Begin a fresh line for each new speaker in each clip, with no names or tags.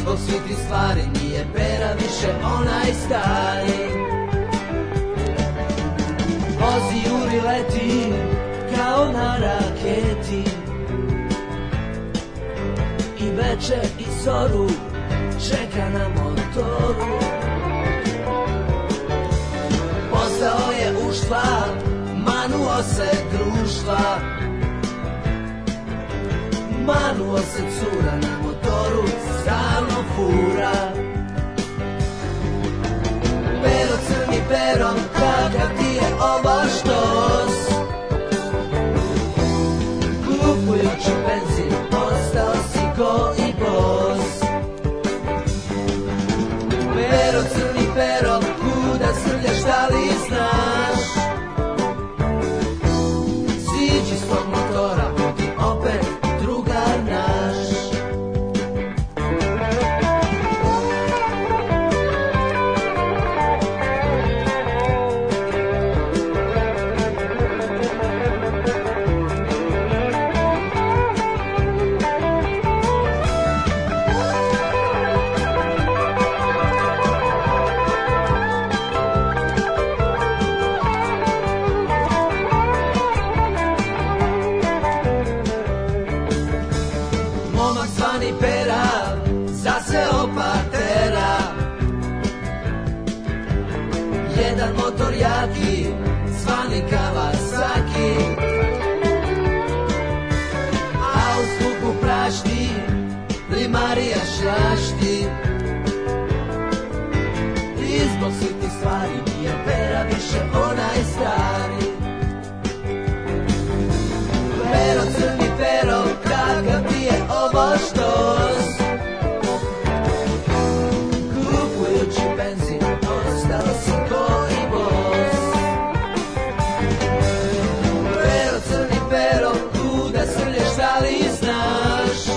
zbog svih ti stvari Nije pera više onaj stari Vozi, juri, leti Kao na raketi I veče i zoru Čeka na motoru Posao je ušla Manuo se društva Manuo se cura na motoru Stalno fura Pero crni perom Kakav ti je ova štos Glupujući benzin Postao si ko i bos Pero crni pero Kuda srljaš da li znaš Siđi s tog motora Budi opet drugar naš Momak zvani pera, zaseo patera Jedan motor jaki, zvani Kawasaki A u skupu prašti, limarija šašti I zbog svih tih stvari nije pera više onaj stari Pero, crni pero, kakav ti je ovo štos? Kupujući benzin, ostao si ko i bos. Pero, crni pero, kuda srlješ, da li znaš?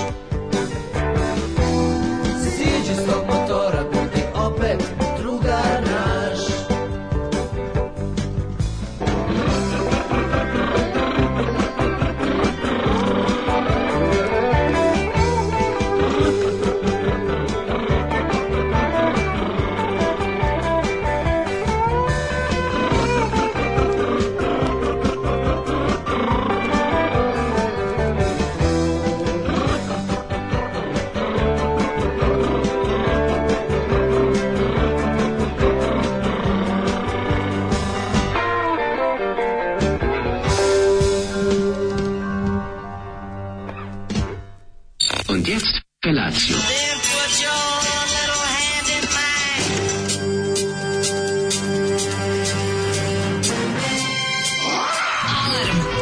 Siđi s tog motora, budi opet drugar naš.
Und jetzt Felatio.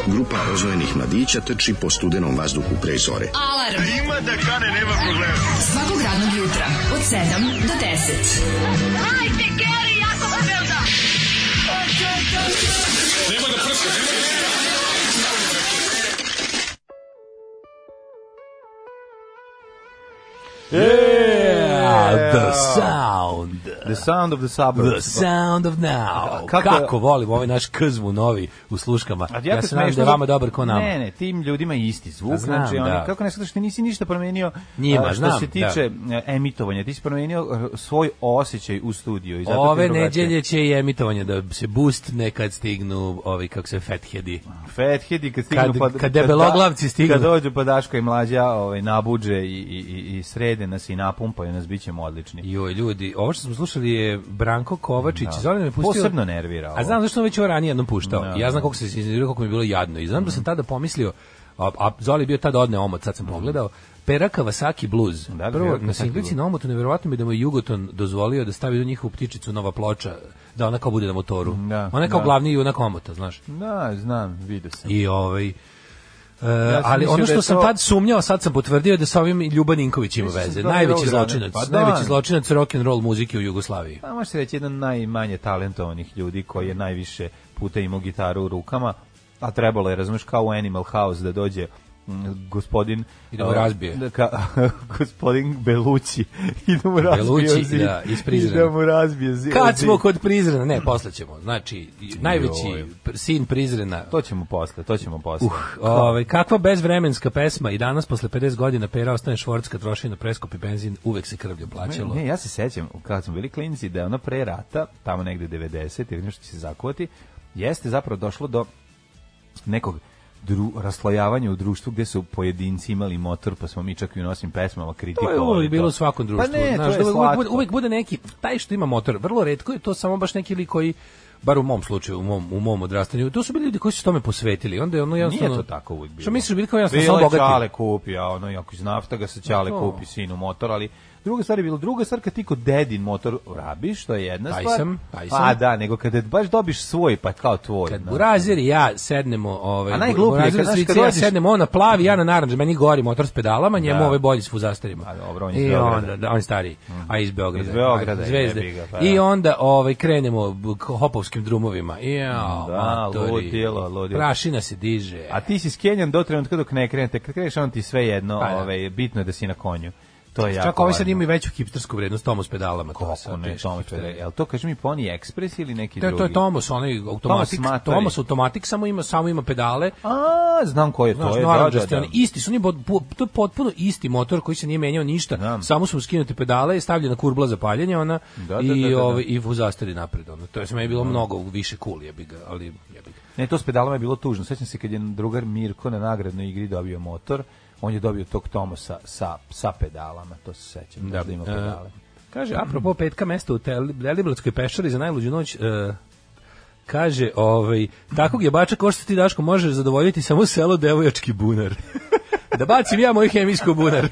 Grupa rozvojenih mladića trči po studenom vazduhu pre zore.
Alarm. A ima da kane, nema problema. Svakog radnog jutra, od 7 do 10. Hajde, Geri, jako se velda.
Yeah, the sound.
The sound of the suburbs.
The sound of now. Kako,
Kako-
volim ovaj naš kzmu novi u sluškama.
A jako
Ja se nadam da
smešno
je
za-
vama dobar ko nama.
Ne, ne, tim ljudima je isti
A
zvuk,
znam,
znači oni
da.
kako ne shvataš ti nisi ništa promenio
Njima,
a, što
znam,
se tiče e, emitovanja, ti si promenio e, svoj osjećaj u studiju i zato ti je
Ove
drugačije.
neđelje će i emitovanje da se boost nekad stignu ovi kako se fatheadi.
Fatheadi kad stignu
Kad-
pa
kad debeloglavci stignu.
Kad dođu pa Daško i mlađa, ovaj nabuđe i i i, i srede nas i napumpaju nas bićemo odlični.
Joj ljudi, ovo što smo slušali je Branko Kovačić, da. me pustio.
Posebno nervira ovo.
A znam zašto sam već ovo ranije jednom puštao.
Da.
Ja znam koliko se iznervirao, koliko mi je bilo jadno. I znam da sam tada pomislio, a, a Zoli je bio tada odne omot, sad sam pogledao, Pera Kawasaki Blues.
Mhm. Da,
Prvo,
Pera
na
Kawasaki
singlici
Blues.
na omotu, nevjerovatno bi da mu je Jugoton dozvolio da stavi do njihovu ptičicu nova ploča, da ona kao bude na motoru.
Da,
ona je kao
da.
glavni junak omota, znaš.
Da, znam, vidio sam.
I ovaj... e,
sam
ali
mislio
ono
da
što
je
sam
to-
tad sumnjao, sad sam potvrdio da sa ovim Ljuban Inković ima
Mislim,
veze.
da je
Najveći
rock
zločinac,
pa da.
najveći zločinac rock and roll muzike u Jugoslaviji.
Pa može se reći jedan od najmanje talentovanih ljudi koji je
Mhm.
najviše puta imao gitaru u rukama, a trebalo je, razumeš, kao u Animal House da dođe mm, gospodin
I da mu razbije.
da ka, gospodin Belući i da mu razbije
Belući,
zid
da, iz
i
Prizrena.
da mu razbije zid
Kad smo
zid.
kod Prizrena, ne, posle ćemo. Znači, i- najveći pr- sin Prizrena,
to ćemo posle to ćemo posle
Uh, ovaj, kakva bezvremenska pesma i danas posle 50 godina pera ostane švorcka troši na preskupi benzin, uvek se krvlju plaćalo.
Ne, ja se sećam, kad smo bili klinici, da je ono pre rata, tamo negde 90, ili nešto će se zakuvati, jeste zapravo došlo do nekog dru, raslojavanja u društvu gde su pojedinci imali motor, pa smo mi čak i u nosim pesmama
To
kritikovali.
je uvijek bilo u svakom društvu.
Pa ne,
znaš,
to
da
je
uvek, bude,
slatko.
uvek bude neki, taj što ima motor, vrlo redko je to samo baš neki lik koji bar u mom slučaju, u mom, u mom odrastanju, to su bili ljudi koji su tome posvetili. Onda je ono jednostavno...
Nije to tako uvijek bilo.
Što misliš, bili kao jednostavno
Bilo
samo
je
bogati? Pa
Čale kupi, a ono, ako iz nafta ga se Čale
To.
kupi sinu motor, ali druga stvar je bilo, druga stvar kad ti kod dedin motor rabiš, to je jedna
Taj
stvar.
sam, taj
A
sam.
da, nego kada baš dobiš svoj, pa kao tvoj.
Kad
znaš.
Burazir i ja sednemo, ovaj,
A najgluplje je
Burazir
kad,
i
znaš,
Svica
kad
i ja
dođeš-
sednemo, on na plavi, ja na naranđ, meni gori motor s pedalama, njemu
Da.
ovaj bolji s fuzastarima.
A dobro, on je iz
I
Beograda.
onda, da, on je stariji, a iz Beograda.
Iz Beograda
a,
je,
zvezde.
jebi ga, pa
I
da.
onda ovaj, krenemo b- k- hopovskim drumovima. Jao,
Da,
matori.
ludilo, ludilo.
Prašina se diže.
A ti si skenjan do trenutka dok ne krenete. Kad kreneš, on ti sve jedno,
Pa da.
ovaj, bitno je da si na konju. To je jako
Čak ovaj sad
važno.
ima i veću hipstersku vrednost, Tomos pedalama. to je sad
Kako ne,
teški
Tomas
hipster.
Pedre. Jel to, kaži mi, Pony Express ili neki
To je,
drugi?
to je Tomos, onaj automatik. Tomos,
Matori.
automatik samo ima, samo ima pedale,
A, znam ko je to.
Znaš,
je,
naranđasti,
da, da, da.
oni isti su, oni, bod- po- to je potpuno isti motor koji se nije menjao ništa,
Da.
samo su mu skinute pedale i stavljena kurbla za paljenje, ona
Da, da,
i,
da, da, da.
ovaj, i vuzastari napred, ono. to je sve bilo mnogo više cool, jebi ga, ali jebi ga.
Ne, to s pedalama je bilo tužno. Sećam se kad je drugar Mirko na nagradnoj igri dobio motor, on je dobio tog Tomosa sa, sa pedalama, to se sećam, da, da ima
E,
pedale.
kaže, apropo petka mesta u Tel- Deliblatskoj peščari za najluđu noć, e, kaže, ovaj, takvog je bača ko što ti Daško može zadovoljiti samo selo devojački bunar. da bacim ja moj hemijsko bunar.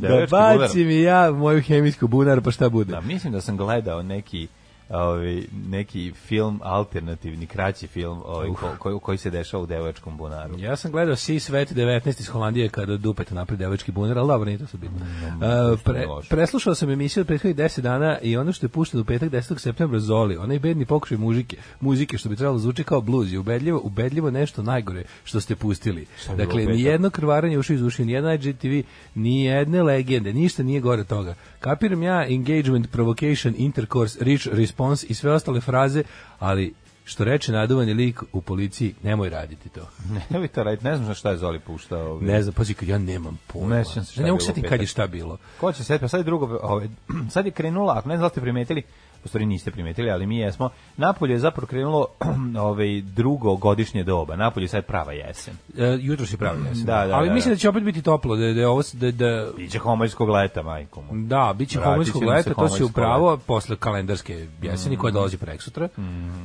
da
Devojački bunar.
bacim i ja moju hemijsku bunar, pa šta bude.
Da, mislim da sam gledao neki ovaj neki film alternativni kraći film ovaj ko- koji koji se dešava u devojačkom bunaru.
Ja sam gledao Si svet 19 iz Holandije kada dupete napred devojčki bunar, ali dobro, nije to su bitno. E, pre-
loše.
preslušao sam emisiju od prethodnih 10 dana i ono što je pušteno u petak 10. septembra Zoli, onaj bedni pokušaj muzike, muzike što bi trebalo zvuči kao bluz je ubedljivo, ubedljivo nešto najgore što ste pustili.
je bilo
dakle,
u petak?
nijedno krvaranje ušao iz ušiju, nijedna IGTV, nijedne legende, ništa nije gore od toga. Kapiram ja engagement, provocation, intercourse, rich response i sve ostale fraze, ali što reče naduvani lik u policiji, nemoj raditi to.
Ne bi to raditi, ne znam za šta je Zoli puštao. Ovaj.
Ne znam, pazi, kad ja nemam pojma.
Ne sjećam se šta
ne
je
mogu
bilo
setim
u
kad je
petak.
šta bilo.
Ko će sad, pa sad je drugo, ovaj, sad je krenula, ako ne znam da li ste primetili, u stvari niste primetili, ali mi jesmo, Napolje je zapravo krenulo ovaj, drugo godišnje doba, Napolje je sad prava jesen.
E, jutro si pravi jesen.
Mm, Da, da,
Ali
da,
mislim
da.
da će opet biti toplo, da, da je ovo... s- Da, da,
Biće homoljskog leta, majko mu.
Da, bit će
Vratit
homoljskog
će nam se
leta, to se
homoljsko
upravo posle kalendarske jeseni koja dolazi prek sutra.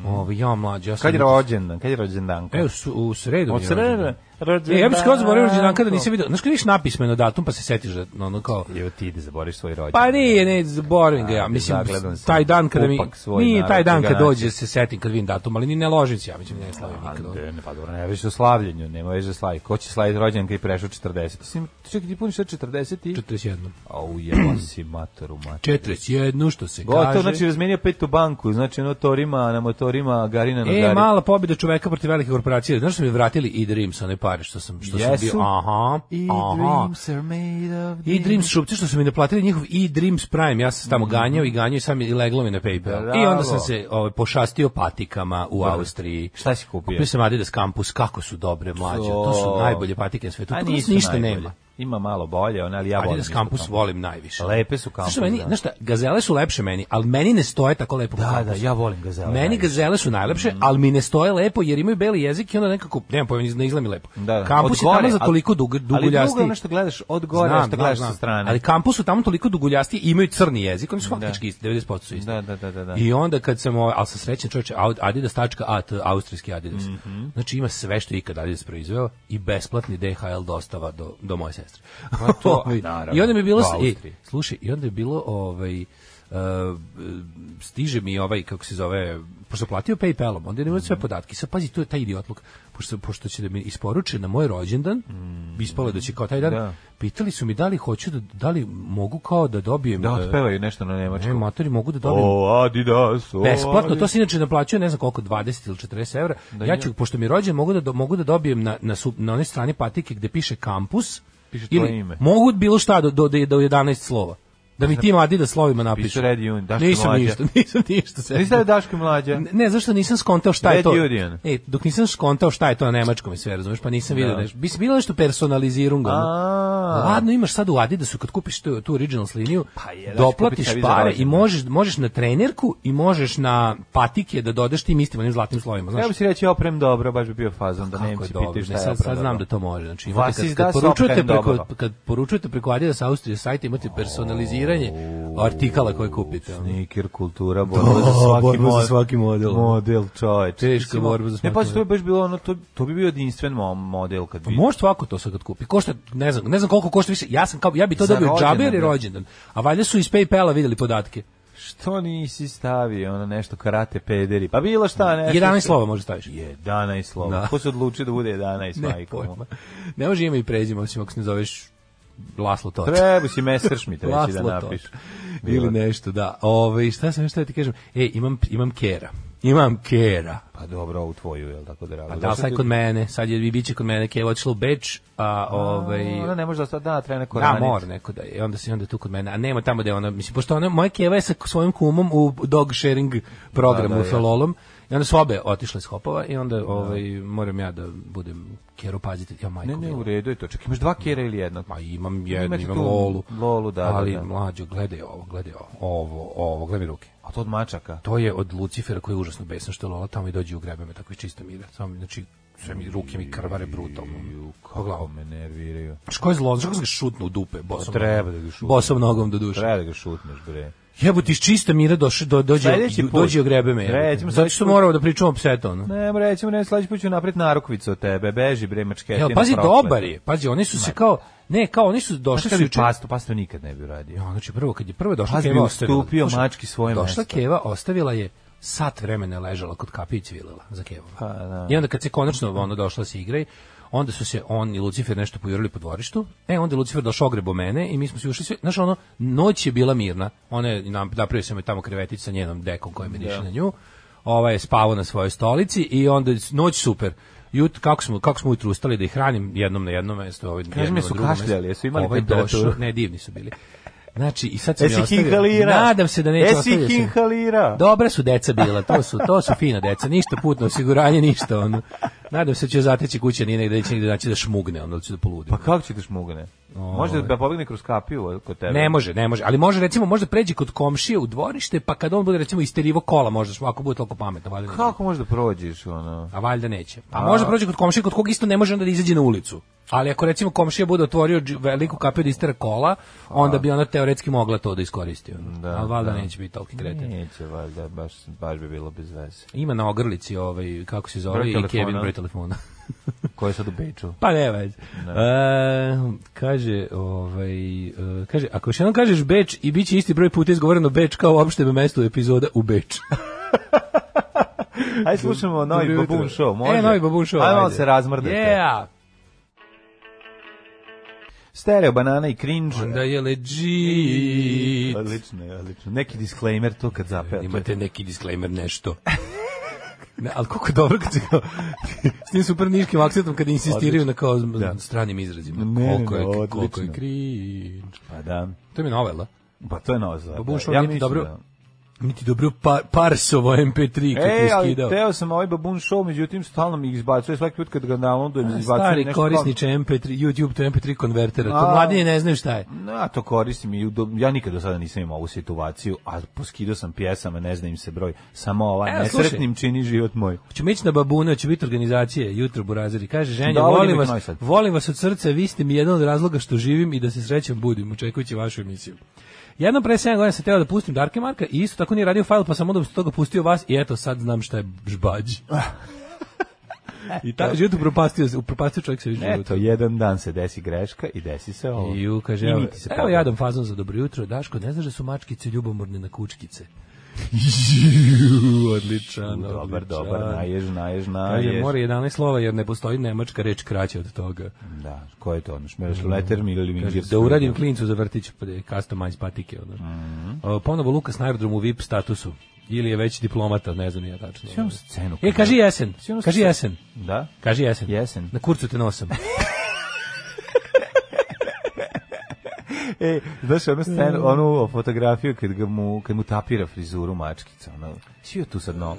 Ovo, ja mlađi, ja sam...
Mm. Kad je rođendan, kad je rođendanko?
E, u, su- u sredu.
Od
mi je
sreda,
rođendan.
rođendanko.
E, ja bih skoro zaboravio rođendan kada nisam vidio. Znaš kad vidiš napismeno datum pa se setiš da ono kao...
Evo ti da zaboriš svoj rođendan.
Pa nije, ne, zaboravim ga ja.
A,
Mislim,
zagledan si.
taj dan kada mi...
Upak svoj
Nije taj
narod
dan
će
kad
ga
dođe
naći.
se setim kad vidim datum, ali ni ne ložim se, ja mislim, ne slavim
A,
nikad.
ne, ne, pa dobro, ne već o slavljenju, nema već da slavi. Ko će slaviti rođendan kad je prešao 40? Mislim, čekaj, ti puniš sad 40 i...
41.
Au, jebo si matoru, matoru.
41 što se
Gotovo,
kaže.
znači razmenio petu banku, znači ono torima, na motorima, garina na
E,
gari.
mala pobjeda čoveka protiv velike korporacije. Znaš što su mi vratili i Dreams, one pare što sam, što sam
Jesu?
bio. Aha, aha.
are made of...
I Dreams šupci što su mi naplatili njihov i Dreams Prime. Ja sam se tamo ganjao i ganjao i sam i leglo mi na PayPal. I onda sam
Mm. Bravo.
se ovaj, pošastio patikama u Austriji.
Šta si kupio?
Kupio sam Adidas Campus, kako su dobre mlađe. To su
To.
najbolje patike na svetu.
A
Tu kod nas
nisu
ništa
najbolje.
nema.
Ima malo bolje, ona, ali ja volim.
Adidas
isto
Campus
Campus.
volim najviše.
Lepe su Campus,
Znaš šta, meni,
da.
znaš šta, gazele su lepše meni, ali meni ne stoje tako lepo. po
Da, da,
Campusu.
ja volim gazele.
Meni
najviše.
gazele su najlepše,
Mhm.
ali mi ne stoje lepo jer imaju beli jezik i onda nekako, nemam pojma, ne izgleda mi lepo.
Da, da.
Kampus
Od gore,
je tamo za
ali-
toliko dug,
Ali
duguljasti.
drugo je ono što gledaš od gore, a što gledaš sa strane.
Ali kampus su tamo toliko duguljasti i imaju crni jezik, oni su faktički isti, 90% su isti.
Da, da, da, da, da.
I onda kad sam, ovaj, ali sam srećen čovječe, Aud- adidas.at, austrijski Adidas.
Mhm.
Znači ima sve što je ikad Adidas proizveo i besplatni DHL dostava do, do moje sestre.
Pa to,
Ovaj,
naravno,
I onda mi je bilo,
do
s- e, i,
Austrije.
slušaj, i onda je bilo, ovaj, e, stiže mi ovaj, kako se zove, pošto sam platio Paypalom, onda ne
Mhm.
sve podatke. Sad pazi, to je taj idiotluk, pošto, pošto će da mi isporuče na moj rođendan, ispalo je da će kao taj dan,
Mhm. Da.
pitali su mi da li hoću, da, da li mogu kao da dobijem...
Da,
e,
otpevaju nešto na
Ne,
nemačkom.
matori mogu da dobijem
O, Adidas, o,
Besplatno, to
Adidas.
se inače naplaćuje, ne znam koliko, 20 ili 40 evra. ja
ja.
ću, pošto mi je rođen, mogu da, do- mogu da dobijem na, na, su- na onoj strani patike gde piše kampus.
Piše tvoje
ili
ime.
Mogu bilo šta do, do, do 11 slova. Da mi ti madi da slovima napišu.
Piše Red Union, Daško
nisam
Mlađa.
ništa, nisam ništa. sebi.
Nisi da je Daško i mlađa?
Ne, Ne, zašto nisam skontao šta je
Red
to?
Union.
E, dok nisam skontao šta je to na nemačkom i sve, razumeš, pa nisam video
Da.
nešto. Bi bilo nešto ono? personalizirunga.
A.
Ladno imaš sad u Adidasu kad kupiš tu, tu Originals liniju,
Pa je, da ću
doplatiš
kupiti sebi za
pare i
rođendan.
možeš, možeš na trenerku i možeš na patike da dodaš tim istim onim zlatnim slovima, znaš.
Evo si reći oprem dobro, baš bi bio fazon da
Kako je
Nemci
dobro,
pitaju šta
ne,
je
sad,
oprem
sad
dobro.
znam da to može. Znači, imate
Vas
kad, kad,
izda sa
poručujete
oprem
preko,
dobro.
kad poručujete preko Adidas Austrije sajta, imate personaliziranje artikala koje kupite. ono.
Sneaker kultura, borba za svaki
borba za
mod-
svaki model.
Model, čoveč.
Teška
Mislim,
borba za svaki
Ne, pa to
model. Pa
je baš bilo ono, to, to bi bio jedinstven mo- model kad bi...
Može svako to sad kad kupi. Košta, ne znam, ne znam koliko košta više. Ja sam kao ja bi to
Za
dobio džabe jer je
rođendan, da.
rođendan. A valjda su iz PayPala vidjeli podatke.
Što nisi stavio ono nešto karate pederi? Pa bilo šta nešto.
11 slova može staviš.
11 slova.
Da.
Ko se odlučio da bude 11
Ne,
majko?
pojma. Ne može ime i prezime, osim ako se ne zoveš Laslo Tot.
Treba si Messerschmitt reći da
Laslo
napiš.
Tot. Ili nešto, da. Ove, šta sam još teo ti kažem? E, imam, imam kera. Imam kera.
Pa dobro, ovu tvoju, jel tako drago?
Pa da, sad je kod mene, sad je i bit će kod mene, keva odšla u Beč, a ovaj...
Ona ne može da sad da, treba neko
Da,
raniti.
mora neko da je, onda se onda tu kod mene, a nema tamo da je ona, mislim, pošto ona, moja keva je sa svojim kumom u dog sharing programu
Da, da,
da,
ja.
Felolom, i onda su obe otišle s hopova i onda ovaj, moram ja da budem keropazitelj, ja majko.
Ne, ne,
mila.
u redu je to. Čekaj, imaš dva kera ili jednog?
Ma imam jednu,
Imate
imam
tu
lolu.
lolu, da, da,
Ali
da.
mlađo, gledaj ovo, gledaj ovo, ovo, ovo, gledaj mi ruke.
A to od mačaka.
To je od Lucifera koji je užasno besan što je Lola tamo i dođe i ugrebe me tako iz čista mira. Samo, mi, znači, sve mi ruke mi krvare brutalno. Po
Kako
glavom.
me nerviraju. Pa
Što je zlo, znaš kako se ga šutnu u dupe, bosom.
Treba da ga šutne.
Bosom nogom do duše.
Treba da ga šutneš, bre.
Jebote, iz čista mira došli, do, dođe,
Sledeći put.
dođe i ogrebe me. jebote.
Rećemo
Zato
sledeći
što
put.
moramo da pričamo o psetu, ono.
Ne, bre, rećemo, ne, slađi put ću napred narukvicu od tebe. Beži, bre, mačketina.
Evo, pazi,
prokleta.
dobar je. Pazi, oni su se kao, ne, kao oni su došli
Šta
su
Pa bi
juče.
pastu? Pastu nikad ne bi uradio.
Ja, znači prvo kad je prvo došla
Pas bi
Keva ostavila.
ustupio mački svoje
došla
mesto.
Keva ostavila je sat vremena je ležala kod kapi i cvilila za Kevom.
Pa, da.
I onda kad se konačno ono došla se igraj, onda su se on i Lucifer nešto pojurili po dvorištu. E, onda je Lucifer došao ogrebo mene i mi smo se ušli sve. Znaš, ono, noć je bila mirna. Ona je, nam, napravio sam je tamo krevetić sa njenom dekom koja miriše na nju. Ova je spavao na svojoj stolici i onda je s- noć super. Jut, kako smo, kako smo ujutru ustali da ih hranim jednom na jednom mestu, ovaj,
mi,
jednom na
su
drugom
kašljali,
mestu.
jesu imali
Ovaj
temperaturu?
došao- ne, divni su bili. Znači, i sad sam
Jesi
je
ih
ostavio.
inhalira?
Nadam se da neće
Jesi
ostavio
ih
sam.
inhalira?
Dobra su deca bila, to su, to su fina deca, ništa putno osiguranje, ništa ono. Nadam se da će zateći kuća ni negde, da će negde naći da šmugne, onda će da poludi.
Pa kako će da šmugne? Može da pobegne kroz kapiju kod tebe?
Ovaj. Ne može, ne može, ali može recimo, možda pređi kod komšije u dvorište, pa kad on bude recimo isterivo kola, možda, ako bude toliko pametno, valjda neće.
Kako možeš da prođeš, ono?
A valjda neće. A možda prođe kod komšije kod kog isto ne može onda da izađe na ulicu. Ali ako recimo komšija bude otvorio dž- veliku kapiju da istera kola, onda bi ona teoretski mogla to da iskoristi. ono.
Da,
ali valjda
da.
neće biti toliki kreten.
Neće, valjda, baš, baš bi bilo bez veze.
Ima na ogrlici ovaj, kako se zove,
Broj
i
telefona.
Kevin broj telefona.
Ko je sad u Beču?
pa ne već. E, kaže, ovaj, e, kaže, ako još jednom kažeš Beč i bit će isti broj puta izgovoreno Beč kao opšte mesto epizoda u Beč.
Ajde slušamo novi
Dobro jutro.
Babun Show, može?
E, novi babun show.
Ajde malo se razmrdete.
Yeah.
Stereo, banana i cringe.
Onda je legit.
Odlično, je, odlično. Neki disclaimer to kad zapeva.
Imate neki disclaimer nešto. Ne, ali kako je dobro kad se kao, s tim super niškim akcentom kad insistiraju na kao stranim izrazima.
Ne, ne,
koliko je,
ne,
koliko je
odlično.
cringe.
Pa da.
To mi je novela.
Pa to je noza.
Babun Show
da.
nije ti
mislim
dobro-
da-
Niti dobro par, parsovo MP3 kako
E,
je
ali
skidao.
teo sam ovaj Babun Show, međutim stalno mi ih izbacuje svaki put kad ga downloadujem, izbacuje
Stari
nešto
korisniče MP3, YouTube to MP3 konvertera. To
A.
mladini ne znaju šta je.
No, ja to koristim i u do- ja nikad do sada nisam imao ovu situaciju, a poskidao sam pjesama, ne znam im se broj, samo ova
E,
nesretnim čini život moj.
Hoćemo ići na babune, hoće biti organizacije, jutro burazeri. Kaže, ženja,
Dovoljno
volim
mi
vas,
Novi Sad.
volim vas od srca, vi ste mi jedan od razloga što živim i da se srećem budim, očekujući vašu emisiju. Jednom pre 7 godina sam teo da pustim Darke Marka i isto tako nije radio fajl, pa sam onda od toga pustio vas i eto, sad znam šta je žbađ. I tako život upropastio, se- upropastio čovjek se više
Eto, jedan dan se desi greška i desi se ovo.
I ju kaže,
I
evo,
niti se
evo
pogleda.
jadam fazon za dobro jutro, Daško, ne znaš da su mačkice ljubomorne na kučkice? odličan,
Dobar,
odličan.
dobar, najež, najež,
Kaže,
najež.
mora 11 slova jer ne postoji nemačka reč kraća od toga.
Da, ko je to? Ono, šmereš letter mi ili mi
Mm. Kaže,
gips
da
mi?
uradim klincu za vrtić, pa da je customize patike. Ono.
Mhm.
O, ponovo Lukas na aerodromu u VIP statusu. Ili je već diplomata, ne znam ja tačno.
Svi imamo scenu.
E, kaži jesen,
Svi imamo
kaži
scenu.
jesen,
Da?
kaži jesen.
Jesen.
Na kurcu te nosam.
E, znaš, onu
Mm.
scenu, onu fotografiju kad, ga mu, kad mu tapira frizuru mačkica, ono, svi je tu sad no,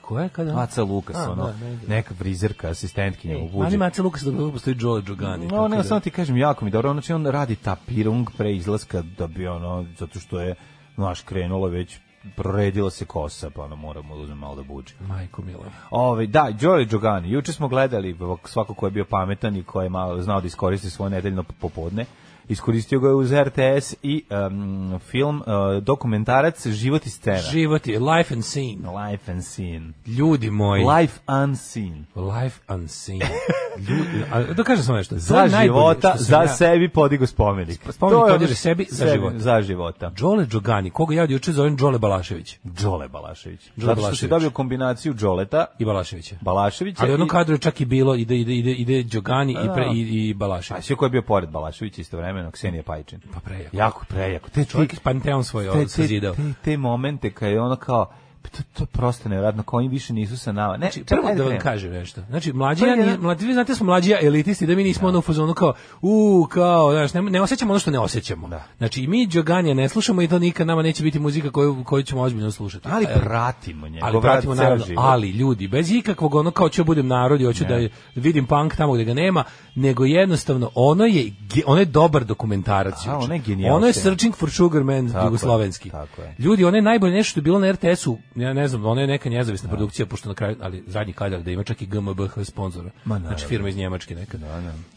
Ko je kada?
Maca Lukas,
A,
ono,
da, ne znam.
neka frizerka, asistentkinja u
Ali
Vuđi.
Maca Lukas da postoji Đole Đogani.
No, ne, samo ti kažem, jako mi dobro, znači on radi tapirung pre izlaska da bi ono, zato što je, znaš, krenula već, proredila se kosa, pa ono moramo da uzme malo da buđe.
Majko Milo.
Ove, Ovaj, da, Đorđe Đogani, juče smo gledali svako ko je bio pametan i ko je malo znao da iskoristi svoje nedeljno popodne. Iskoristio ga je uz RTS i em, film e, dokumentarac Život i scena.
Život je life and scene.
Life Unseen.
Ljudi moji.
Life Unseen.
Life unseen. Ljudi, a, da kažem samo nešto.
Za života, za sebi podigo spomenik.
spomenik
To je ono
podiže
što-
sebi, za života.
Za života.
Đole Đogani, koga ja od juče zovem Đole Balašević
Đole Balašević.
Đole
Zato što si
Balašević.
dobio kombinaciju Đoleta
i Balaševića.
Balaševića.
Ali ono
i-
kadro je čak i bilo ide ide ide ide Đogani i pre i, i
A
Balašević.
sve ko je bio pored Balaševića istovremeno, Ksenija Pajčin.
Pa prejako.
Jako prejako. Te
Čovjek
ti-
je panteon svoj
te,
ovo
te,
sazidao.
te, te momente kada je ono kao pa to, to je prosto nevjerojatno, kao oni više nisu sa nama. Ne,
Znači,
čekaj,
prvo
ajde
da vam
krenemo.
kažem nešto. Znači, mlađi ja,
Prvi
ni-
e, jedan-
mlađi, vi znate, smo mlađi ja elitisti, da mi nismo ono u fazonu kao, u, kao, znaš, ne, ne osjećamo ono što ne osjećamo.
Da.
Znači, i mi Đoganija ne slušamo i to nikad nama neće biti muzika koju, koju ćemo ozbiljno slušati.
Ali
E,
pratimo njega.
ali pratimo
ceo
naravno,
život.
ali ljudi, bez ikakvog ono kao ću ja budem narod i hoću da je- vidim punk tamo gde ga nema, nego jednostavno ono je, ge- ono je dobar dokumentarac.
A,
juče.
ono je genijalno.
Ono je Searching for Sugar Man
Tako je,
jugoslovenski.
tako je.
Ljudi, ono je najbolje nešto što je bilo na RTS-u, ja ne znam, ono je neka nezavisna produkcija, pošto na kraju, ali zadnji kadar da ima čak i GMBH sponzora,
Ma,
znači
naravno.
firma iz Njemačke neka.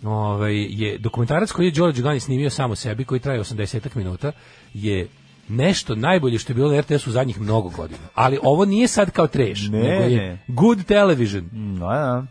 Ovaj, je dokumentarac koji je Đorđe Đugani snimio samo sebi, koji traje 80 minuta, je nešto najbolje što je bilo na RTS-u zadnjih mnogo godina. Ali ovo nije sad kao treš,
Ne,
nego je
ne. Mm.
good television.
No, da.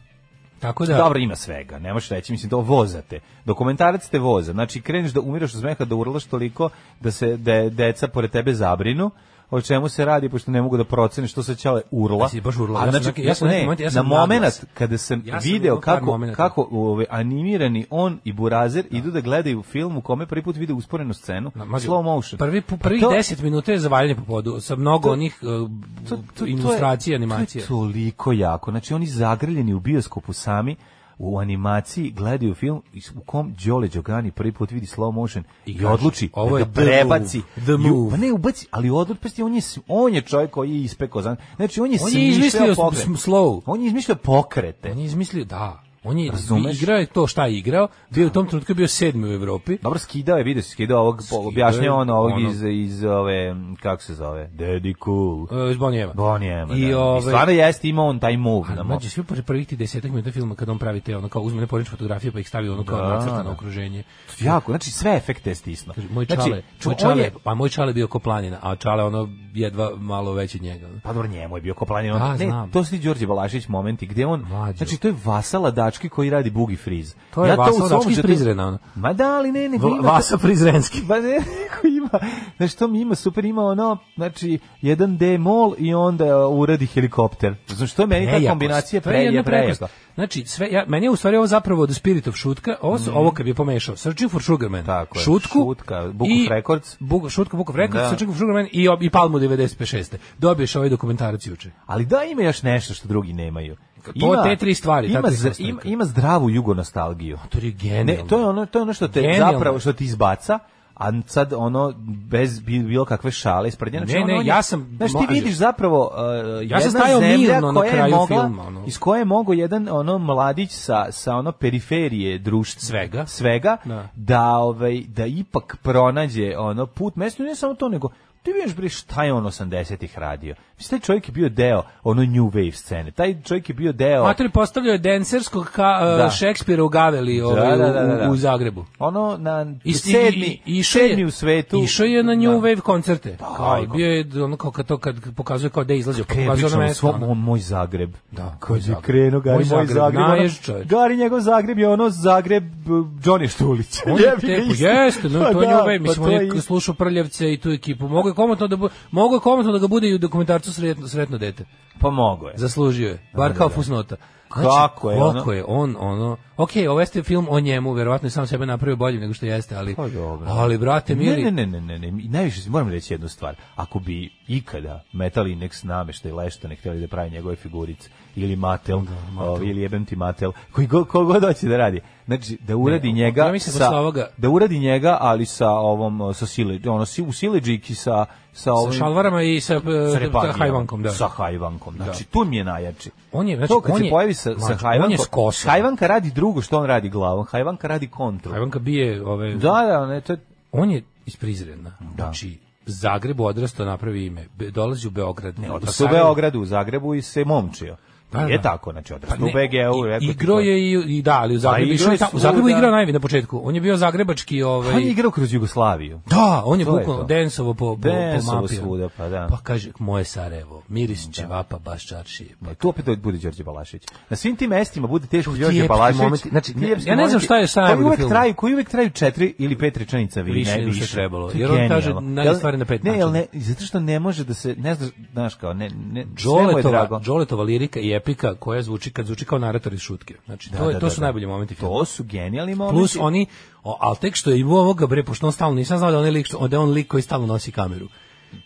Tako da,
Dobro, ima svega, ne možeš reći, mislim, to vozate. Dokumentarac te voza, znači kreneš da umiraš od smeha, da urlaš toliko da se da je deca pored tebe zabrinu, o čemu se radi, pošto ne mogu da procene što se ćale urla.
Ja sam baš urlao,
A
ja sam
znači,
neki- ja sam neki
ne,
moment- ja
na
sam
moment
naglas.
kada sam
Ja sam
video
imao par
kako,
momenata.
kako ove, animirani on i Burazer idu da gledaju film u kome prvi put vide usporenu scenu,
Ma, mađo,
slow motion.
Prvi, pu- prvih
Pa to-
10 minuta je zavaljanje po podu, sa mnogo onih uh,
to, to- to, je-
ilustracija, animacija.
To je toliko jako. Znači, oni zagrljeni u bioskopu sami, u animaciji gledaju film iz- u kom Đole Đogani prvi put vidi slow motion i,
I kaže,
odluči
ovo je
da
the
prebaci.
move, the
i u-
move.
Pa ne, ubaci, ali odluči, pa on je, s- on je čovjek koji je ispekao. zna- Znači, on
On
je,
je
smišljao
izmislio
pokret.
sm- slow.
On je izmišljao pokrete.
On je izmislio, da, on je
Razumeš?
igrao je to šta je igrao, bio je u tom trenutku bio sedmi u Evropi,
Dobro, skidao je, vidio se, skidao ovog,
Skidao je
objašnjava on ovog
ono.
iz, iz ove, kako se zove, Daddy Cool.
uh, iz Bonijeva.
Bonijema,
I,
da.
ovaj,
I stvarno jeste imao on taj move. na
Ali
mo-
mađe, svi pri- prvih tih desetak minuta filma kad on pravi te ono kao uzme neporične fotografije pa ih stavi ono kao
Da,
nacrtano
da.
okruženje.
Jako, znači sve efekte je stisno.
Kaže, Moj
znači,
čale, moj
on
čale,
je-
pa moj čale bio ko planina, a čale ono jedva malo veći od njega. ono.
Pa dobro, njemu je bio ko planirano.
Da,
ne,
znam.
to su ti Đorđe Balašić momenti gdje on...
Mlađo.
Znači, to je Vasala Dački koji radi bugi friz.
To je
u
Vasala
svom
Dački iz
životu-
Prizrena, ono.
Ma da, ali ne, nego
Va-
ima...
Vasa Prizrenski.
Ba ne, ko ima, znači to mi ima super, ima ono, znači, jedan D mol i onda uradi helikopter. Znači, to je meni ta
Prejakost.
kombinacija
To je jedna
preje,
prejakost.
prejaka.
Znači, sve, ja, meni je u stvari ovo zapravo od Spirit of Šutka, ovo, su- ovo kad bi pomešao, Searching for Sugar Man,
Mhm. Tako je,
Šutku,
Šutka, Book of
i-
Records.
Book- šutku, Book of Records,
Da.
Searching for Sugar Man i, i Palmu 96. Dobiješ ovaj dokumentarac juče.
Ali da ima još nešto što drugi nemaju.
To te tri stvari, ta
Ima,
tri
zra-
sastanka.
ima, ima zdravu jugonostalgiju.
To je
Ne,
genijalno.
to je ono, to je ono što te
Genijalno.
zapravo što ti izbaca, a sad ono bez bi- bilo kakve šale ispred nje. Znači,
Ne,
ono,
ne,
on je-
ja sam
Znaš, ti
mlađe.
vidiš zapravo uh,
Ja sam
jedna
stajao
zemlja
mirno na
koja je
kraju
mogla-
filma, ono.
Iz koje je mogo jedan ono mladić sa, sa ono periferije društva
Svega.
svega
Da.
da ovaj da ipak pronađe ono put mesto ne samo to nego ti vidiš bre šta je on 80-ih radio. Mislim, taj čovjek je bio deo ono new wave scene. Taj čovjek je bio deo...
Mater postavljao je denserskog ka,
Da.
da. Šekspira u Gaveli ovaj,
Da, da, da, da.
U, u Zagrebu.
Ono, na
I- i-
sedmi,
i- išao je-
sedmi u svetu.
Išao je na New
Da. Pa,
Wave koncerte. kao, i
ajko.
bio je ono kao kad to kad pokazuje kao da je izlazio, pa
Kre,
pokazuje ono
pričamo o
mesto.
svom,
ono.
on, moj Zagreb.
Da,
Kad
moj
je
Zagreb.
krenuo Gari, moj
Moj
Zagreb.
Zagreb,
ono-
naješ čoveč.
Gari njegov Zagreb je ono Zagreb b- Johnny Štulić.
On je te, pa jeste, no, to je New Wave, mislim, on je
i-
slušao Prljavce i tu ekipu. Mogu je komotno da, bu, mogu je komotno da ga bude i u dokumentarcu sretno, sretno dete.
Pomogao je.
Zaslužio je, bar kao fusnota. Znači,
Kako je ono?
Kako je on, ono... Ok, ovo jeste film o njemu, verovatno je sam sebe napravio bolje nego što jeste, ali...
Pa dobro.
Ali, brate, mili...
Ne, ne, ne, ne, ne, ne. I Najviše moram reći jednu stvar. Ako bi ikada Metal Index namešta i lešta ne htjeli da pravi njegove figurice ili Matel, ovaj, ili jebem ti Matel, koji go, ko god hoće da radi. Znači, da uradi
Ne,
njega
ja mislim posle ovoga-
da uradi njega, ali sa ovom, sa sile, ono, si- u sileđiki sa, sa
Sa
ovim,
šalvarama i sa,
sa
e, sa
repagijom.
hajvankom, da.
Sa hajvankom. Znači, tu mi je najjači.
On je, znači,
to kad
on
se
je-
pojavi sa, sa
Mlađo, on je
hajvankom,
s kosom.
hajvanka radi drugo što on radi glavom, hajvanka radi kontru.
Hajvanka bije ove...
Da, da, ne, to je
On je iz Prizrena. Znači, Zagreb odrastao napravi ime. Be, dolazi u Beograd.
Ne,
U
odrastao u
Sarajevo-
Beogradu, u Zagrebu i se momčio.
Da,
je
da.
tako, znači
Pa
odrastao
ne,
u BG-u. rekao ti
Igro
to.
je i, i da, ali u Zagrebu,
igrao
išao
je
je tamo- u
svuda. Pa
Zagrebu je igrao najvi na početku. On je bio zagrebački ovaj...
On je igrao kroz Jugoslaviju.
Da, on je
To je
bukvalno
to.
densovo po, po,
Densovo
po mapi.
svuda, pa da.
Pa kaže, moje Sarajevo, miris ćevapa, baš čaršije.
Ma, Tu opet bude Đorđe Balašić. Na svim tim mestima bude teško Đorđe
epski
Balašić.
momenti, znači,
Ti epski
ja ne znam
momenti
šta je sajam
koji
u
uvek
filmu.
traju, koji uvek traju četiri ili pet rečenica vi
Više
ne
nego
više.
što je trebalo,
To je
jer on
genijalno.
kaže najgore
Jel-
stvari na pet
Ne, jel
načina.
ne, zato što ne može da se, ne znaš, znaš kao, ne, ne, sve mu je drago.
Džoletova, Džoletova lirika i epika koja zvuči kad zvuči kao narator iz šutke. Znači, to, je, to su najbolji momenti filma.
To su genijalni momenti.
Plus oni, o, ali tek što je imao ovoga, bre, pošto on stalno, nisam znao da on je lik, što- da je on lik koji stalno nosi kameru.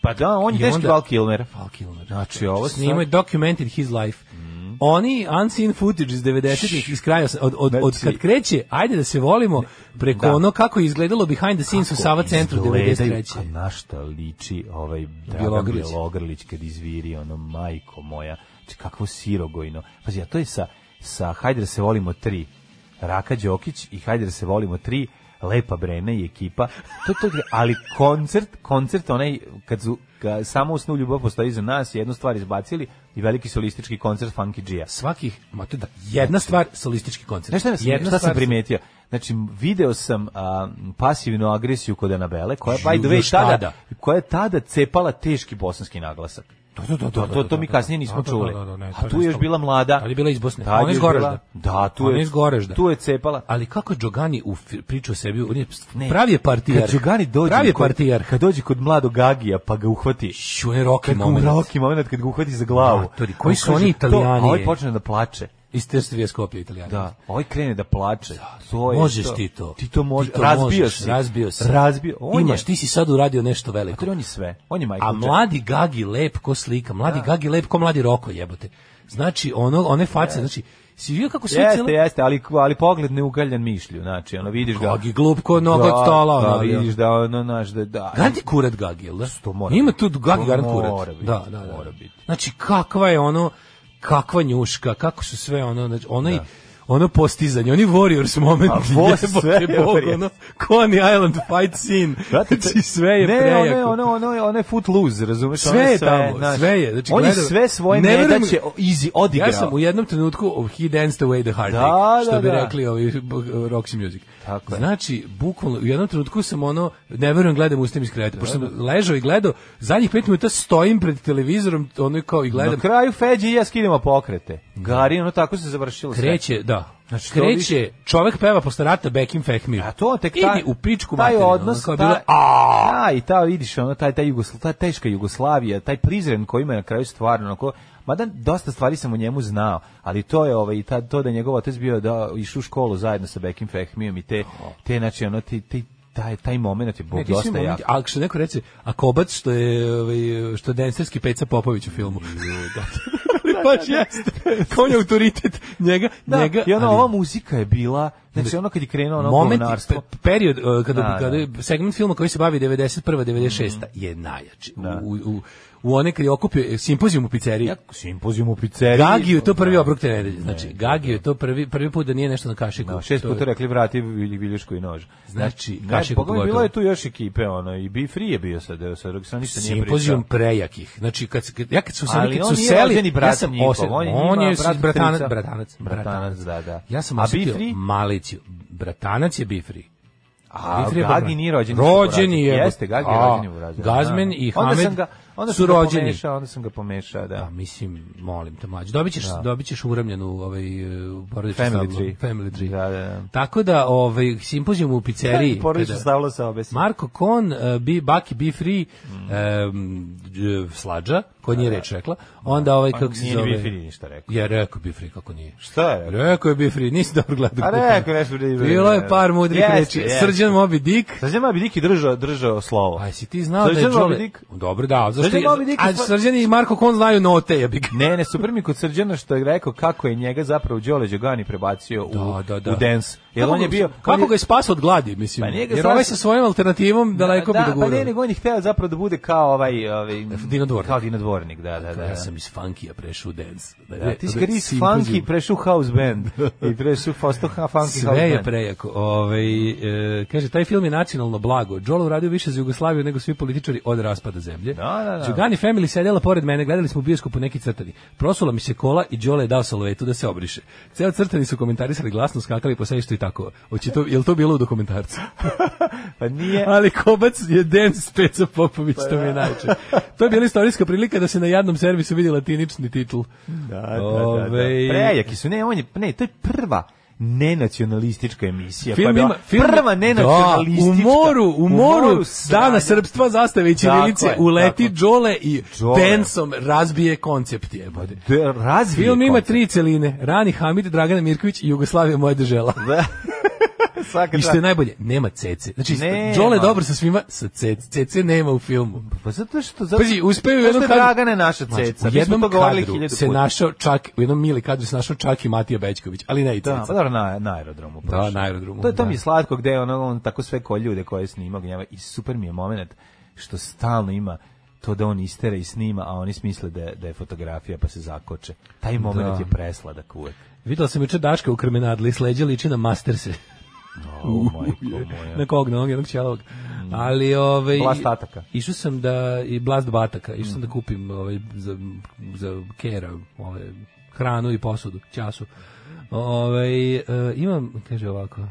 Pa da, on je
I
teški
onda-
Val Kilmer.
Val Kilmer.
Znači, ovo sad-
Snimao je documented his life. Oni unseen footage iz 90-ih iz kraja, sa- od, od, od
Znači-
kad kreće, ajde da se volimo preko
Da.
ono kako je izgledalo behind the scenes u Sava centru
Izgledaju
93.
kad Na šta liči ovaj Dragan
Bjelogrlić.
Bjelogrlić kad izviri ono majko moja. Znači kakvo sirogojno. Pazi, a to je sa, sa Hajde da se volimo tri. Raka Đokić i Hajde da se volimo tri. Lepa Brena i ekipa. To, to, ali koncert, koncert onaj, kad su ka, samo u snu ljubav postoji za nas, jednu stvar izbacili i veliki solistički koncert Funky G-a.
Svakih, ma to da, jedna stvar, solistički koncert.
Znači- Znaš šta, me-
Jedna
šta sam
stvar-
primetio? Znači, video sam a, pasivnu agresiju kod Anabele, koja, by the
Ju,
way,
još
tada,
tada.
koja je tada cepala teški bosanski naglasak.
Da, da, da,
To,
da,
to,
da,
to mi
da,
kasnije
da,
nismo
da, da,
čuli.
da, da, ne, to
A
je
tu je još
nestalo.
bila mlada.
Tad je bila iz Bosne.
Tad
Ona iz
je bila-
Goražda.
Da, tu
Ona
je,
iz Goražda.
Tu je cepala.
Ali kako je Đogani u fi- priču o sebi, on je
Ne.
pravi je partijar.
Kad Đugani dođe,
Pravi je
kod-
partijar.
kad dođe kod mladog Gagija pa ga uhvati.
Šu, on je rocky
Kad ga
moment.
uroki moment kad ga uhvati za glavu.
Matori, koji
On
su
kaže,
oni
to-
Italijani?
A ovaj počne da plače.
Iz Terstvije Skoplja italijana.
Da, ovaj krene da plače. To je
Možeš ti to.
Ti to možeš.
Ti to
razbio
možeš,
si.
Razbio si.
Razbio. On
Imaš,
je,
ti si sad uradio nešto veliko.
Matori, on je sve. On je Michael
A
Jackson.
mladi Gagi lep ko slika, mladi Gagi lep ko mladi Roko jebote. Znači, ono, one face, znači, si vidio kako sve
Jeste,
cijelo...
jeste, ali, ali pogled neugaljan mišlju, znači, ono, vidiš da...
Gagi glup ko noga od stola, ono,
da,
ali, ono.
vidiš da, ono, znaš, da, da.
Gandhi kurat Gagi, jel da?
To mora
Ima
biti.
tu Gagi
To
garant
mora
kurat.
biti,
da, da, da.
mora biti.
Znači, kakva je ono, kakva njuška, kako su sve ono, znači, onaj, ono postizanje, oni Warriors moment,
A vo- sve je
Bog,
Warriors.
ono, Coney Island fight scene,
Brate, to-
znači sve je
ne,
prejako.
Ne, ono, ono, ono, ono je footloose, razumeš?
Sve
ono
je tamo,
znaš,
sve je, znači,
on je
gledam-
sve svoje
ne verujem-
nedaće o- easy odigrao.
Ja sam u jednom trenutku oh, he danced away the heartache,
Da, da,
što bi
da.
rekli ovi b- Roxy Music.
Tako je.
znači, bukvalno, u jednom trenutku sam ono, ne verujem, gledam ustim iz kreveta, pošto sam ležao i gledao, zadnjih pet minuta stojim pred televizorom, ono kao i
Na
gledam,
kraju Feđi i ja skidemo pokrete. Gari, ono, tako se završilo sve.
kreće, da, znači,
to
kreće, čovek peva posle rata Bekim Fehmir.
A to tek ta,
Idi u pičku
taj
materinu,
odnos,
ono,
taj,
kao je bilo,
a, i ta vidiš ono taj taj Jugosla, ta teška Jugoslavija, taj prizren koji ima na kraju stvarno onako Mada dosta stvari sam o njemu znao, ali to je ovaj ta, to da je njegov otac bio da išao u školu zajedno sa Bekim Fehmijom i te te znači ono ti ti taj taj momenat je bog
Ne, ti si
dosta
moment-
jak.
ali što neko reče, a kobac što je ovaj, što je denserski peca Popović u filmu. Ali baš jeste. Kao on je autoritet njega,
Da,
njega.
I ono,
ali-
ova muzika je bila, Znači, ono kad je krenuo ono
moment,
govnarstvo.
pe- period uh, kada,
Da, Mhm.
kada je segment filma koji se bavi 91. 96. je najjači. U, u, u one kad je okupio e, simpozijum u pizzeriji.
Jako simpozijum u pizzeriji.
Gagiju je to prvi obrok te nedelje. Znači, Gagiju je to prvi, prvi put da nije nešto na kašiku.
Da, šest
To je-
puta rekli vrati vilj- viljušku i nož.
Znači,
Ne,
kašiku
pogledaj,
pogotovo.
bilo je tu još ekipe, ono, i Be Free je bio sad, evo, sad, dok sad ništa nije pričao.
simpozijum prejakih. Znači kad, se- kad ja kad su se
Ali
kad
on
su
nije
seli,
rođeni brat
ja sam
njihov,
osjetio,
on
on
je
je,
njima
s-
brat
bratanac,
strica.
bratanac,
Bratanac, da, da.
Ja sam
A
osetio
Bifri?
maliciju. Bratanac je Bifri.
A
Bifri je
Gagi
brat-
nije rođen.
Rođeni je.
Jeste, Gagi je
A,
rođen u Brazil.
Gazmen
da.
i
Onda sam
Hamed
ga- onda
su
sam ga
rođeni.
Pomešao, onda sam ga pomešao, da.
Pa mislim, molim te mlađe, dobit ćeš, dobit ćeš uramljenu ovaj, e, u porodičnu
Family
stablu.
tree.
Family tree.
Da, da, da.
Tako da, ovaj, simpozijum u pizzeriji.
Porodično
kada-
stavilo se obesi.
Marko Kon, uh, bi, Baki, Be Free,
Mm.
em, d- Slađa, koja nije reč rekla, onda ovaj,
Pa
kako se
nije ni
zove...
Be Free ništa rekao.
Ja rekao Be Free, kako nije.
Šta je?
Rekao je Be Free, nisi dobro gledao.
A Pa rekao je nešto da je-
Bilo je par mudrih
Jeste,
reči.
jeste.
Srđan Moby Dick,
Srđan Babi Diki držao, držao slovo.
Aj, si ti znao da je
Srđan Moby
Đole...
Dick?
Dobro, da, zašto
Srđan
je...
Moby Dick je
A
stvar-
Srđan i Marko Kon znaju note, jebi ga.
Ne, ne, super mi je kod Srđana što je rekao kako je njega zapravo Đole Đogani prebacio u,
Da, da, da.
u dance. Jer
Kako
on je
ga-
bio... on
Kako
je-
ga je spasao od gladi, mislim.
Pa nije ga
Jer
spasao-
ovaj sa svojom alternativom daleko bi
da,
dogurao.
Pa ne, nego on je hteo zapravo da bude kao ovaj... ovaj
Dino Dvornik.
Kao Dino Dvornik, da, da, da.
Ja sam iz funkija prešao u dance.
Da, ti si kad iz funky prešao u house band i prešao postao ha- funky house
Sve je
band.
prejako. Ovaj e, kaže, taj film je nacionalno blago. Đolo uradio više za Jugoslaviju nego svi političari od raspada zemlje.
Da, da, da.
Đugani Family sedela pored mene, gledali smo u bioskopu neki crtani. Prosula mi se kola i Đole je dao salvetu da se obriše. Ceo crtani su komentarisali glasno, skakali po sedištu i tako. Oči to, je to bilo u dokumentarcu?
Pa nije...
Ali Kobac je dance Speca Popović,
Pa
to mi je najče. To je bila istorijska prilika da se na jadnom servisu vidi latinični
E,
titul.
Da, da, da, da.
Ovaj,
Prejaki su. Ne, on je, ne, to je prva nenacionalistička emisija. koja
Film
je bila
ima, film,
pa prva nenacionalistička.
Da, u moru, u moru dana
sranja.
srpstva zastave i ćirilice
Tako je,
uleti
tako je.
Đole i
Đole.
tensom razbije koncept jebote.
Da, razvije
Film ima
koncept.
tri celine, Rani Hamid, Dragana Mirković i Jugoslavija moja držela.
Da. Svaka
I što je
čast.
najbolje, nema cece. Znači,
Nema.
Đole je dobar sa svima, sa cece, cece nema u filmu.
Pa zato što... Zato,
Pazi, uspeo je u
zato
jednom
što
kadru-
Dragana je naša
Znači,
ceca.
U
Mi smo
jednom
to govorili
kadru
hiljadu
se
puta.
našao čak, u jednom mili kadru se našao čak i Matija Bećković, ali ne i
Da, pa
ceca.
dobro, na, na aerodromu. prošlo.
na aerodromu,
To je to
da.
mi je slatko gde je ono, on tako sve ko ljude koje snima gnjava i super mi je moment što stalno ima to da on istera i snima, a oni smisle da je, da je fotografija pa se zakoče. Taj moment je presladak uvek.
Videla sam juče Daška u Krmenadli, sleđa liči na Masterse.
O, majko moja.
na kog, na onog jednog ćelavog. Ali ovaj
Mm. Blast ataka.
Išao sam da i blast bataka, išao sam da kupim ovaj za za kera, ovaj hranu i posudu, ćasu. Ovaj e, imam kaže ovako.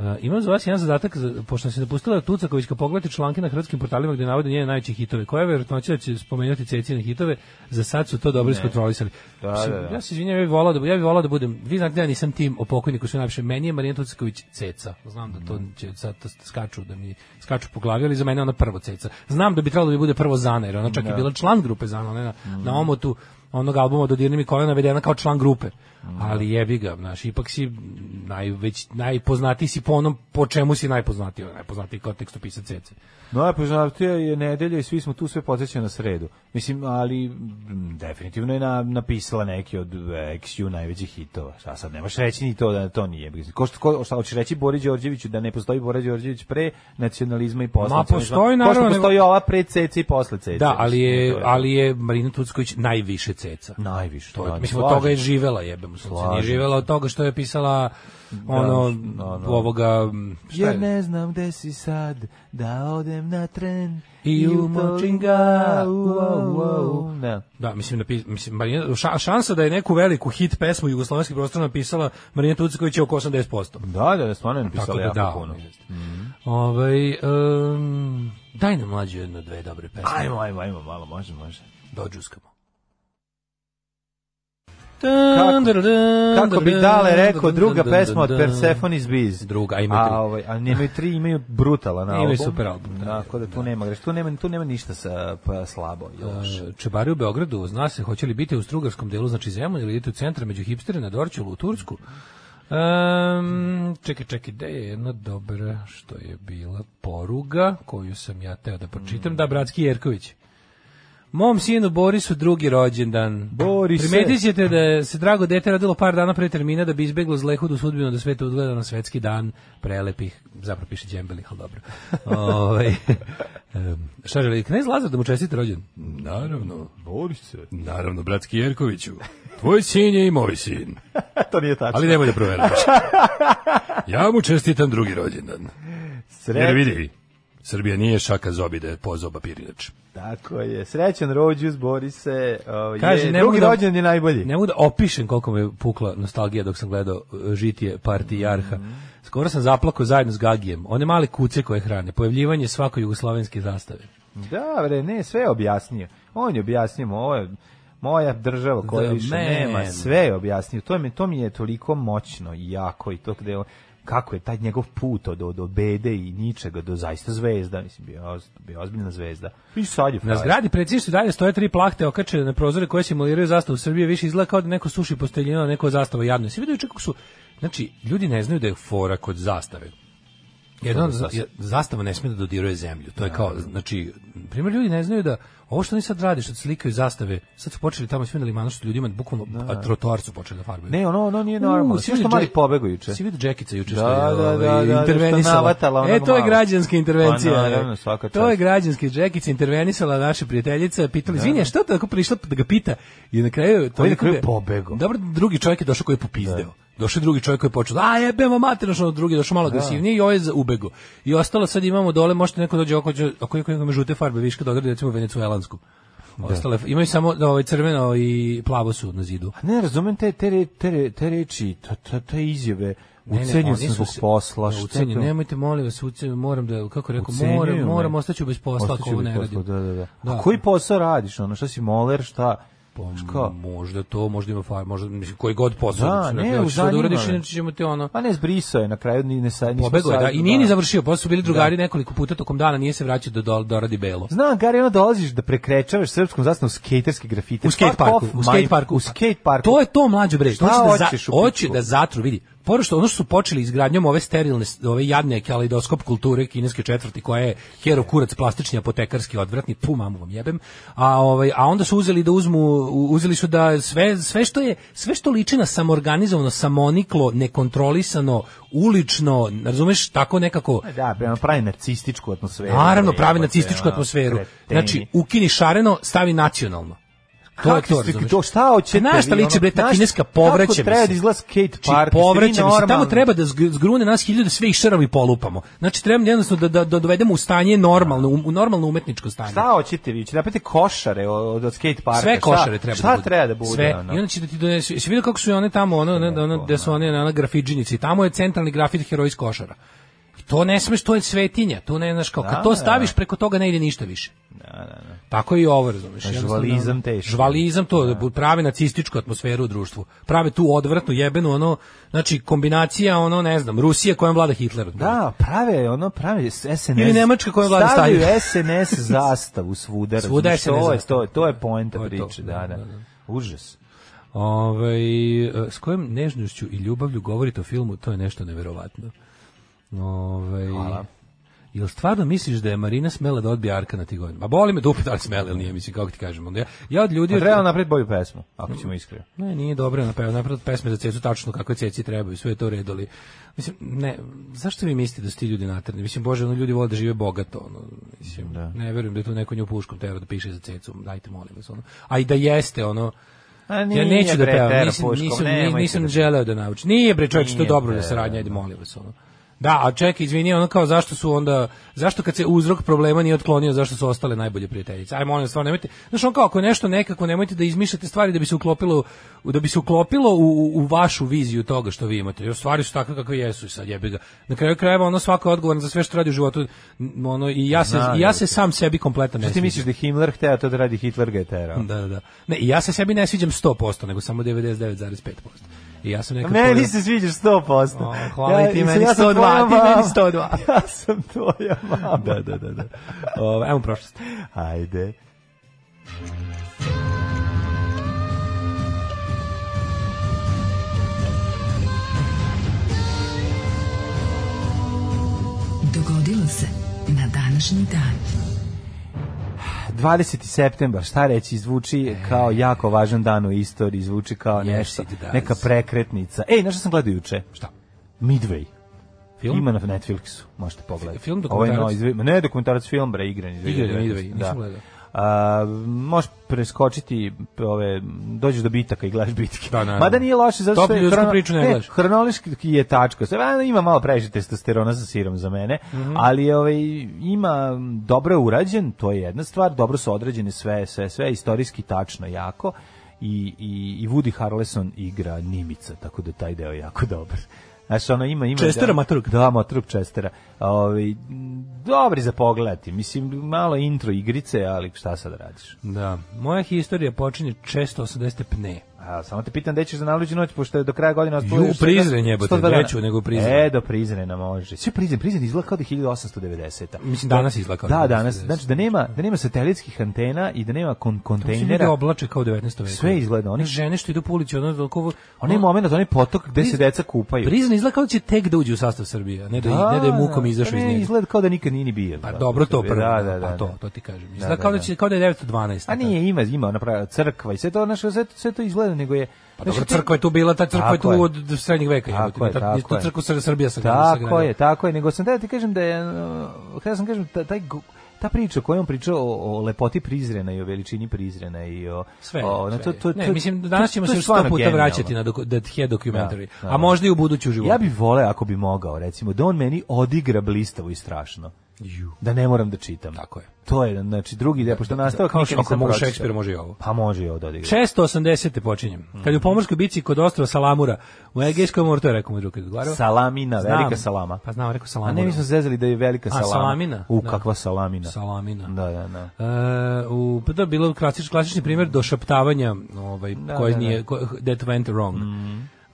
E, imam za vas jedan zadatak, za, pošto se napustila Tucakovićka, pogledajte članke na hrvatskim portalima gde navode njene najveće hitove. Koja je verovatnoća da će spomenuti Cecine hitove? Za sad su to dobro iskontrolisali.
Da,
Mislim,
da, da.
Ja se izvinjam, ja bih volao da, ja bih volao da budem, vi znate da ja nisam tim o pokojniku sve najviše, meni je Marijan Tucković ceca, znam da to
Mhm.
će sad to skaču, da mi skaču po glavi, ali za mene je ona prvo ceca. Znam da bi trebalo da mi bude prvo Zana, jer ona čak i bila član grupe Zana, ona je na,
Mhm.
na omotu onog albuma Dodirni mi kolena navedena kao član grupe.
Mhm.
Ali jebi ga, znaš, ipak si najveć, najpoznatiji si po onom po čemu si najpoznatiji, ona je najpoznatiji kao tekstopisac Cece.
No, je poznatija je nedelja i svi smo tu sve podsjećaju na sredu. Mislim, ali m, definitivno je na, napisala neki od e, XU najvećih hitova. Šta sad, nemaš reći ni to da to nije. Mislim, Ko, što, ko, šta hoćeš reći Bori Đorđeviću da ne postoji Bori Đorđević pre nacionalizma i posle
Ma,
nacionalizma?
postoji,
Ko što
naravno,
postoji ova pre Cece i posle Cece.
Da, ali je,
Mislim, to
ali je Marina Tucković najviše ceca.
Najviše.
To je,
da,
mislim, od
Pa, slažem
toga je
se.
živela, jebem se. Nije
Slažem
živela od toga što je pisala ono,
da, da.
ovoga, m, šta
Jer
je?
ne znam gde si sad, da odem na tren
I umočim ga,
u- u- u- u- Da.
Da, mislim, napis, mislim Marina, ša- šansa da je neku veliku hit pesmu jugoslovenskih prostora napisala Marina Tucković je oko 80%.
Da, da, da, stvarno je
Tako
napisala
da
jako
da. ono
puno. Mhm.
Ovaj, em, daj nam mlađe jedno, dve dobre pesme.
Ajmo, ajmo, ajmo, malo, može, može.
Dođuskamo.
Kako bi dale rekao, druga pesma od Persephone's Bees.
Druga, a ima tri.
A, ovaj, a nemaju tri, imaju brutalan album.
Imaju super album, da,
Tako da tu nema greš, tu nema, tu nema ništa sa, pa, slabo. i loše.
E, Čebari u Beogradu, zna se hoće li biti u strugarskom delu, znači Zemun ili idete u centar među hipstere na Dorćolu u Tursku. Um, čekaj, čekaj, gde je jedna dobra što je bila poruga koju sam ja teo da pročitam, da, Bratski Jerković. Mom sinu Borisu drugi rođendan.
Borise.
Primetit ćete da se drago dete rodilo par dana pre termina da bi izbeglo zlehudu sudbinu da sveta odgleda na svetski dan prelepih, zapravo piše džembelih, ali dobro. Ovaj, em, šta želi, knez Lazar da mu čestite rođen? Naravno,
Boris.
naravno, bratski Jerkoviću. Tvoj sin je i moj sin.
to nije tačno.
Ali nemoj da proveravaš. Ja mu čestitam drugi rođendan. Jer
Sre...
vidi, Srbija nije šaka zobide, pozoba pirinač.
Tako je. Srećan rođus, Borise. O,
Kaže,
je,
ne
drugi
mogu da-
rođen je najbolji.
Ne mogu da opišem koliko me pukla nostalgija dok sam gledao e, žitije partije Jarha. Skoro sam zaplako zajedno s Gagijem. One male kuce koje hrane, pojavljivanje svako jugoslovenske zastave.
Da, bre, ne, sve je objasnio. On je objasnio, ovo je moja država koja
The
više
man.
nema, sve je objasnio. To mi, to mi je toliko moćno i jako i to gde on, kako je taj njegov put od, od, od bede i ničega do zaista zvezda, mislim, bio, oz- bio ozbiljna zvezda. I sad je
Na
frajer.
zgradi predsjedništva i dalje stoje tri plahte okačene na prozore koje simuliraju zastavu Srbije. Više izgleda kao da neko suši posteljino, a neko zastava jadno. Svi vidio kako su... Znači, ljudi ne znaju da je fora kod zastave. Jedna od- je- zastava ne smije da dodiruje zemlju. To je kao, znači, primjer ljudi ne znaju da ovo što oni sad rade, što slikaju zastave, sad su počeli tamo svi na limanu što ljudima bukvalno a trotoar su počeli da farbaju.
Ne, ono, ono nije normalno.
U,
Sve
svi
što
vidio
mali
Jack-
pobego juče.
Svi vidio Džekica juče
Da,
što je
da,
ovaj,
da, da, da, što
intervenisala.
navatala
e,
onog
to je
malog.
građanska intervencija.
Pa, naravno, svaka
To je
čast.
građanski Džekica intervenisala naša prijateljica, pitala, izvini, a što je tako prišla da ga pita? I na kraju... To
je na kraju pobegao.
Dobro, drugi čovjek je došao koji je popizdeo. Došao je drugi čovjek koji je počeo, a jebemo materino, što ono drugi je došao malo agresivnije i ovaj je za- ubego. I ostalo sad imamo dole, možete neko dođe, ako će, ako neko ima žute farbe, viška da odredi, recimo venecuelansku. Ostale, imaju samo da, ovaj, crveno i plavo su na zidu.
Ne razumem te te re- te re- te reči, te, te, te izjave.
Ne, ne,
Ucenio
oni
sam
su
zbog
se-
posla.
Ne,
šta
ucenio,
to?
nemojte, molim vas, ucenio, moram da, kako je rekao,
Ucenjuju
moram,
me.
moram, ostaću bez posla ako
Ostaću
ovo
bez
ne
posla,
radim.
Da, da, da.
Da. Pa
A koji posao radiš? Ono, šta si moler, šta? Znaš kao?
Možda to, možda ima far, možda, mislim, koji god posao.
Da,
mislim,
ne,
dakle, hoćeš to da
zanima
uradiš,
me.
inače ćemo te ono...
A ne, zbrisao je na kraju, ni ne sad Pa, nismo
Pobegao je, da,
sad-
i nije ni završio, posle su bili drugari nekoliko puta tokom dana, nije se vraćao da, do- doradi belo.
Znam, Gari, ono dolaziš da prekrečavaš srpskom zastavom skejterski grafite.
U skate
Fuck
parku,
off,
u skate
mine-
parku.
U skate parku.
To je to mlađe bre.
Šta
Hoće da za,
hoćeš u
hoće
pičku?
da zatru, vidi. Pored što ono što su počeli izgradnjom ove sterilne, ove jadne kaleidoskop kulture kineske četvrti koja je hero kurac plastični apotekarski odvratni, pu mamu vam jebem. A ovaj a onda su uzeli da uzmu u- uzeli su da sve sve što je sve što liči na samoorganizovano, samoniklo, nekontrolisano, ulično, razumeš, tako nekako
Da, prema ono, pravi narcističku atmosferu.
Naravno, pravi
Jebote,
nacističku
ono,
atmosferu.
kreteni.
Znači, ukini šareno, stavi nacionalno. To je
Kakvi
to,
ste-
razumeš?
to šta hoćete
Znaš šta
vi,
liče,
ono,
bre, ta
znaš
kineska
kako
povraća mi se.
treba da izgleda skate
Znači,
park, jeste vi
povraća mi se. Tamo
normalni?
treba da zg- zgrune nas hiljada sve i šrami polupamo. Znači, treba jednostavno da, da, da dovedemo u stanje normalno, u, u normalno umetničko stanje.
Šta hoćete vi? Če napravite košare od, od skate parka?
Sve
Šta-
košare treba
šta
da bude.
treba da bude?
Sve.
ono?
I onda će da ti donesu. Jesi vidio kako su i one tamo, ono, ne, ono, gde su one, ona grafidžinici. Tamo je centralni grafit heroj iz košara. I to ne smeš, to je svetinja. To ne znaš kao. Kad to staviš, preko toga ne ide ništa više. Tako je i ovo, razumeš. jednostavno,
žvalizam
ono,
teško.
Žvalizam to, da. pravi nacističku atmosferu u društvu. Prave tu odvratnu jebenu, ono, znači kombinacija, ono, ne znam, Rusije kojom vlada Hitler.
Da, prave, ono, prave SNS.
Ili Nemačka koja vlada
Stavljaju
Staljina.
SNS zastavu svuda.
Svuda
razumiješ,
SNS
To je,
zastava.
to, to je poenta
To je to,
priče, da,
da,
da.
da, da.
Užas.
Ovaj, e, s kojom nežnošću i ljubavlju govorite o filmu, to je nešto neverovatno. Ovaj,
Hvala.
Jel stvarno misliš da je Marina smela da odbije Arka na ti godinu? Ma boli me dupe da li smela ili nije, mislim, kako ti kažem. Onda Ja, ja od ljudi...
Pa Treba napraviti bolju pesmu, ako ćemo iskreno.
Ne, nije dobro napravio, napravio pesme za cecu tačno kako ceci trebaju, sve je to redoli. Mislim, ne, zašto vi mislite da su ti ljudi natrni? Mislim, bože, ono ljudi vole da žive bogato, ono, mislim, ne verujem da je tu neko nju puškom tera da piše za cecu, dajte molim vas, ono. A i da jeste, ono,
A
ja
nije
neću da
bre,
pevam,
tera
nisam,
puškom,
nisam, ni-
nemojte
nisam
da-
želeo da naučim. Nije bre čovječe, to je
Nije,
dobro
da,
da se radnja, ajde molim vas. Ono. Da, a čekaj, izvini, ono kao zašto su onda, zašto kad se uzrok problema nije otklonio, zašto su ostale najbolje prijateljice? Aj molim vas, stvarno nemojte, znaš on kao ako je nešto nekako, nemojte da izmišljate stvari da bi se uklopilo, u- da bi se uklopilo u, u, u vašu viziju toga što vi imate. Jer stvari su takve kakve jesu i sad jebi ga. Na kraju krajeva ono svako je odgovoran za sve što radi u životu. n- Ono, I ja se, i ja se sam sebi kompletno ne
Šta ti
sviđam.
misliš da je Himmler hteo to da radi Hitler ga je terao?
Da, da, da. Ne, i ja se sebi ne sviđam 100%, nego samo 99,5%. I ja sam nekad...
Meni
pojel-
se sviđaš 100%.
O, hvala i ti,
Ja-
meni
ja sam
102,
tvoja
ti meni
mama.
102.
Ja sam tvoja mama.
Da, da, da. da. Ovaj, ajmo u prošlost.
Ajde.
Dogodilo se na današnji dan.
20. septembar, šta reći, zvuči
E.
kao jako važan dan u istoriji, zvuči kao
Yes,
nešto,
it does.
neka prekretnica. Ej, nešto sam gledao juče. Šta? Midway.
Film?
Ima na Netflixu, možete pogledati.
Fi- film,
Ovaj
dokumentarac?
novi izve- ma ne dokumentarac, film, bre, igran. iz
Igran,
2019,
Midway, nisam gledao.
A, možeš preskočiti ove dođeš do bitaka i gledaš bitke.
Da, naravno.
Mada nije loše zato
Top
što je
ljudsku priču ne gledaš.
hronološki je tačko. Sve a, ima malo previše testosterona sa sirom za mene, ali ovaj ima dobro je urađen, to je jedna stvar, dobro su odrađene sve, sve, sve istorijski tačno jako. I, i, i Woody Harrelson igra Nimica, tako da taj deo je jako dobar. Znaš, ono ima... ima
Chestera
da-
Matruk.
Da, Matruk Chestera. Ovaj, m, dobri za pogledati. Mislim, malo intro igrice, ali šta sad radiš?
Da. Moja historija počinje 680 pne.
A, samo te pitam gde ćeš za najluđu noć, pošto je do kraja godine
Ju, u Prizren
je
jebote, veću nego u Prizren.
E, do Prizrena može. Sve Prizren, Prizren izgleda kao da je 1890.
Mislim, danas izgleda kao
Da,
1990.
danas. Znači, da nema, da nema satelitskih antena i da nema kon
Svi ljudi
kontejnera.
oblače kao u 19. veku.
Sve izgleda, oni-
žene što idu po ulici, ono toliko...
Onaj moment, onaj potok gde se
Priz-
deca kupaju.
Prizna izgleda kao da će tek da uđe u sastav Srbije, a ne da, ne da je mukom izašao
pa
iz
ne,
njega.
izgleda kao da nikad nije ni bio.
Pa dobro to prvo,
Da, da, da.
pa to,
da.
to ti kažem.
Da,
Izgleda
da,
kao da,
da.
će, kao da je 912.
A nije, ima, ima, ona prava crkva i sve to, znaš, sve, to- sve to izgleda, nego je...
Pa
znaš,
dobro,
Znači, ti-
crkva je tu bila, ta crkva je
Tako
tu
je.
od srednjeg veka. jebote.
Tako je,
Ta-
tako
ta
je.
crkva Sr- Srbija sagradila.
Tako
sagradila.
je, tako je, nego sam da ti kažem da je, uh, htio sam kažem, ta, taj, gu- ta priča koju on pričao o, o lepoti Prizrena i o veličini Prizrena i o...
Sve.
o,
sve.
ono, to- to-
ne,
to-
mislim,
to-
danas ćemo
to
se
je
još sto
stvarno
puta
genijalno.
vraćati na doku- Dead Head documentary.
Da, da,
a možda i u buduću životu.
Ja bih voleo ako bi mogao, recimo, da on meni odigra blistavo i strašno. Da ne moram da čitam.
Tako je.
To je, znači, drugi deo, pošto nastava
Kao
kao
što ako mogu Šekspira, može i ovo.
Pa može i ovo Mhm. da odigra.
680. počinjem. Kad je u pomorskoj bici kod ostrava Salamura, u Egejskom moru, to je rekao mu drugi odgovarao.
Salamina,
Znam.
velika salama.
Pa znam, rekao
A
Salamura.
ne, mi smo zezali da je velika
A,
salama.
salamina,
U,
da.
kakva salamina.
Salamina.
Da, da, da.
E, u, pa da, bilo klasič, klasični primjer došaptavanja ovaj,
Da,
koje
da, Mhm. da.
nije, ko- that went wrong.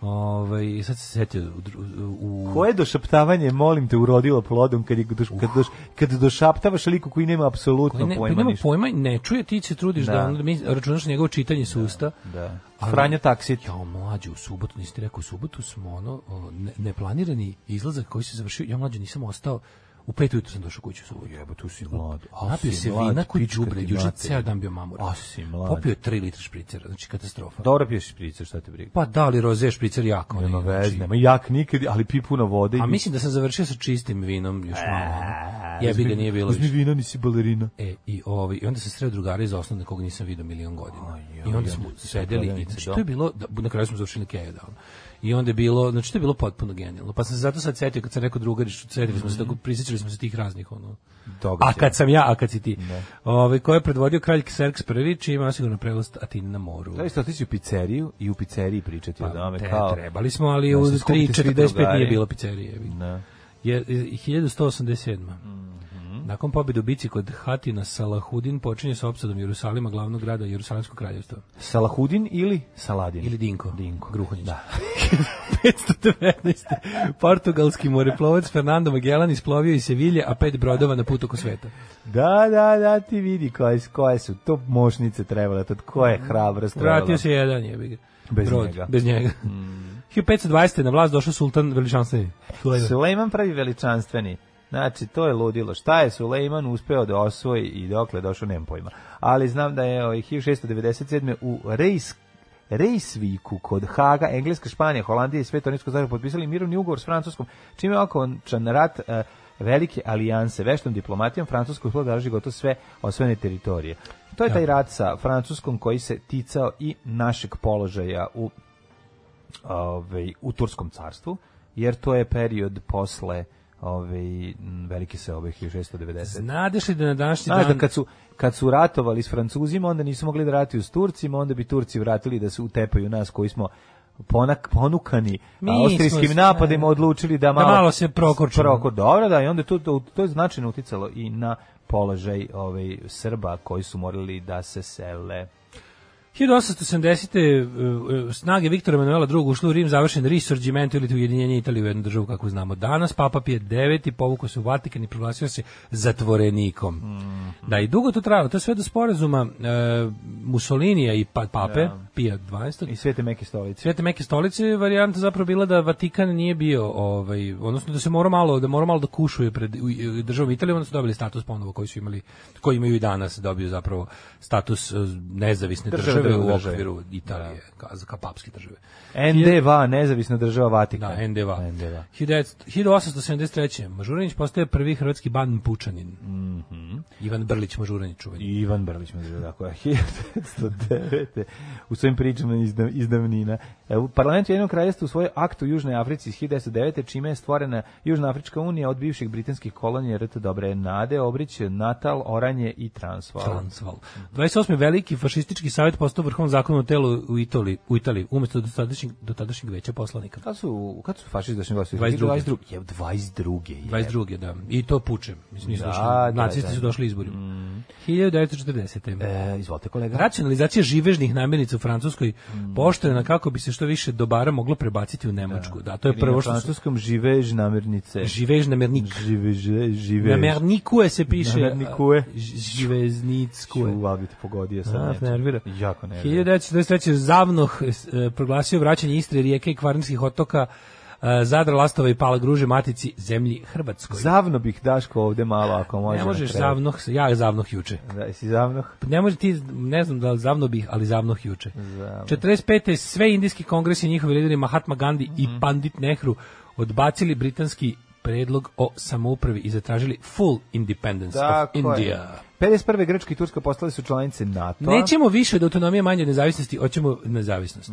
Ovaj, i sad se setio u, dru- u,
Koje došaptavanje, molim te, urodilo plodom kad, je doš, kad, doš, kad došaptavaš liku koji nema apsolutno
koji ne, koji
pojma
nema
ništa.
pojma, ne čuje, ti se trudiš da,
Da.
ono, da mi računaš na njegovo čitanje s usta.
Da.
Ali-
Franjo Taksit.
Ja mlađe u subotu, nisi ti rekao, u subotu smo ono, o, ne, neplanirani izlazak koji se završio, ja mlađe nisam ostao, u pet ujutro sam došao kući u subotu.
Jebo, tu si mlad. A,
Napio
si
se
mlad,
vina koji
pička
džubre,
ti
juče
mater.
ceo dan bio mamura.
A si mlad.
Popio je 3 litra špricera, znači katastrofa.
Dobro piješ šprice, šta te briga.
Pa da li roze špricer jako? onaj,
Nema
znači-
veze, nema jak nikad, ali pi puno vode. i-
A mislim da sam završio sa čistim vinom još
E,
malo. ono. Jebi ga
Uzmi-
nije bilo
Uzmi
više.
vino, nisi balerina.
E, i, ovaj, I onda sam sreo drugara iz osnovne koga nisam vidio milion godina. I onda smo sedeli i
prodavnici,
znači,
da.
to je bilo, da, na kraju smo završili keju da ono. I onda je bilo, znači to je bilo potpuno genijalno. Pa sam se zato sad setio kad sam rekao drugari, što setili
Mhm.
smo se, tako prisjećali smo se tih raznih ono.
Događaj.
A kad sam ja, a kad si ti. Ovaj ko je predvodio kralj Xerx prvi, čiji ima sigurno prevlast Atina na moru.
Da li ste otići u pizzeriju i u pizzeriji pričati o tome
Te,
kao...
trebali smo, ali
Da
u
se skupite svi
3.45
drugari.
nije bilo pizzerije. jebi ga.
Da.
Je, 1187.
Mhm.
Nakon pobjede u bici kod Hatina, Salahudin počinje sa opsadom Jerusalima, glavnog grada Jerusalimskog kraljevstva.
Salahudin ili Saladin?
Ili Dinko.
Dinko.
Gruhonjić.
Da.
519. Portugalski moreplovac Fernando Magellan isplovio iz Sevilje, a pet brodova na putu oko sveta.
Da, da, da, ti vidi koje, koje su to mošnice trebale, tad koje je hrabrost trebala.
Vratio se jedan je. Ga.
Bez njega. Mhm.
Bez njega. 1520. na vlast došao sultan veličanstveni. Sulejman.
Sulejman pravi veličanstveni. Znači, to je ludilo. Šta je Sulejman uspeo da osvoji i dokle je došao, nemam pojma. Ali znam da je ovaj, 1697. u Rejs, Rejsviku kod Haga, Engleska, Španija, Holandija i Svetonijsko zajedno potpisali mirovni ugovor s Francuskom, čime je okončan rat eh, velike alijanse. Veštom diplomatijom Francusko uspela da drži gotovo sve osvojene teritorije. To je taj rat sa Francuskom koji se ticao i našeg položaja u ovaj, u Turskom carstvu, jer to je period posle ovaj, m, velike seobe 1690.
Znadeš li da na današnji
Znaš da
dan...
kad su, kad su ratovali s Francuzima, onda nisu mogli da ratuju s Turcima, onda bi Turci vratili da se utepaju nas koji smo ponak, ponukani
Mi
a, austrijskim
smo,
napadima
ne,
odlučili da malo,
malo se prokorčimo.
Prokor, dobro, da, i onda to, to, to je značajno uticalo i na položaj ovaj, Srba koji su morali da se sele.
1870. e, e, snage Viktora Emanuela II ušli u Rim završen risorđimento ili ujedinjenje Italije u jednu državu kakvu znamo danas. Papa Pije IX povukao se u Vatikan i proglasio se zatvorenikom. Da, i dugo to trajalo. To je sve do sporazuma e, Mussolinija i pa, pape, Pija XII.
I svete meke stolice.
Svete Meke stolice je varijanta zapravo bila da Vatikan nije bio, ovaj, odnosno da se mora malo, da mora malo da kušuje pred u- u- državom Italije, onda su dobili status ponovo koji su imali, koji imaju i danas, dobio zapravo status eh, nezavisne
Države
države,
u
u
državi.
okviru Italije, ka, ka papske države.
NDVA, nezavisna država Vatika.
Da, NDVA.
NDVA.
1900 1873. Mažuranić postaje prvi hrvatski ban Pučanin. Ivan Brlić Mažuranić čuveni.
I Ivan Brlić me zove tako, 1909. U svojim pričama iz, dav- iz davnina. E, u parlamentu jednog kraljevstva u svoj akt u Južnoj Africi iz 1909. čime je stvorena Južnoafrička unija od bivših britanskih kolonija RT Dobre Nade, Obrić, Natal, Oranje i Transvaal.
Transval. 28. veliki fašistički savjet postao vrhovno zakonom telo u Italiji, u Italiji umjesto dotadašnjeg, dotadašnjeg veća poslanika.
Kad su, kad su fašisti došli glasili?
22..
22. Je, 22. Je.
22. da. I to pučem. Mislim, nisu
Da,
došli,
da,
nacisti
da. Mm.
su došli izborima. 1940.
E, izvolite kolega.
Racionalizacija živežnih namirnica u Francuskoj
Mm.
poštrena kako bi se što više dobara moglo prebaciti u Nemačku. Da, to je
Ili na
prvo što su
francuskom živež namirnice.
živež namirnik.
Živež, živež.
Namernikuje se piše.
Namernikuje.
Živeznickuje.
Ču, ali te pogodio sam.
A,
eto.
Ah, nervira.
Jako nervira.
1943. Zavnoh e, proglasio vraćanje Istre, rijeke i Kvarnskih otoka e, Zadra, Lastova i Pala Gruže, Matici, zemlji Hrvatskoj.
Zavno bih Daško ovde malo ako može.
ne možeš
na kraju.
Zavnoh, ja Zavnoh juče.
Da, jesi zavno?
Ne može ti, ne znam da li Zavno bih, ali Zavnoh juče. 45. sve indijski kongres i njihovi lideri Mahatma Gandhi i
Mhm.
Pandit Nehru odbacili britanski predlog o samoupravi i zatražili full independence of India.
Je. 51. Grčka i Turska postale su članice NATO.
Nećemo više od autonomije manje od nezavisnosti, hoćemo nezavisnost.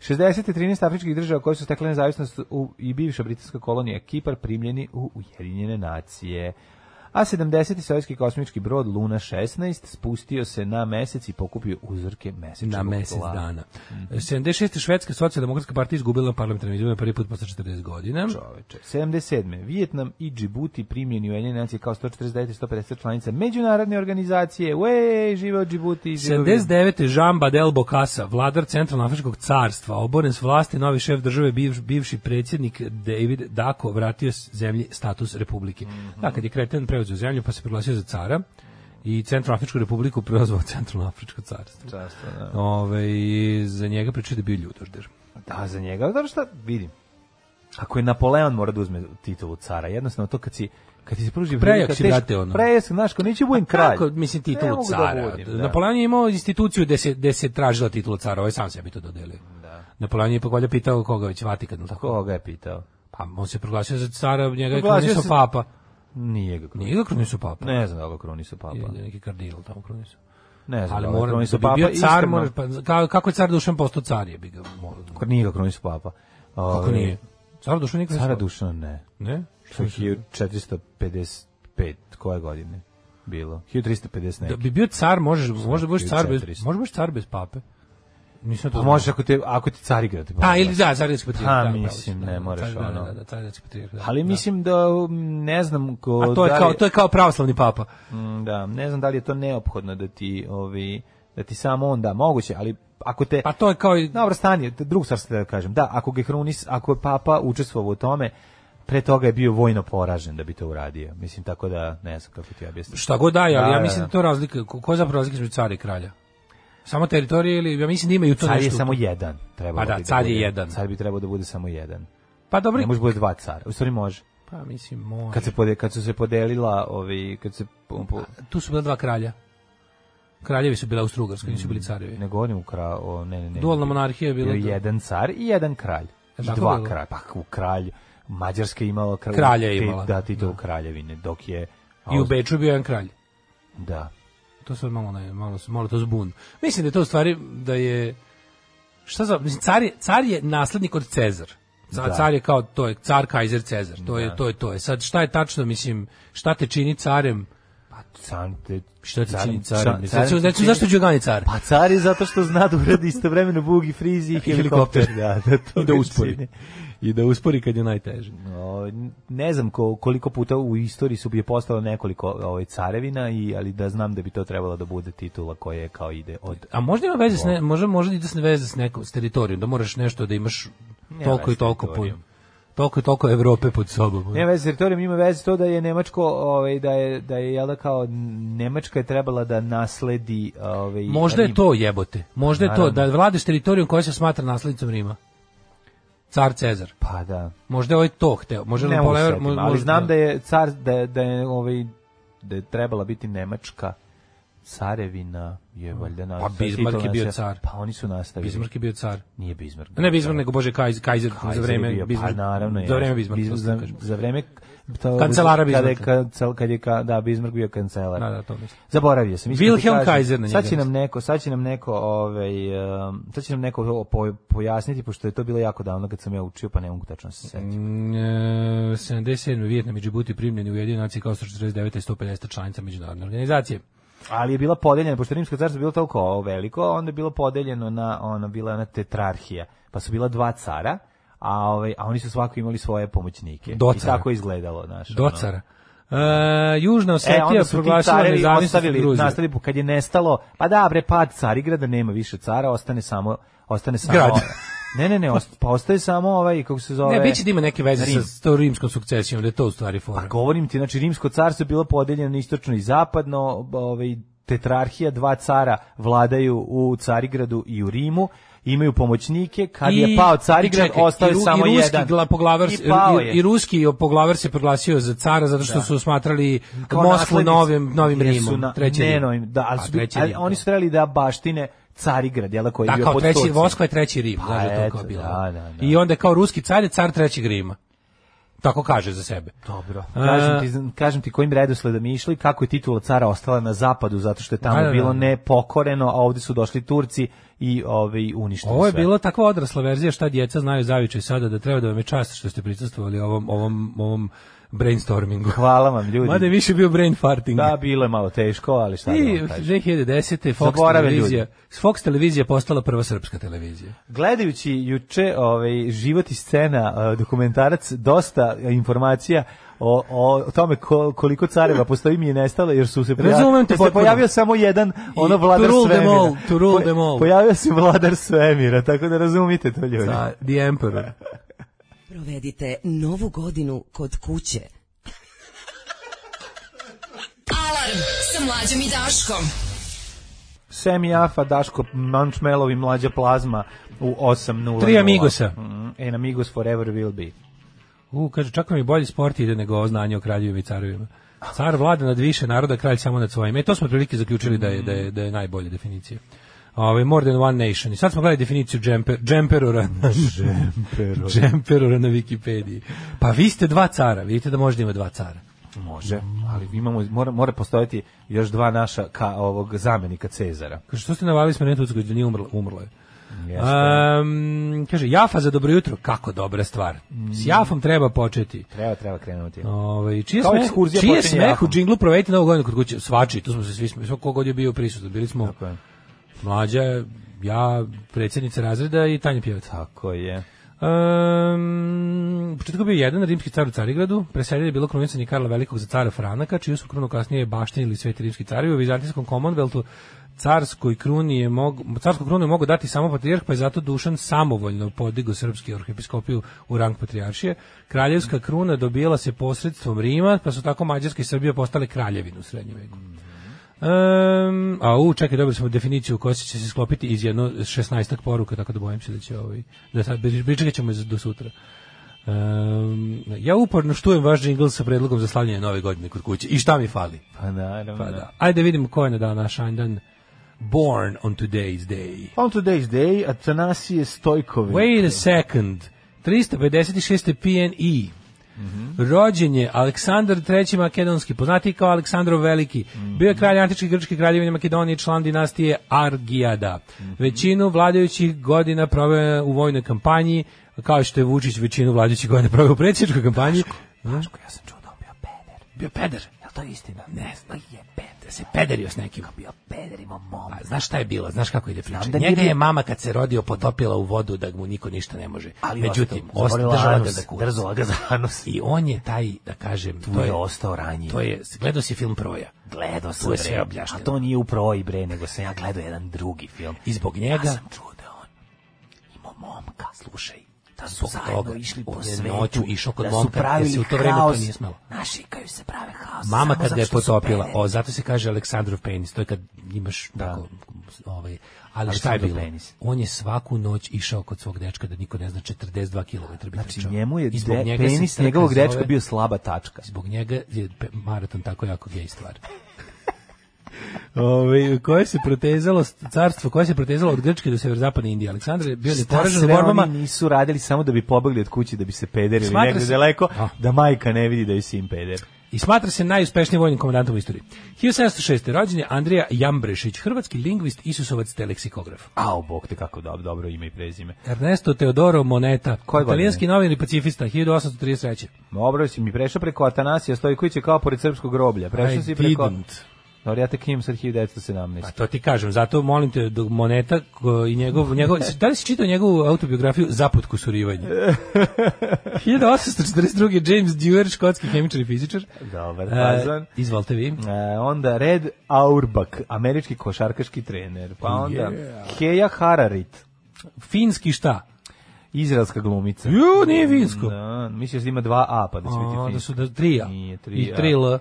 60. 13 afričkih država koje su stekle nezavisnost u, i bivša britanska kolonija Kipar primljeni u Ujedinjene nacije. A 70. sovjetski kosmički brod Luna 16 spustio se na mesec i pokupio uzorke mesečnog
na mesec
tla.
dana. 76. Švedska socijaldemokratska partija izgubila parlamentarne izbore prvi put posle 40 godina.
čoveče. 77. Vijetnam i Džibuti primljeni u Ujedinjene nacije kao 149 i 150 članica međunarodne organizacije. Uej, živeo Džibuti, živeo
79. Jean Badel Bokassa, vladar Centralnoafričkog carstva, oboren s vlasti, novi šef države, bivš- bivši predsjednik David Dako vratio s zemlji status republike. Da, kad je kreten preuzeo zemlju pa se proglasio za cara i Centralnoafričku republiku prozvao Centralnoafričko carstvo.
Carstvo, da.
Ove, i za njega pričaju da je bio ljudožder.
Da, za njega. Zato šta, vidim. Ako je Napoleon mora da uzme titulu cara, jednostavno to kad si kad ti se pruži
Prejak
prilika,
si,
teško-
brate, ono.
Prejak, znaš, ko neću budem kralj.
Kako, mislim,
Ne
titulu
mogu da
cara.
budem, da.
Napoleon je imao instituciju gde se, gde se tražila titula cara, ovaj sam sebi to dodelio. Napoleon je ipak valjda pitao koga već Vatikan, ili tako?
Ko ga je pitao?
Pa on se proglasio za cara, njega je
Proglasio
krunisao
se-
papa.
Nije ga kruni.
Nije ga krunisao papa.
Ne znam da li ga kruni su papa.
Je- je neki kardinal tamo krunisao.
Ne znam
Ali
da li ga
mora,
kruni
da
su
bi
papa.
bio car,
iskreno.
moraš, pa, ka- kako je car Dušan postao car je bi ga morao.
Nije ga kruni su papa.
Kako
Ove,
nije? Car Dušan nije krunisao.
Cara Dušana ne.
Ne?
Što je 1455, koje godine bilo? 1350
Da
neke.
bi bio car, možeš, možeš da budeš car bez,
1400.
možeš da budeš car bez pape. Nisam to
A
znao.
Pa možeš ako ti, ako ti car igra. Ti
Pa, ili da, carinski patrijarh.
Pa,
da, pravo si,
mislim,
da,
ne
da,
moraš
car- da,
ono.
Da, da, carinski patrijarh. da.
Ali
Da.
mislim da um, ne znam ko...
A to je
da li-
kao to je kao pravoslavni papa.
Mm, Da, ne znam da li je to neophodno da ti ovi da ti samo on da moguće, ali ako te
Pa to je kao i
dobro stanje, drug stvar ste da kažem. Da, ako ga je Hrunis, ako je papa učestvovao u tome, pre toga je bio vojno poražen da bi to uradio. Mislim tako da ne znam kako ti objasnim.
šta god daje, ali
Da,
ja
da,
mislim da
da.
to razlika, ko, ko je zapravo razlika između cara i kralja? Samo teritorije ili ja mislim da imaju to
Car je
nešto.
samo jedan, treba
Pa da, car je jedan.
Car bi trebao da bude samo jedan.
Pa dobro.
Ne može bude dva cara. U stvari može.
Pa mislim, može.
Kad se pode, kad su se podelila, ovi kad se po- po-
Tu su bila dva kralja. Kraljevi su bila Austrougarska, nisu bili carevi.
ne govorim u kra, o, ne, ne, ne.
Pa, Dualna monarhija je bila. E,
bio jedan car i jedan kralj. I
tako
dva
bilo?
kralja. Pa u kralj. Mađarska je imala kralj,
Kralja je imala.
Da, ti to kraljevine, dok je...
I u Beču je bio jedan kralj.
Da.
To sad malo, ne, malo, malo to zbun. Mislim da je to u stvari da je... Šta za, mislim, car je, car je naslednik od Cezar. Ca-
Da.
Car je kao, to je car, kajzer, Cezar. To je, to je, to je. Sad, šta je tačno, mislim, šta te čini carem?
Sam te...
Pa, Šta ti
Carem-
čini
Ca-
carem?
carem
Znači,
ti
znači,
čini-
zašto je Đugani car?
Pa car je zato što zna da uradi istovremeno bug i frizi i helikopter.
helikopter.
da, da, to
I da
ga
uspori.
čini.
i da uspori kad je najteže.
O, Ovaj, ne znam ko, koliko puta u istoriji su je postalo nekoliko ovaj, carevina, i, ali da znam da bi to trebalo da bude titula koja je kao ide od...
A možda ima veze s ne, možda, možda ide s ne veze s nekom s teritorijom, da moraš nešto da imaš toliko
veze
i
s
toliko po,
teritorijom.
toliko i toliko Evrope pod sobom. ono.
Nema veze s teritorijom, ima veze to da je Nemačko, ovaj, da je, da je jel da, kao Nemačka je trebala da nasledi... Ovaj,
Možda je
Rim.
to jebote. Možda je to
Naravno.
da vladaš teritorijom koja se smatra naslednicom Rima. Car Cezar.
Pa da.
Možda je ovaj to hteo. Možda
Ne
je
mogu se
Napoleon-
setim,
mo-
ali
možda-
znam da je car, da je, da je, ovaj, da je trebala biti Nemačka Sarevina je valjda nas-
Pa Bismarck je
titula
bio
nas-
car.
Pa oni su nastavili.
Bismarck je bio car.
Nije Bismarck.
Ne
car.
Bismarck, nego Bože Kaiser, Kaiser,
Kaiser
za
je
vreme
bio,
Bismarck.
Pa, naravno,
za
jasno.
vreme Bismarcka.
Bismarck-
to sam kažem.
za, za vreme to-
Kancelara
kada je,
Bismarcka.
kancel, kad je, ka- da, Bismarck bio kancelar.
Da, da, to mislim.
Zaboravio sam. iskreno ti
Wilhelm
kažem.
Kaiser na
Sad
njega
će nam neko, sad će nam neko, ovaj, um, sad će nam neko ovo po- pojasniti, pošto je to bilo jako davno kad sam ja učio, pa ne mogu tačno se setiti.
Mm, e, 77. Vijetnam i Džibuti primljeni u jedinu naciji kao 149. i 150 članica međunarodne organizacije.
Ali je bila podeljena, pošto je Rimsko carstvo bilo toliko ovo veliko, onda je bilo podeljeno na, ono, bila je ona tetrarhija, pa su bila dva cara, a, ovaj, a oni su svako imali svoje pomoćnike.
Do
I
cara.
tako je izgledalo. Znaš, ono.
Do cara. E, Južna
E,
Osetija
onda
e,
su ti
proglasila
carevi
nezavisnost
ostavili,
Gruzije.
nastavili, kad je nestalo, pa da, bre, pad Carigrada, nema više cara, ostane samo, ostane samo,
Grad.
ne, ne, ne, ost- pa ostaje samo ovaj, kako se zove,
Ne, biće da ima neke veze
Rim.
sa to rimskom sukcesijom, da je to u stvari fora.
govorim ti, znači, Rimsko carstvo je bilo podeljeno na istočno i zapadno, ovaj, tetrarhija, dva cara vladaju u Carigradu i u Rimu, imaju pomoćnike, kad je
I-
pao
i
Carigrad,
čekaj,
ostao
i
je
ru-
samo
i ruski
jedan.
Gla, poglavar,
I pao je.
i, i ruski poglavar se proglasio za cara zato što su smatrali
kao
Moskvu
naslednici,
novim, novim
jer su
Rimom.
na-
treći
ne
Rim.
novim, da, ali,
A,
su bili-
treći
ali
Rim,
oni
da.
su trebali da baštine Carigrad, jel, koji je
Da,
bio
kao
pod
treći,
Turcima.
Moskva je treći Rim,
Pa
znaš da je to
eto,
kao bilo.
da, da, da.
I onda je kao ruski car je car trećeg Rima. Tako kaže za sebe.
Dobro. Kažem ti, kažem ti kojim redosledom je išli, kako je titula cara ostala na zapadu, zato što je tamo
Da, da, da.
bilo nepokoreno, a ovdje su došli Turci i ovaj, uništili
Ovo je
sve.
bila takva odrasla verzija šta djeca znaju zavičaj sada da treba da vam je čast što ste prisustvovali ovom ovom ovom brainstormingu.
Hvala vam, ljudi.
Mada je više bio brain farting.
Da, bilo je malo teško, ali šta da
I
vam kažem.
2010. Fox
Zaborave
televizija, Fox televizija postala prva srpska televizija.
Gledajući juče ovaj, život i scena, eh, dokumentarac, dosta informacija o, o, tome ko- koliko careva postoji mi je nestalo, jer su se, pojav-
Razumem te
jer se
potpuno.
pojavio samo jedan ono
to
vladar
rule them
svemira.
all, to rule them all.
Pojavio se vladar svemira, tako da razumite to ljudi.
Sa The Emperor.
Provedite novu godinu kod kuće.
Alarm sa mlađom i Daškom.
Semi Jafa, Daško Mančmelov i Mlađa Plazma u 8.00.
Tri Amigosa.
Mm, and Amigos forever will be.
U, kaže, čak vam i bolji sport ide nego ovo znanje o kraljevima i carovima. Car vlada nad više naroda, kralj samo nad svojima. I to smo prilike zaključili da je, da je, da je najbolja definicija. Ove, more than one nation. I sad smo gledali definiciju džemper, džemperora, na, džemperora na Wikipediji. Pa vi ste dva cara, vidite da možda ima dva cara.
Može, ali imamo, mora, mora postojati još dva naša ka, ovog zamenika Cezara.
Kaže, što ste navali smo netu da nije umrla, umrla je.
Jeste.
Ehm, kaže, Jafa za dobro jutro, kako dobra stvar. S Jafom treba početi.
Treba, treba krenuti.
Ovaj čije
Kao
smeh,
ekskurzija
čije
počinje
smeh u
jahom.
džinglu provedite novu godinu kod kuće? Svači, tu smo se svi smeli, svako god je bio prisutan. Bili smo
Tako je.
mlađa, ja, predsjednica razreda i Tanja Pjevac.
Tako je.
Um, u početku je bio jedan rimski car u Carigradu, preselio je bilo krunisanje Karla Velikog za cara Franaka, čiju su krunu kasnije baštinili sveti rimski carevi u Vizantijskom Commonwealthu. Carskoj kruni je mog, carskoj krunu je mogao dati samo patrijarh, pa je zato Dušan samovoljno podigo srpski arhijepiskopiju u rang patrijaršije. Kraljevska kruna dobijela se posredstvom Rima, pa su tako Mađarska i Srbija postale kraljevinu u srednjem veku. Um, a u, čekaj, dobili smo definiciju koja će se sklopiti iz jedno 16 poruka, tako da bojim se da će ovaj, da sad, pričekat ćemo za- do sutra. Um, ja uporno štujem vaš džingl sa predlogom za slavljanje nove godine kod kuće. I šta mi fali?
Pa naravno.
Pa da. Ajde vidimo ko je na dana Šajndan. Born on today's day.
On today's day, Atanasije Stojković.
Wait a second. 356. PNE. Mm-hmm. Rođen je Aleksandar III. Makedonski, poznati kao Aleksandrov Veliki.
Mm-hmm.
Bio je kralj antičke grčke kraljevine Makedonije, član dinastije Argijada.
Mm-hmm.
Većinu vladajućih godina proveo je u vojnoj kampanji, kao što je Vučić većinu vladajućih godina proveo u predsjedničkoj kampanji. Znaš?
Ja sam čuo da on bio peder.
Bio peder.
Jel to je istina?
Ne znam.
Pa jebete.
Da se pederio s nekim.
Bio pederimo mom.
A, znaš šta je bilo? Znaš kako ide priča?
Znam da nije
Njega je
bio-
mama kad se rodio potopila u vodu da mu niko ništa ne može.
Ali
Međutim,
ostao,
ostala
držala
ga za kurac.
Držala ga za anus.
I on je taj, da kažem,
Tu
to
je
je,
ostao ranjen.
to je, gledao si film Proja.
Gledao sam
Tu je
bre,
sve objašnjeno.
A to nije u proji bre, nego sam ja gledao jedan drugi film.
I zbog
Ja
njega,
sam čuo da je on imao momka, slušaj. Da su
Zbog
zajedno
toga,
išli
on
po
je
svetu.
noću išao kod
da
momka,
su
jer se
pravili
u to vreme to
haos.
nije smelo.
Naši kaju se prave haos.
mama
samo
kad ga je
zato što su
potopila,
pederi.
o, zato se kaže Aleksandrov penis, to je kad imaš tako, ovaj, ali šta je
Aleksandrov
bilo?
penis.
On je svaku noć išao kod svog dečka da niko ne zna 42 km bi
Znači
trčao.
njemu je
I zbog
de,
njega se
penis
trka
njegovog
zove-
dečka bio slaba tačka.
Zbog njega je pe- maraton tako jako gej stvar. Ove, koje se protezalo carstvo, koje se protezalo od Grčke do severozapadne Indije. Aleksandar je bio
Šta
neporažen u
sve
borbama.
oni nisu radili samo da bi pobegli od kuće, da bi se pederili
Smatra
negde
se-
daleko,
A.
da majka ne vidi da je sin peder.
i smatra se najuspešnijim vojnim komandantom u istoriji. 1706. rođen je Andrija Jambrešić, hrvatski lingvist, isusovac te leksikograf.
Au, bog te kako dobro, dobro ime i prezime.
Ernesto Teodoro Moneta,
Koje
italijanski novinar i pacifista, 1833.
Dobro si mi prešao preko Atanasija Stojkovića kao pored srpskog groblja. Prešao
I
si preko...
didn't.
Dobro, ja tek imam sad 1917.
Pa to ti kažem, zato molim te dok Moneta ko- i njegov, njegov da li si čitao njegovu autobiografiju Zapad kusurivanje? 1842. James Dewar, škotski hemičar i fizičar.
Dobar,
E,
fazon.
izvolite vi.
E, onda Red Auerbach, američki košarkaški trener. Pa
Oh,
onda Keja Hararit,
Finski šta?
izraelska glumica.
Ju, nije finsko.
Da, misliš da ima dva A, pa da će biti
A, da
finsko.
su da tri A.
Nije tri
I
A.
tri L.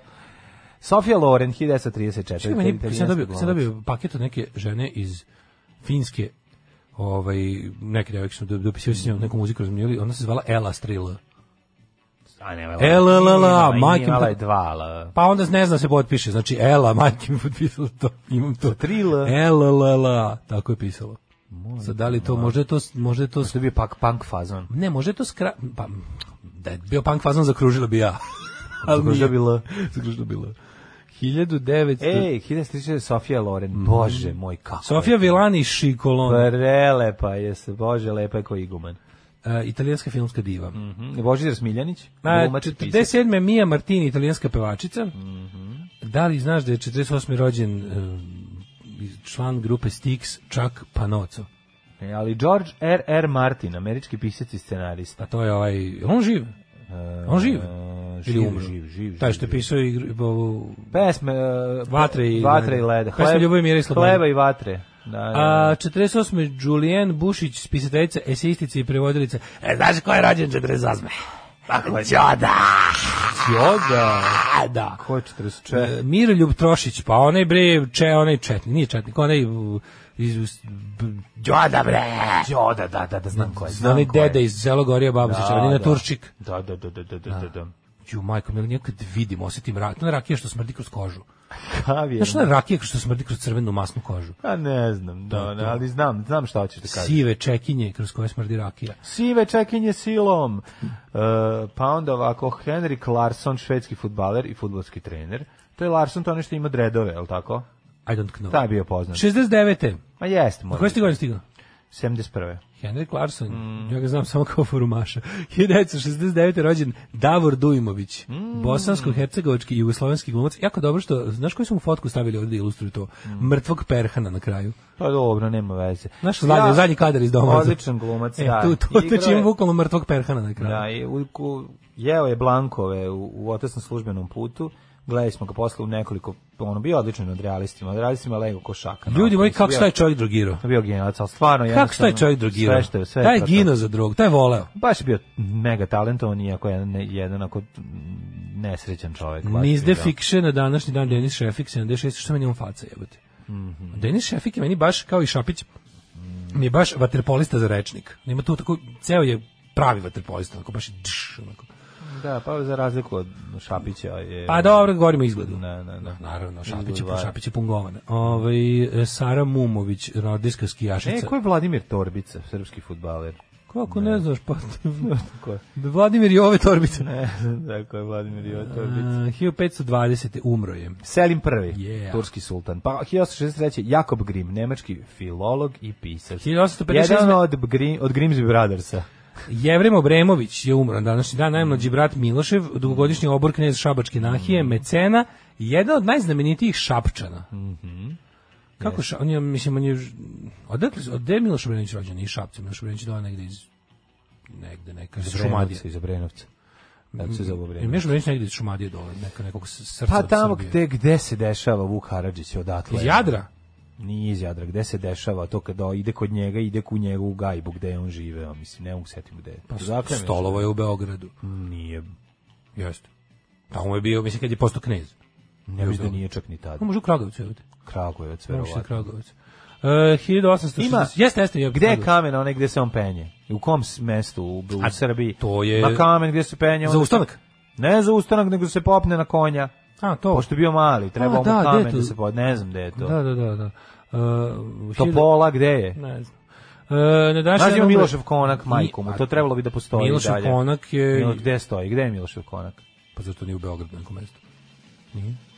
Sofia Loren, 1934.
Čekaj, meni, kad sam
italijanska
dobio, kad sam
glumica.
dobio paket od neke žene iz Finske, ovaj, neke devojke sam do- dopisio s njom neku muziku razmijenili, ona se zvala Ela Strila.
A, nema,
E, LLLA, majke mi
Imala je
to-
dva L.
Pa onda ne zna se potpiše, znači Ela, majke mi potpisala to, imam to.
tri L.
L, tako je pisalo. Sad, da li to, možda je to, možda je to,
To je bio pak, punk fazon.
ne, možda je to skra... Pa, da je bio punk fazon, zakružila bi ja.
Zakružila bi L. E,
Zakružila bi L. 1900...
Ej, 1936 Sofia Loren.
Mhm.
Bože moj, kako
Sofija
je.
Vilani Šikolon,
Prelepa je se, bože, lepa Pa je ko iguman.
e, italijanska filmska diva.
Mhm. Božidar Smiljanić,
A,
glumač i pisac. Mhm.
47. Mija Martini, italijanska pevačica. Da li znaš da je 48. rođen e, član grupe Styx, Chuck Panoco?
E, Ali George R. R. Martin, američki pisac i scenarista.
A to je ovaj... je On živ. On živ.
E,
Ili umro.
živ, živ,
Taj
živ,
što je
živ.
pisao igru, ovu-
Pesme, e,
Vatre i
vatre i
leda.
leda.
Pesme Ljubomira i Slobode.
Hleba i vatre. Da, da, da.
A 48. Julijen Bušić, spisateljica, eseistice i prevodilica. E, znaš ko je rođen 48. Tako je. Ćoda!
Joda.
Da.
Ko je 44?
E, Miroljub Trošić, pa onaj bre, če, onaj četnik, nije četnik, onaj u, iz, iz- b-
Đoda, bre. Đoda, da, da, da, znam ko je. Pa znam
onaj
ko je.
deda iz Zelog Orija Babusića, onaj na Turčik.
Da, da, da, da, da, da, da, da.
Ju, majko, mili, nekad vidim, osetim rak, to je rakija što smrdi kroz kožu.
Kavijer.
Znaš, ona rakija što smrdi kroz crvenu masnu kožu.
A ono? Pa ne znam, da, ne, ali znam, znam šta hoćeš da kažeš.
Sive čekinje kroz koje smrdi rakija.
Sive čekinje silom. E, pa onda ovako, Henrik Larsson, švedski futbaler i futbolski trener. To je Larsson, to je ono što ima dredove, je li tako?
I don't know.
Taj je bio poznat.
69.
Ma jest, mora.
Koje ste godine stigao?
71.
Henrik Larsson,
Mm.
ja ga znam samo kao forumaša. 1969. rođen Davor Dujmović,
Mm.
bosansko-hercegovački i jugoslovenski glumac. Jako dobro što, znaš koju su mu fotku stavili ovdje da ilustruju to?
Mm.
Mrtvog perhana na kraju.
Pa dobro, nema veze.
Znaš, zadnji, zadnji kadar iz doma.
Odličan glumac,
E,
da.
tu, tu, tu
Igrao
čim
je-
bukvalno mrtvog perhana na kraju.
Da, i u, u- jeo je Blankove u, u otasnom službenom putu. Gledali smo ga posle u nekoliko, ono, bio odličan od realistima, od realistima Lego košaka.
Ljudi moji,
Napravili su
kako
bio-
staje čovjek drogirao?
Bio generac, ali stvarno...
Kako staje
jednostavno,
čovjek drogirao?
Sve što je, sve je
Taj je
to-
gino za drogu, taj je voleo.
baš je bio mega talentovan iako je ne- jedan ako nesrećan čovjek. baš
Niz
je
de
bio.
Fiction na današnji dan Denis Šefik 76 što meni on faca jebote.
Mhm.
Denis Šefik je meni baš kao i Šapić mi je baš vaterpolista za rečnik. Nema tu tako ceo je pravi vaterpolista, onako baš dš, onako.
Da, pa za razliku od Šapića je...
Pa dobro, govorimo o izgledu.
Ne, ne, ne.
Naravno,
Izgled
Šapić je,
vaja.
Šapić je pungovana. Ovaj, e, Sara Mumović, nordijska
E,
skijašica.
ko je Vladimir Torbica, srpski futbaler?
Kako ne, znaš, pa...
Ko je?
Vladimir Jove Torbica.
Ne, E, da, ko je Vladimir Ivo
A,
Torbica?
1520. umro je.
Selim prvi,
Yeah.
turski sultan. Pa 1863. Jakob Grimm, nemački filolog i pisac.
1856
Jedan od, Grim, od Grimsby Brothersa.
Jevrem Obremović je umro na današnji dan, najmlađi brat Milošev, dugogodišnji obor knjez Šabačke
Mhm.
nahije, mecena, i jedan od najznamenitijih Šapčana.
Mhm.
Kako ša, on je, mislim, on je, ž- odakle, su- odde je Miloš Obrenović rođen? Iz Šapca, Miloš Obrenović dola negde iz, negde, neka, iz Šumadije.
Iz Obrenovca. Tako se zove
I
Obrenovac.
Miloš Obrenović negde iz Šumadije dole, neka, nekog s- srca
Pa
od
tamo
Srbije.
gde, gde se dešava Vuk Haradžić odatle.
Iz Jadra?
Nije iz Jadra, gde se dešava to kada ide kod njega, ide ku njega u gajbu gde je on žive, a mislim, ne mogu setim gde je. Pa
Stolovo je u Beogradu.
Mhm. Nije,
Jeste. Tamo je bio, mislim, kad je postao knez.
ne mislim da nije čak ni tad.
On Pa može u Kragovicu, jel te?
Kragujevac,
Može u
verovatno.
Kragovicu. Uh, 1860.
Ima-
Jeste, jeste. je
Gde je
Kragovic.
kamen onaj gde se on penje? U kom s- mestu u, u
A,
Srbiji?
to je-
Na kamen gde se penje?
Za
onda-
ustanak?
Ne za ustanak, nego se popne na konja.
A, to.
Pošto je bio mali,
A,
trebao mu
da, gde je
kamen
to?
da se pod... Ne znam gde je to.
Da, da, da, da. Uh,
Topola gde je?
Ne znam. E, na današnji
Nazivam
dan umre-
Milošev konak majku mu, to trebalo bi da postoji
Milošev
dalje.
konak je-
Milo- Gde stoji? Gde je Milošev konak?
Pa zato nije u Beogradu na nekom mestu.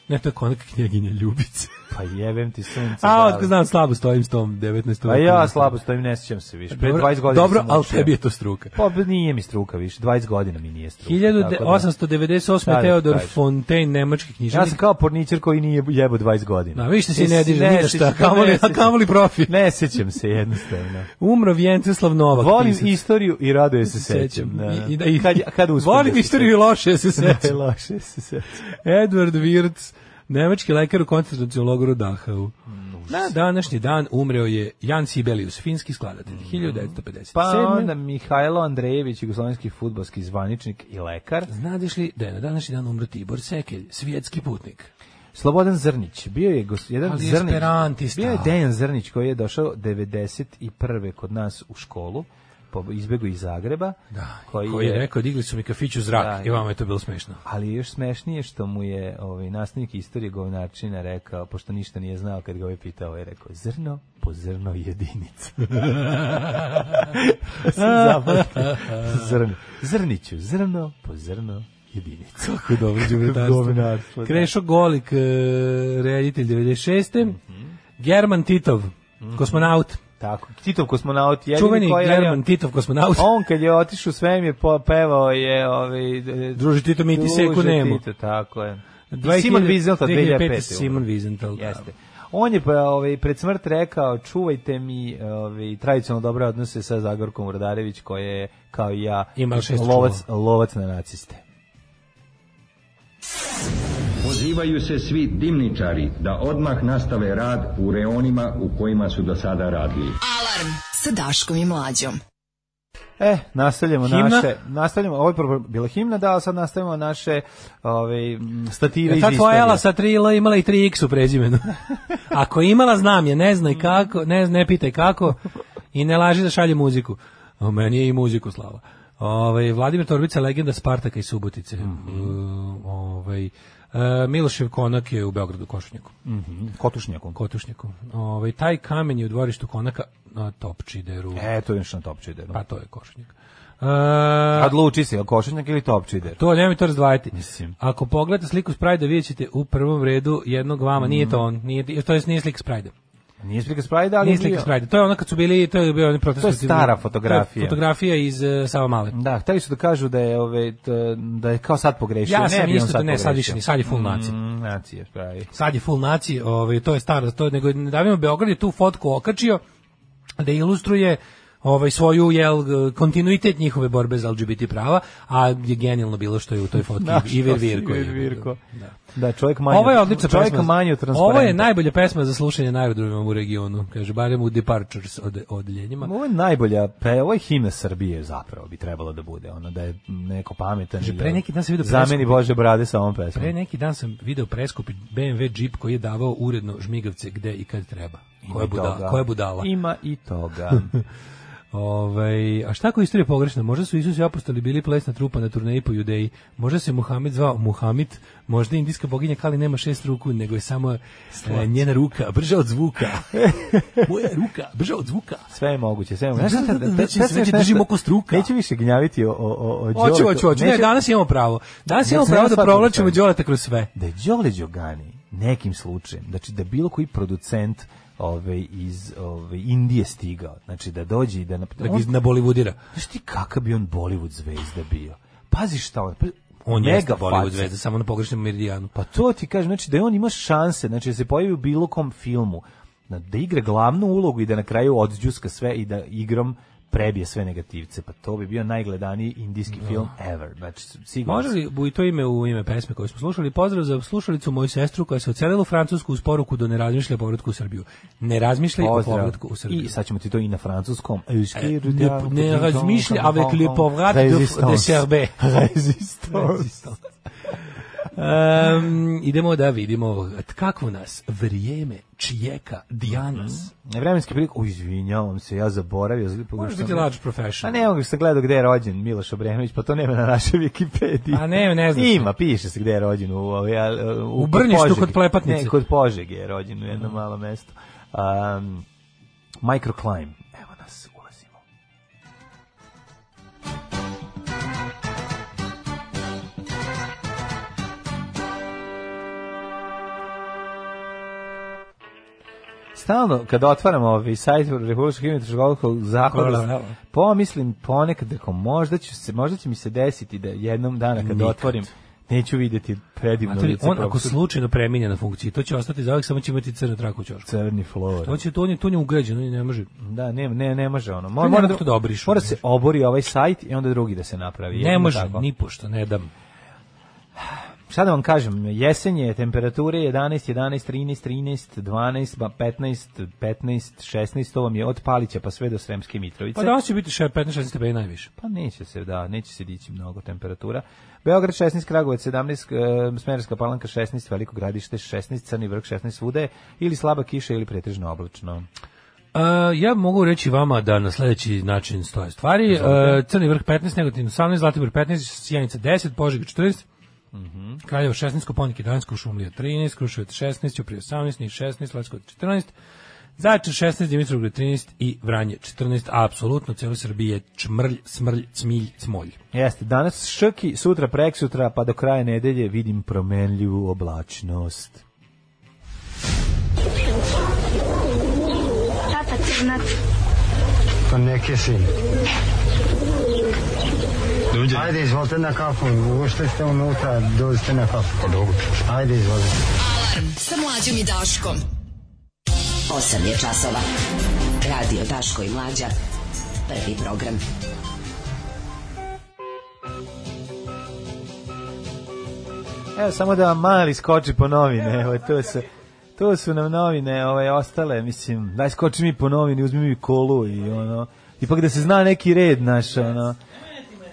Ne, to je konak knjeginje Ljubice.
Pa jebem ti sunce.
A,
da.
otko znam, slabo stojim s tom 19.
Pa ja slabo stojim, ne sjećam se više. Pre 20 godina
Dobro,
sam
ali
učio.
tebi je to struka.
Pa nije mi struka više, 20 godina mi nije struka. tako da-
1898.
Šta da ti
Teodor
kažem?
Fontaine, nemački
Ja
književnik.
sam kao porničar koji nije jebo 20 godina.
Na, vidiš da si
Jesi-
ne diže, ni na šta,
sjećam-
kamoli-
ne
a kamoli profi.
Ne sjećam se jednostavno.
Umro Vjenceslav Novak.
Volim
pisac.
istoriju i rado se
Sećam.
sećam. da, da.
I, i, da, i,
kad, kad uspem da
volim
se
istoriju i loše se
sećam.
sećam.
Ne, loše se sećam.
Edward Wirtz, nemački lekar u koncentracijom logoru Dachau. Na današnji dan umreo je Jan Sibelius, finski skladatelj, 1957.
Mm. Pa onda Mihajlo Andrejević, jugoslovenski futbalski zvaničnik i lekar.
Znadeš li da je na današnji dan umro Tibor Sekelj, svjetski putnik?
Slobodan Zrnić, bio je gos, jedan
Ali je
Zrnić.
esperantista.
Bio je Dejan Zrnić koji je došao 91. kod nas u školu, po, izbego iz Zagreba.
Da, koji, je, rekao, digli su mi kafić u zrak
Da,
i vama je to bilo smešno.
Ali je još smešnije što mu je ovaj nastavnik istorije govnačina rekao, pošto ništa nije znao kad ga je pitao, ovaj je rekao zrno po zrno jedinica. Sam zapamtio. zrno. Zrniću, zrno po zrno jedinica.
Kako je dobro đubretarstvo.
Govnarstvo, da.
Krešo Golik, e, reditelj 96.
Mhm.
German Titov, kosmonaut.
Tako. Titov kosmonaut jedini
Čuveni
koji je radio-
German Titov kosmonaut.
On kad je otišao u svemir, po- pevao je ovaj e,
Druže Tito, mi ti
Druže
seku nemo.
Tito, tako je.
2000
Simon Wiesenthal
2005
2005.
Simon Wiesenthal, da. E,
Jeste. On je pa, ovaj, pred smrt rekao, čuvajte mi ovaj, tradicionalno dobre odnose sa Zagorkom Vrdarević, koja je, kao i ja,
Imala šest
lovac, lovac na naciste.
Pozivaju se svi dimničari da odmah nastave rad u reonima u kojima su do sada radili.
Alarm sa Daškom i Mlađom.
E, nastavljamo
Himna?
naše, nastavljamo, ovo je prvo bila himna, da, ali sad nastavljamo naše ovaj, m, stative iz
Ta tvoja
istorije.
Ela sa 3 L imala i 3 X u prezimenu. Ako je imala, znam je, ne znaj kako, ne, ne pitaj kako i ne laži da šalje muziku. O, meni je i muziku slava. Ovaj Vladimir Torbica, legenda Spartaka i Subotice.
Mhm.
E, ovaj, e, Milošev konak je u Beogradu Košunjaku,
Mhm. Kotušnjakom.
Kotušnjaku. Ovaj, taj kamen je u dvorištu konaka na Topčideru.
E, to je nešto na topčideru.
Pa to je Košunjak. E,
Odluči se, je li košenjak ili topčider?
To nemoj to razdvajati.
Mislim.
Ako pogledate sliku Sprajda, vidjet ćete u prvom redu jednog vama, nije to on, nije, to je nije slika Sprajda.
Nije slika Sprajda, Mhm. ali
Nije
je
slika
bio-
Sprajda. To je ona kad su bili, to je bio onaj protest.
To je
protiv-
stara
to je
fotografija.
Fotografija iz uh, Sava Male.
Da, hteli su da kažu da je ove t- da je kao sad pogrešio.
Ja sam
bi on
isto to ne, sad
pogrešio.
više, ni, sad je full naci.
Mm, nacije, pravi.
Sad je full naci, ovaj, to je staro, to je, nego je davimo Beograd je tu fotku okačio da ilustruje ovaj svoju jel kontinuitet njihove borbe za LGBT prava, a je genijalno bilo što je u toj fotki
Da,
i Vir
što si,
Virko. je.
Vir Virko. Da, čovjek manje.
Ovo je odlična
čovjek
pesma.
manje od
Ovo je
transparenta.
najbolja pesma za slušanje na aerodromima u regionu, kaže barem u Departures od odeljenjima.
Ovo je najbolja, pe, ovo je himna Srbije zapravo bi trebalo da bude, ono da je neko pametan. ili
pre neki dan sam vidio
Zameni
preskup.
Bože brade sa ovom pesmom.
Pre e, neki dan sam video preskupi BMW džip koji je davao uredno žmigavce gde i kad treba.
Ima
Koja
i toga.
budala, koja budala.
Ima i toga.
Ovaj, a šta ako je istorija pogrešna? Možda su Isus i apostoli bili plesna trupa na turneji po Judeji. Možda se Muhamed zvao Muhamid, možda indijska boginja Kali nema šest ruku, nego je samo e, njena ruka, brža od zvuka. Moja ruka, brža od zvuka.
Sve je moguće, sve je
Znaš
moguće.
šta, da- da- da-
sad
sve će
nešto-
držim oko struka.
Neću više gnjaviti o, o, o, o
Hoću,
Đoletu.
hoću, hoću. Ne,
Neću-
danas imamo pravo. Danas
Ja
imamo
sam
pravo
ja
da
shvatio
provlačimo
šta je.
Đoleta kroz sve.
da je Đole Đogani nekim slučajem, znači da bilo koji producent ove, iz ove, Indije stigao. Znači da dođe i da... Na,
da iz na Bollywoodira.
Znaš ti kakav bi on Bollywood zvezda bio? Pazi šta on... pa-
On
mega
jeste Bollywood
faca.
zvezda, samo na pogrešnom meridijanu.
Pa to ti kažem, znači da je on ima šanse, znači da se pojavi u bilo kom filmu, na- da igra glavnu ulogu i da na kraju odđuska sve i da igrom prebije sve negativce. Pa to bi bio najgledaniji indijski film ever. Znači, sigurno.
Može li bu i to ime u ime pesme koju smo slušali? Pozdrav za slušalicu moju sestru koja se ocelila u Francusku uz poruku da ne razmišlja o povratku u Srbiju. Ne razmišljaj o
Pozdrav.
povratku u Srbiju.
I sad ćemo ti to i na francuskom.
ne- ne razmišlja avec le povrat de- de Serbie.
Rezistans.
Em, idemo da vidimo kako nas vrijeme čijeka Dijanas.
Mhm. Vremenski prilik, o, izvinjavam se, ja zaboravio.
Može
Možeš
biti large
A
profession.
Pa ne mogu se gledao gde je rođen Miloš Obrenović, pa to nema na našoj Wikipediji.
A Pa ne, ne znam.
Ima, piše se gde je rođen. U, ovaj, al, u,
U
kod
Brništu,
Požege.
kod Plepatnice.
Ne, kod Požege je rođen u jednom malom mestu. Um, microclimb. Evo nas, ulazimo. Stalno, kada otvaram ovaj sajt Republičkog himnotroškolskog zahoda,
Hvala.
pomislim ponekad da možda će, se, možda će mi se desiti da jednom dana kada
Nikad.
otvorim neću vidjeti predivno
Matori,
lice
on ako
profesora.
slučajno preminje na funkciji, to će ostati zauvijek, samo će imati crnu traku u ćošku.
crni flor.
To će, to on je, to on je ugrađen, on je ne može.
Da, ne, ne, ne može ono.
ne
Mora, mora
mogu to da obrišu,
Mora
ne
se
može.
obori ovaj sajt i onda drugi da se napravi.
Ne
jedino
može,
tako.
ni pošto, ne dam.
Šta da vam kažem, jesen je, temperature 11, 11, 13, 13, 12, ba 15, 15, 16, to vam je od Palića pa sve do Sremske Mitrovice.
Pa danas će biti še- 15-16 stepeni najviše.
Pa neće se, da, neće se dići mnogo temperatura. Beograd 16, Kragujevac 17, e, Smederska palanka 16, Veliko gradište 16, Crni vrh 16, svuda je ili slaba kiša ili pretežno oblačno.
A, ja mogu reći vama da na sledeći način stoje stvari. A, Crni vrh 15, Negotin 18, Zlatibor 15, Sjenica 10, Požeg 14, Kraljevo 16, Koponik 11, Kušumlija 13, Kruševac 16, Ćuprije 18, Niš 16, Leskovac 14, Zaječar 16, Dimitrovgrad 13 i Vranje 14, a apsolutno cijelo Srbije čmrlj, smrlj, cmilj, smolj.
Jeste, danas šrki, sutra preksutra, pa do kraja nedelje vidim promenljivu oblačnost.
Tata Crnac,
Pa neke si. Ajde, izvolite na kafu. Ušte ste unutra, dođite na kafu. Pa dobro. Ajde, izvolite.
alarm sa mlađom i Daškom.
8 je časova. Radio Daško i Mlađa. Prvi program.
Evo samo da vam mali skoči po novine, evo to su, to su nam novine ove, ostale, mislim, daj skoči mi po novini, uzmi mi kolu i ono, ipak da se zna neki red naš, ono,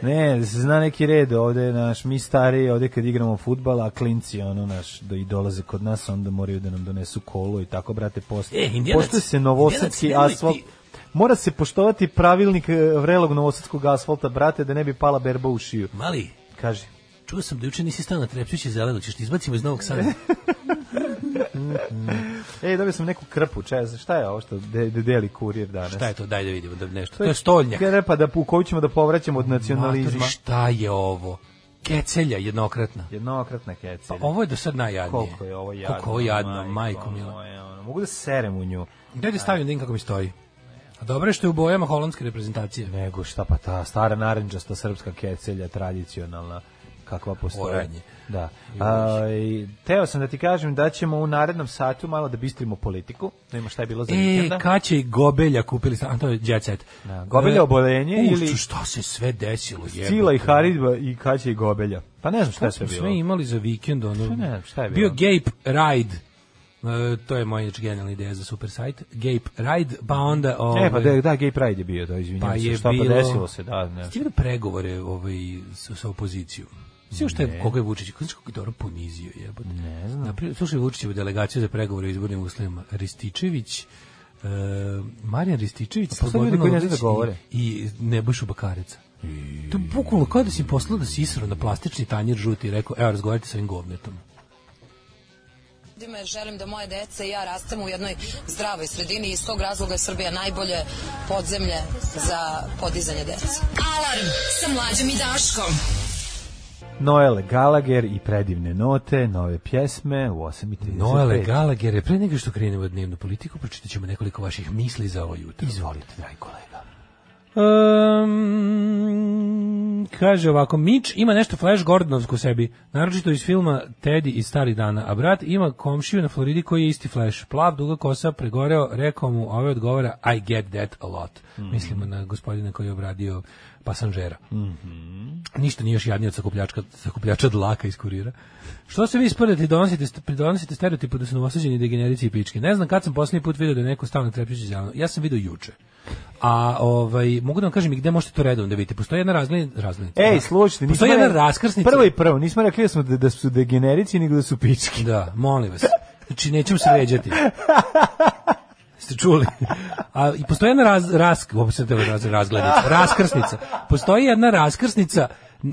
ne, da se zna neki red ovde, naš, mi stariji ovde kad igramo futbal, a klinci, ono, naš, da i dolaze kod nas, onda moraju da nam donesu kolu i tako, brate, postoje,
E, Indijanac,
postoje se novosadski
Indijanac, nemoj
asfalt,
ti-
mora se poštovati pravilnik e, vrelog novosadskog asfalta, brate, da ne bi pala berba u šiju,
Mali,
kaži.
čuo sam da juče nisi stao na trepćuće zeleno, ćeš ti izbacimo iz Novog Sada.
Ej, dobio sam neku krpu, čez, šta je ovo što de, de deli kurir danas?
Šta je to? Daj da vidimo da nešto. To je stolnjak.
Krpa pa da, u koju ćemo da povraćamo od nacionalizma.
Matori, šta je ovo? Kecelja jednokratna. Pa
Jednokratna kecelja.
Ovo je do sad najjadnije.
Koliko je ovo jadno.
Koliko je ovo jadno,
majko
majko mila.
moja, ono, Mogu da serem u nju.
Gde da stavim da vidim kako mi stoji? A dobro je što je u bojama holandske reprezentacije.
Nego šta pa ta stara naranđasta srpska kecelja, tradicionalna kakva postoji.
Oranje.
Da. A, i teo sam da ti kažem da ćemo u narednom satu malo da bistrimo politiku. Nema šta je bilo za
E,
vikenda.
kad će i Gobelja kupili stan, a to je Jet Set.
Da, Gobelja
E,
oboljenje
u,
ili-
Šta se sve desilo? jebote.
Cila i Haridba i Kaća i Gobelja. Pa ne znam šta je
Šta
sve
smo
bilo.
sve imali za vikend? Ono,
ne znam, šta je
Bio
bilo?
Gape Ride. E, to je moja inače genijalna ideja za super sajt. Gape Ride, pa onda... Ovaj,
E, pa da, da, Gay Pride je bio, da, izvinjam
Pa
se,
je
šta pa
bilo-
desilo se, da, ne.
Stigle pregovore ovaj, sa, sa opozicijom. Sve što je koga je Vučić, kako je dobro ponizio jebote. Ne znam. Naprijed, slušaj Vučićevu delegaciju za pregovore o izbornim uslovima. Rističević, e, Marijan Rističević,
Pa postoje ljudi koji ne znaju da
Slobodan Orlić
govore.
I, i Nebojšu Bakareca. To je bukvalno kao da si poslao da si isro na plastični tanjer žuti i rekao, evo, razgovarajte sa ovim govnetom.
ljudima jer želim da moje dece i ja rastemo u jednoj zdravoj sredini i iz tog razloga je Srbija najbolje podzemlje za podizanje dece.
Alarm sa mlađom i Daškom.
Noele Gallagher i predivne note, nove pjesme u 8.35.
Noele Galagere, pre nego što krenemo u dnevnu politiku, pročitat ćemo nekoliko vaših misli za ovo jutro.
Izvolite, dragi kolega.
Um, kaže ovako, Mić ima nešto Flash Gordonovsko u sebi, naročito iz filma Teddy iz starih dana, a brat ima komšiju na Floridi koji je isti Flash. Plav, duga kosa, pregoreo, rekao mu, ove odgovara, I get that a lot.
Hmm.
Mislimo na gospodina koji je obradio pasanžera. Ništa nije još jadnije od sakupljačka, sakupljača dlaka iz kurira. Što se vi sprdate i donosite, st- pridonosite stereotipu da su novosađeni degenerici i pičke? Ne znam kad sam posljednji put vidio da je neko stalno trepćeći zeleno. Ja sam vidio juče. A ovaj, mogu da vam kažem i gde možete to redom da vidite. Postoji jedna razgled, razglednica.
Ej, slušajte,
Postoji jedna raskrsnica.
Prvo i prvo, nismo rekli da, smo, da, da su degenerici, nego da su pički.
Da, molim vas. Znači, nećemo se vređati. Ste čuli? A, I postoji jedna raz, rask, uopće sam tebe raz, razglednica, raskrsnica. Postoji jedna raskrsnica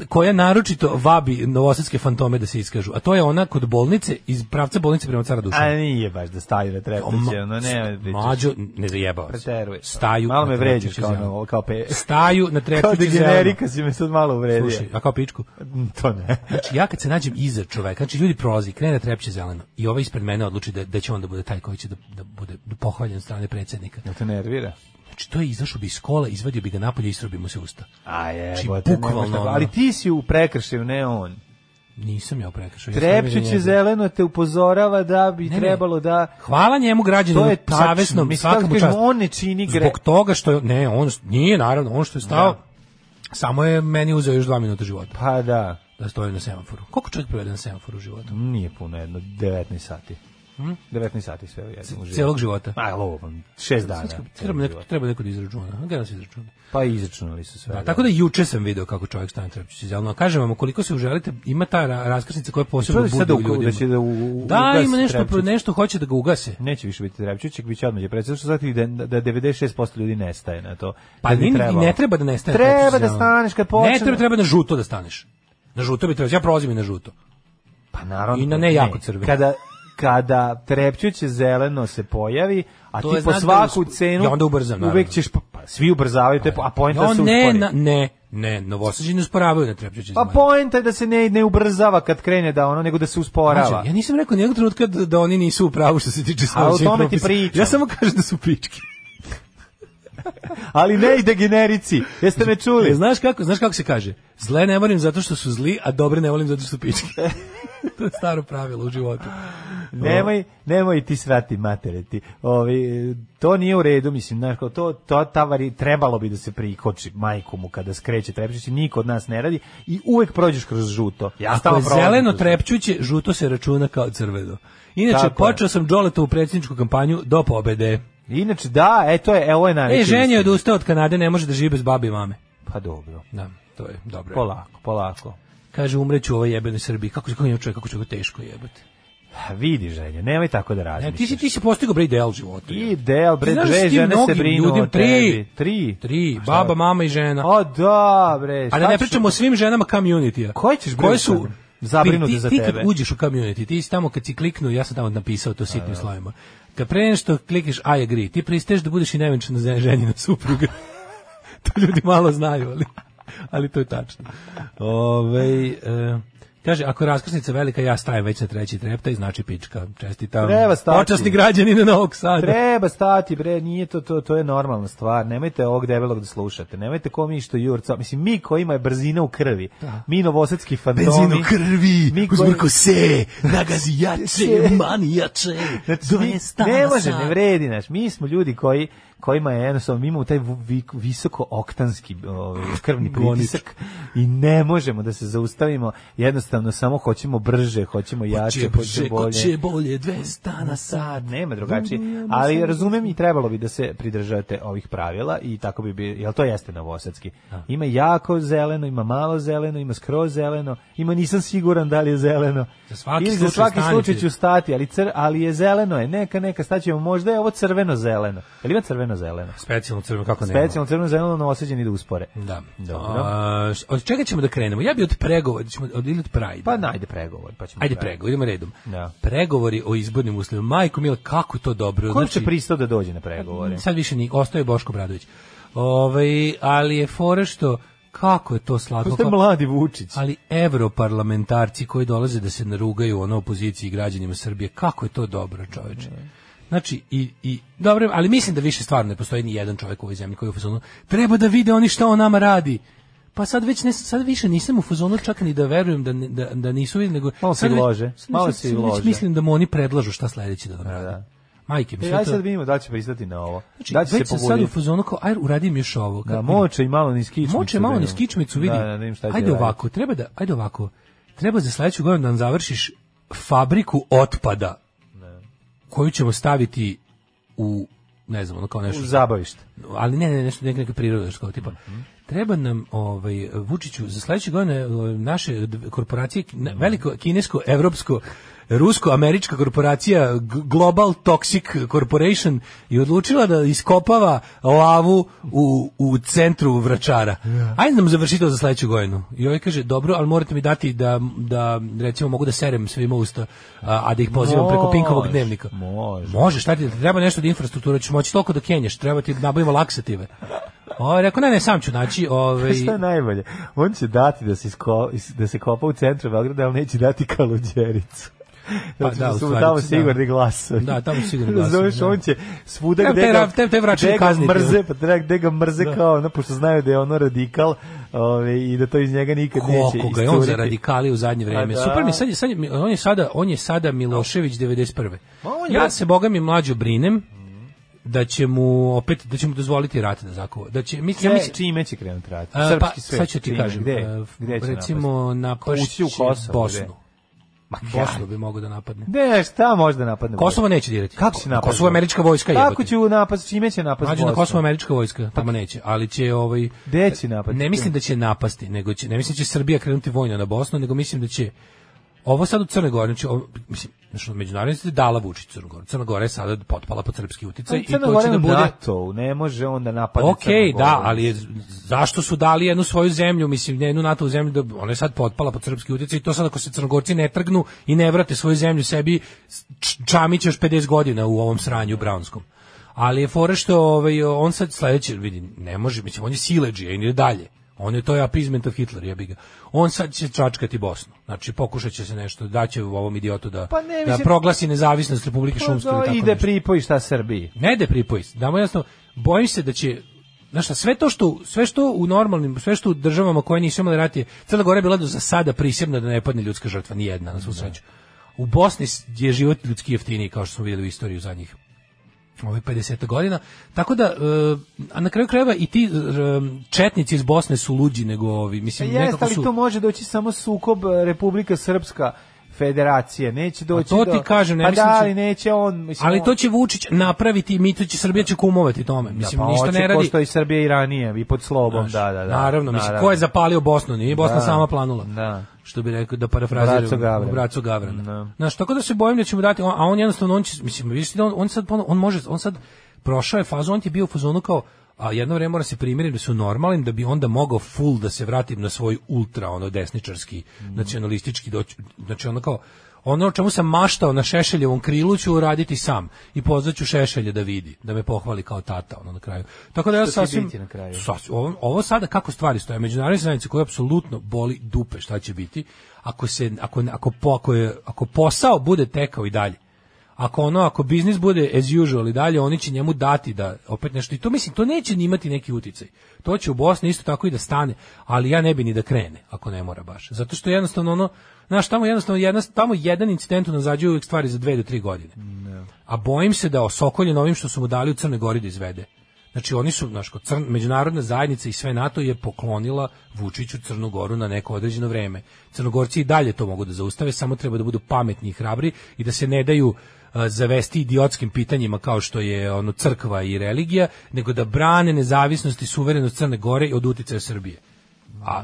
koja naročito vabi novosadske fantome da se iskažu. A to je ona kod bolnice, iz pravca bolnice prema cara duša.
A nije baš da staju na trepće, ono ne, pričaš.
Mlađo, ne zajebao se.
Preteruješ.
Staju
Malo
na
me vređaš
trepčiće
kao,
zeleno.
ono, kao pe...
Staju na
Kao
trepčiće zeleno.
degenerika si me sad malo uvredio. Mm,
Slušaj, a kao pičku.
To ne.
Znači ja kad se nađem iza čoveka, znači ljudi prolazi, krene trepće zeleno i ovaj ispred mene odluči da, da će on da bude taj koji će da, da bude pohvaljen od strane predsjednika.
Jel te nervira?
Znači to je izašao bi iz kola, izvadio bi ga napolje i isrobi mu se usta.
A je,
Znači,
bote,
bukvalno,
nema šta-
ono.
Ali ti si u prekršaju, ne on.
Nisam ja prekršao. ja sam vidio
Trepčeće
njega.
zeleno te upozorava da bi
Ne, ne.
trebalo da...
Hvala njemu
To
građanu
je tačno.
savjesnom,
Mislim, kako
svaka mu
kažem,
čast.
on ne čini gre-
Zbog toga što je, ne, on nije naravno, on što je stao, samo je meni uzeo još dva minuta života
Pa da,
da stoji na semaforu. Koliko čovjek provede na semaforu u životu?
nije puno jedno, 19 sati. 19 sati sve u Pa, jednom uživu.
Hm? Cijelog života.
Ma, lupam, šest dana.
Treba neko, treba neko da izračuna. a Gledam se izračuna.
Pa izračunali su sve.
Da, tako da juče sam video kako čovjek stane trepčići zeleno. A Kažem vam, koliko se uželite, ima ta ra- raskrsnica koja posebno
Čovjek sad
budi u
da u-
ljudima.
da će da u- u-
Da,
ugasi
ima nešto,
trepčić.
nešto hoće da ga ugase.
Neće više biti Trepčićek, bit će odmah je predstavljeno, što znati da, da 96% ljudi nestaje na to.
Pa
Da bi
ni, i
trebalo.
ne treba da nestane.
Treba
trepčić
da
zeleno.
staneš kad počne.
Ne treba, treba na žuto da staneš. Na žuto bi trebao. Ja prolazim i na žuto.
Pa naravno.
I na ne jako crveno.
Kada, kada trepćuće zeleno se pojavi, a
To
ti
je,
po
znaš da
svaku
usp-
cenu...
Ja onda ubrzam,
Uvek
naravno.
ćeš, pa, pa svi ubrzavaju te, po- a poenta
No,
se
ne,
uspori.
na, ne, ne, novosađeni usporavaju na trepčići
pa
zeleno.
poenta je da se ne, ne ubrzava kad krene da ono, nego da se usporava.
Mlađo, Znači, Ja nisam rekao nijednog trenutka da, da oni nisu u pravu što se tiče
A o
sledećeg
tome ti
propisa.
pričam.
Ja samo kažem da su pički.
Ali ne i degenerici. Jeste me
E,
čuli?
znaš kako, znaš kako se kaže? Zle ne volim zato što su zli, a dobre ne volim zato što su pički. to je staro pravilo u životu.
Nemoj, nemoj ti srati matere ti. Ovi, to nije u redu, mislim, znaš, kao to, to ta vari, trebalo bi da se prikoči majku mu kada skreće trepčić, niko od nas ne radi i uvek prođeš kroz žuto. Ja
E, Ako
stalno
je
prolazim
zeleno
kroz-
trepćuće, žuto se računa kao crveno. Inače,
Tako je.
počeo sam Joleta u predsjedničku kampanju do pobede.
Inače, da, e, to je, e, ovo je najveće.
E, ženje je
istina.
odustao od Kanade, ne može da živi bez babi i mame.
Pa dobro,
Da, to je dobro.
polako, polako.
Kaže, umreću u ovoj jebenoj Srbiji. Kako, kako, čovjek, kako će ga teško jebati.
Ha, Vidi, ženje, nemoj tako da
Ne,
razmišljaš.
ti si, ti si postigao bre ideal života.
I del,
Ti
bre,
znaš da
dve
s tim
žene se
mnogim
brinu
ljudima-
o
tri,
tebi. Tri.
Tri,
A šta?
baba, mama i žena.
O, da, bre.
A
šta
da ne
ću-
pričamo o svim ženama community-a.
Koje ćeš bre
Koje
u
su
sebi? Zabrinute za
ti, ti
tebe.
kad uđeš u community, ti si tamo kad si kliknuo, ja sam tamo napisao to sitnim slovima. Kad pre nego što klikneš I agree, ti pristaješ da budeš i nevenčana ze- ženina supruga. to ljudi malo znaju, ali, ali to je tačno. Ove,
e,
kaže, ako je raskrsnica velika, ja stajem već na treći trepta i znači pička. Čestitam.
Treba stati.
Počasni građanin Novog Sada.
Treba stati bre, nije to to to je normalna stvar. Nemojte ovog debelog da slušate. Nemojte ko mi što jurca. Mislim mi kojima je brzina u krvi. Mi novosadski fantomi.
Benzin u krvi,
Mi koji-
uzmrko se, nagazi jače, mani jače,
Znači, mi- ne može, ne vredi, znaš. Mi smo ljudi koji kojima je jednostavno, mi imamo taj vu- vi- visoko oktanski ovaj, krvni
Gonič.
pritisak i ne možemo da se zaustavimo, jednostavno samo hoćemo brže,
Pa
hoćemo jače,
Hoće
hoćemo
brže,
bolje.
hoće bolje, 200 na sat.
Nema drugačije, ali razumem i trebalo bi da se pridržate ovih pravila i tako bi bilo, jel to jeste novosadski. Ima jako zeleno, ima malo zeleno, ima skroz zeleno, ima nisam siguran da li je zeleno.
Za svaki
Ili za
slučaj
svaki
stanite.
slučaj ću stati, ali, cr, ali je zeleno je, neka, neka, staćemo, možda je ovo crveno-zeleno. Jel ima crveno-zeleno?
Specijalno crveno, kako nema.
Specijalno crveno-zeleno novosadjeni da uspore.
Da.
Dobro.
A, š- od čega ćemo da krenemo? Ja bi od pregovora, ćemo od, ili od Pride.
Pa najde pregovor. Pa ćemo
Ajde
dalje.
pregovor, idemo redom.
Da.
Pregovori o izbornim uslovima. Majko Mila, kako to dobro. Znači,
Ko će pristao da dođe na pregovore?
Sad više ni, ostao je Boško Bradović. Ovaj, ali je fora što Kako je to slatko.
To ste mladi Vučić.
Ali evroparlamentarci koji dolaze da se narugaju ono opoziciji i građanima Srbije, kako je to dobro, čoveče. Znači, i, i, dobro, ali mislim da više stvarno ne postoji ni jedan čovjek u ovoj zemlji koji je u fazonu, treba da vide oni šta on nama radi. Pa sad već ne, sad više nisam u fazonu čak ni da verujem da, ne- da, da nisu vidjeli, nego...
Malo se
sad već-
lože,
sad
malo
već-
se
sad već
lože.
Mislim da mu oni predlažu šta sledeće da nam rade.
da.
Majke, mi
E,
sve
aj
to-
sad vidimo da li će pristati na ovo.
Znači,
da li će se
već sam sad u
pogoditi.
fazonu kao, aj, uradim još ovo.
Da,
Kad-
moče i malo niz kičmicu.
Moče malo
da
niz
imam.
kičmicu, vidi.
Da, da, da vidim šta će
ajde
raditi.
ovako, treba da, ajde ovako. Treba za sledeću godinu da nam završiš fabriku otpada. Koju ćemo staviti u ne znam, ono kao nešto.
U zabavište.
ali ne, ne, nešto neka neka priroda nešto kao tipa. Treba nam ovaj Vučiću za sledeće godine ovaj, naše d- korporacije na- veliko kinesko evropsko rusko-američka korporacija G- Global Toxic Corporation je odlučila da iskopava lavu u, u centru vračara. Ajde nam završi to za sledeću godinu. I ovaj kaže, dobro, ali morate mi dati da, da recimo mogu da serem svima usta, a, a da ih pozivam preko
Može,
Pinkovog dnevnika.
može.
Može, šta ti treba nešto od infrastrukture, ćeš moći toliko da kenješ, treba ti nabavimo laksative. O, rekao, ne, ne, sam ću naći, ovaj,
Šta je najbolje? On će dati da se, isko, da se kopa u centru Belgrada, ali neće dati kaludjericu.
Pa
Zato
da,
što
u
su mu
stvari,
tamo
da.
sigurni glasovi.
Da, tamo su sigurni glasovi,
Razumeš,
da.
on će svuda
Treba
gde
taj
ga,
ra- treba taj vračar
gde ga
kazniti,
mrze, pa treba gde ga mrze kao ono, pošto znaju da je ono radikal ove, i da to iz njega nikad neće
koliko ga je on za
iscuriti.
radikali u zadnje vreme.
A da.
Super mi je, sad, je- sad je- on je sada on je sada Milošević 91.
Ma on je-
Ja se boga mi mlađo brinem da će mu opet da će mu dozvoliti rat da zakuva. Da će mislim
Sve,
ja mislim
čime će krenuti raditi?
A,
Srpski
pa
svet.
sad ću ti
čime?
kažem.
Gde?
e,
Gde će
recimo na
Ući u Kosovo, gde?
Bosnu. Ma Bosnu bi mogao da napadne.
napasti? Gde, šta može da napadne?
Kosovo neće dirati.
Kako će napadne?
Kosovo je američka vojska je.
Kako će u napast? Čime će napast
Mađo
Bosnu?
na Kosovo je američka vojska, tamo neće, ali će ovaj
Gde će napad?
Ne mislim da će napasti, nego će, ne mislim da će Srbija krenuti vojno na Bosnu, nego mislim da će ovo sad u Crnoj Gori, znači, ovo, mislim, znači, međunarodno je dala Vučić Crnu Goru. Crna Gora je sada potpala pod srpski uticaj
Ali
i
Pa Crna
to
Gora
će da
je
bude...
u NATO-u, ne može onda napadati
Ok, da, ali je, zašto su dali jednu svoju zemlju, mislim, jednu NATO zemlju, da ona je sad potpala pod srpski utjecaj i to sad ako se crnogorci ne trgnu i ne vrate svoju zemlju sebi, č- čamit će još 50 godina u ovom sranju brownskom. Ali je fora što ovaj, on sad sledeće, vidi, ne može, mislim, on je sileđija i ide dalje. On je to je appeasement of Hitler, jebi ga. On sad će čačkati Bosnu. Znači, pokušat će se nešto, daće ovom idiotu da,
Pa ne,
da
mislim- Pa
proglasi nezavisnost Republike Šumske. ili tako
ide
nešto.
pripoji šta Srbiji.
Ne ide pripojist. Da mu jasno, bojim se da će Znaš šta, sve to što, sve što u normalnim, sve što u državama koje nisu imale rat je, Crna Gora je bila do za sada prisebna da ne padne ljudska žrtva, ni jedna na svu sreću. U Bosni je život ljudski jeftiniji, kao što smo vidjeli u istoriji u zadnjih ovih 50 godina. Tako da, e, a na kraju krajeva i ti e, četnici iz Bosne su luđi nego ovi. Mislim,
Pa Jeste,
nekako
ali
su...
tu može doći samo sukob eh, Republika Srpska federacije, neće doći
to
do...
ti kažem, ne
pa
mislim da
da,
će-
ali neće on... Mislim,
Ali
on-
to će Vučić napraviti i mi to će Srbija će kumovati tome. Mislim,
da, pa
ništa
hoće
ne
Ko
radi.
što i Srbija i ranije, i pod slobom,
Znaš,
da, da, da.
Naravno, mislim, ko je zapalio Bosnu? Nije Bosna
Da,
sama planula.
da.
Što bi rekao, da parafraziram.
Braco Gavran.
Braco Gavrana.
Da.
Znaš, tako da se bojim da ćemo dati, a on jednostavno, on će, mislim, vidiš ti da on, on sad, ponovo- on može, on sad prošao je fazu, on ti je bio u fazonu kao, a jedno vreme mora se primirim da su normalnim, da bi onda mogao full da se vratim na svoj ultra, ono, desničarski,
Mhm.
nacionalistički, doć, znači ono kao, ono o čemu sam maštao na Šešeljevom krilu ću uraditi sam i pozvaću Šešelje da vidi, da me pohvali kao tata ono na kraju. Tako da ja
će
sasvim
biti na kraju.
Sas- ovo, ovo sada kako stvari stoje, međunarodne zajednice koje apsolutno boli dupe šta će biti, ako, se, ako, ako, po- ako, je, ako posao bude tekao i dalje, ako ono, ako biznis bude as usual i dalje, oni će njemu dati da opet nešto, i to mislim, to neće ni imati neki uticaj. To će u Bosni isto tako i da stane, ali ja ne bi ni da krene, ako ne mora baš. Zato što jednostavno ono, znaš, tamo jednostavno, jedna, tamo jedan incident unazađuje uvijek stvari za dve do tri godine. A bojim se da osokoljen ovim što su mu dali u Crnoj Gori da izvede. Znači oni su znaš, kao crn, međunarodna zajednica i sve NATO je poklonila Vučiću Crnu Goru na neko određeno vreme. Crnogorci i dalje to mogu da zaustave, samo treba da budu pametni i hrabri i da se ne daju a, zavesti idiotskim pitanjima kao što je ono crkva i religija, nego da brane nezavisnost i suverenost Crne Gore i od uticaja Srbije. A,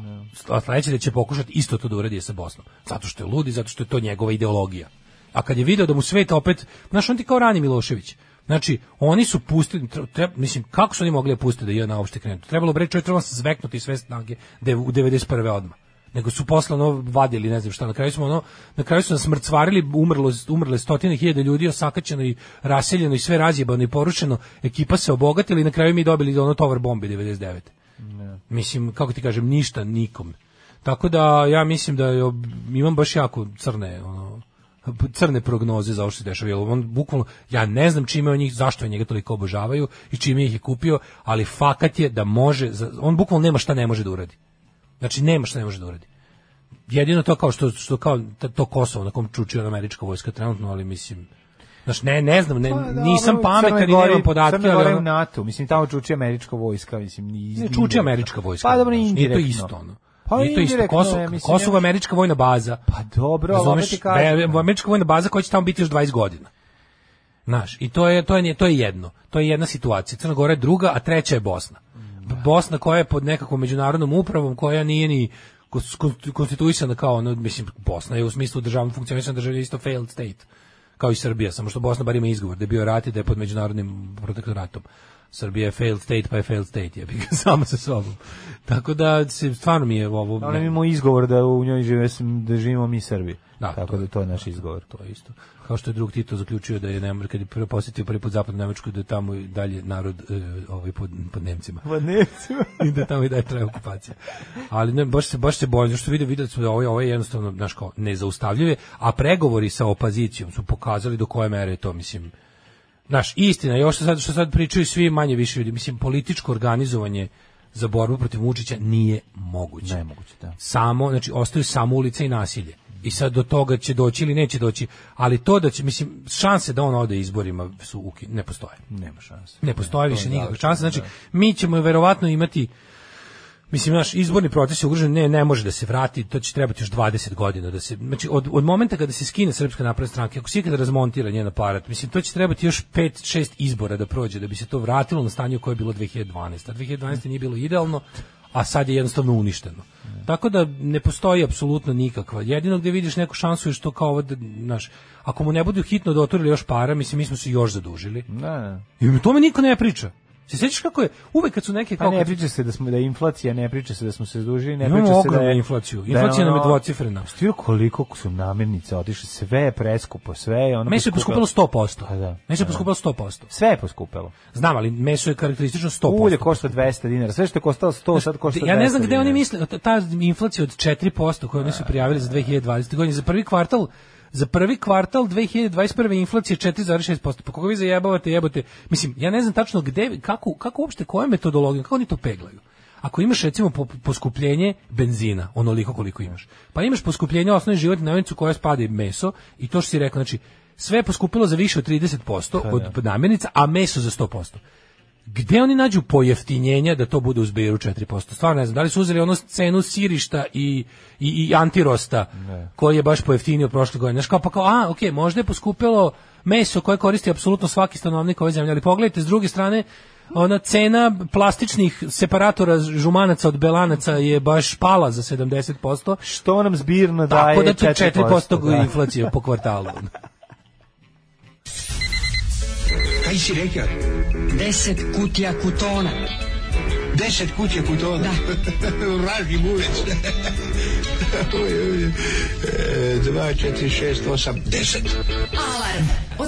a sledeće da će pokušati isto to da uradi sa Bosnom. Zato što je ludi, zato što je to njegova ideologija. A kad je video da mu svet opet, znaš, on ti kao rani Milošević. Znači, oni su pustili, tre- tre- mislim, kako su oni mogli da puste da je na opšte krenuti? Trebalo bi reći, čovjek trebalo se zveknuti sve snage dev- u 91. odmah nego su posle ono vadili, ne znam šta, na kraju smo ono, na kraju su nas mrcvarili, umrlo, umrle stotine hiljada ljudi, osakaćeno i raseljeno i sve razjebano i porušeno, ekipa se obogatila i na kraju mi dobili ono tovar bombe 99. Mislim, kako ti kažem, ništa nikom. Tako da ja mislim da je ob- imam baš jako crne ono crne prognoze za ovo što se dešava. Jer on bukvalno, ja ne znam čime on njih, zašto je njega toliko obožavaju i čime ih je kupio, ali fakat je da može, za- on bukvalno nema šta ne može da uradi. Znači, nema šta ne može da uradi. Jedino to kao što, što kao t- to Kosovo na kom čuči ona američka vojska trenutno, ali mislim, znaš, ne, ne znam,
Pa
ne,
ono,
nisam pametan i nemam podatke.
Crne
ali
Gore
ono-
u NATO, mislim tamo čuči američka vojska, mislim ni
ne, čuči američka vojska.
Pa dobro,
Znaš, Nije to
indirektno.
isto ono.
Pa
nije to isto.
indirektno
Kosovo,
je, mislim,
Kosovo je
ja-
američka vojna baza.
Pa dobro, ali opet
Razumeš?
ti kažem.
Ve- Američka vojna baza koja će tamo biti još 20 godina. Znaš, i to je, to je, to je jedno. To je jedna situacija. Crna Gora je druga, a treća je Bosna.
Mm,
B- Bosna koja je pod nekakvom međunarodnom upravom, koja nije ni kons- kon- konstituisana kao ono, mislim, Bosna je u smislu državnog funkcionisanja države isto failed state, kao i Srbija, samo što Bosna bar ima izgovor da je bio rat i da je pod međunarodnim protektoratom. Srbija je failed state, pa je failed state, je samo sa sobom. Tako da, se, stvarno mi je ovo...
Ali
ne-
mi imamo izgovor da u njoj žive, da živimo mi Srbi.
Da,
Tako
to
da to je naš izgovor.
to je Pa isto. Kao što je drug Tito zaključio da je Nemačka kad je prvo posjetio prvi put zapadnu Nemačku da je tamo i dalje narod e, ovaj pod, pod Nemcima.
Pa Nemcima.
I da tamo i dalje traje okupacija. Ali ne, baš se baš se bojim zato što vidim vidim da ovo ovo je jednostavno znaš kao nezaustavljive, a pregovori sa opozicijom su pokazali do koje mere je to mislim. Znaš, istina, još sad što sad pričaju svi manje više ljudi, mislim političko organizovanje za borbu protiv Vučića nije moguće
Nemoguće, da.
samo, znači ostaju samo ulice i nasilje. I sad do toga će doći ili neće doći, ali to da će, mislim, šanse da on ode izborima su uki, ne postoje.
Nema šanse.
Ne postoje više nikakve šanse, znači mi ćemo verovatno imati Mislim, naš izborni proces je ugrožen, ne, ne može da se vrati, to će trebati još 20 godina. Da se, znači, od, od momenta kada se skine Srpska napredna stranka, ako se ikada razmontira njen aparat, mislim, to će trebati još 5-6 izbora da prođe, da bi se to vratilo na stanje koje je bilo 2012. A 2012. nije bilo idealno, a sad je jednostavno uništeno. Tako da ne postoji apsolutno nikakva. Jedino gde vidiš neku šansu je što kao ovo, da, znaš, ako mu ne budu hitno doturili još para, mislim, mi smo se još zadužili.
Da, da.
I o tome niko ne priča. Se sjećaš kako je, uvek kad su neke
Pa
kao...
ne
kad-
priča se da smo da je inflacija, ne priča se da smo se zadužili, ne
Imamo
priča se da
ogromnu
je
inflaciju.
da
Inflacija nam je
ono-
dvocifrena.
Stvarno koliko su namirnice otišle, sve je preskupo, sve je ono
Meso je poskupilo 100%.
Pa da.
Meso je poskupilo 100%.
Sve je poskupelo.
Znam, ali meso je karakteristično 100%.
Ulje košta 200 dinara, sve što je koštalo 100, sad košta 200
ja ne znam gde oni
dinara.
misle, ta- ta inflacija od 4% koju oni su prijavili za 2020. godinu, za prvi kvartal Za prvi kvartal 2021. inflacija je 4,6%. Pa koga vi zajebavate, jebote. Mislim, ja ne znam tačno gde, kako, kako uopšte, koje metodologije, kako oni to peglaju. Ako imaš recimo po- poskupljenje benzina, onoliko koliko imaš, pa imaš poskupljenje osnovne životne namirnice u koje spada i meso i to što si rekao, znači sve je poskupilo za više od 30% od namirnica, a meso za 100% gde oni nađu pojeftinjenja da to bude u zbiru 4%? Stvarno ne znam, da li su uzeli onu cenu sirišta i, i, i antirosta koji je baš pojeftinio prošle godine. Znaš kao pa kao, a, ok, možda je poskupilo meso koje koristi apsolutno svaki stanovnik ove zemlje, ali pogledajte, s druge strane, ona cena plastičnih separatora žumanaca od belanaca je baš pala za 70%,
Što nam zbirno daje
tako da tu
4%,
4%
da.
inflacije po kvartalu.
Kaj si rekao?
10 kutija kutona.
Deset kutija kutona. Vraži buvec. Oj, oj. E, Dva, četiri, šest, osam, deset.
Alarm od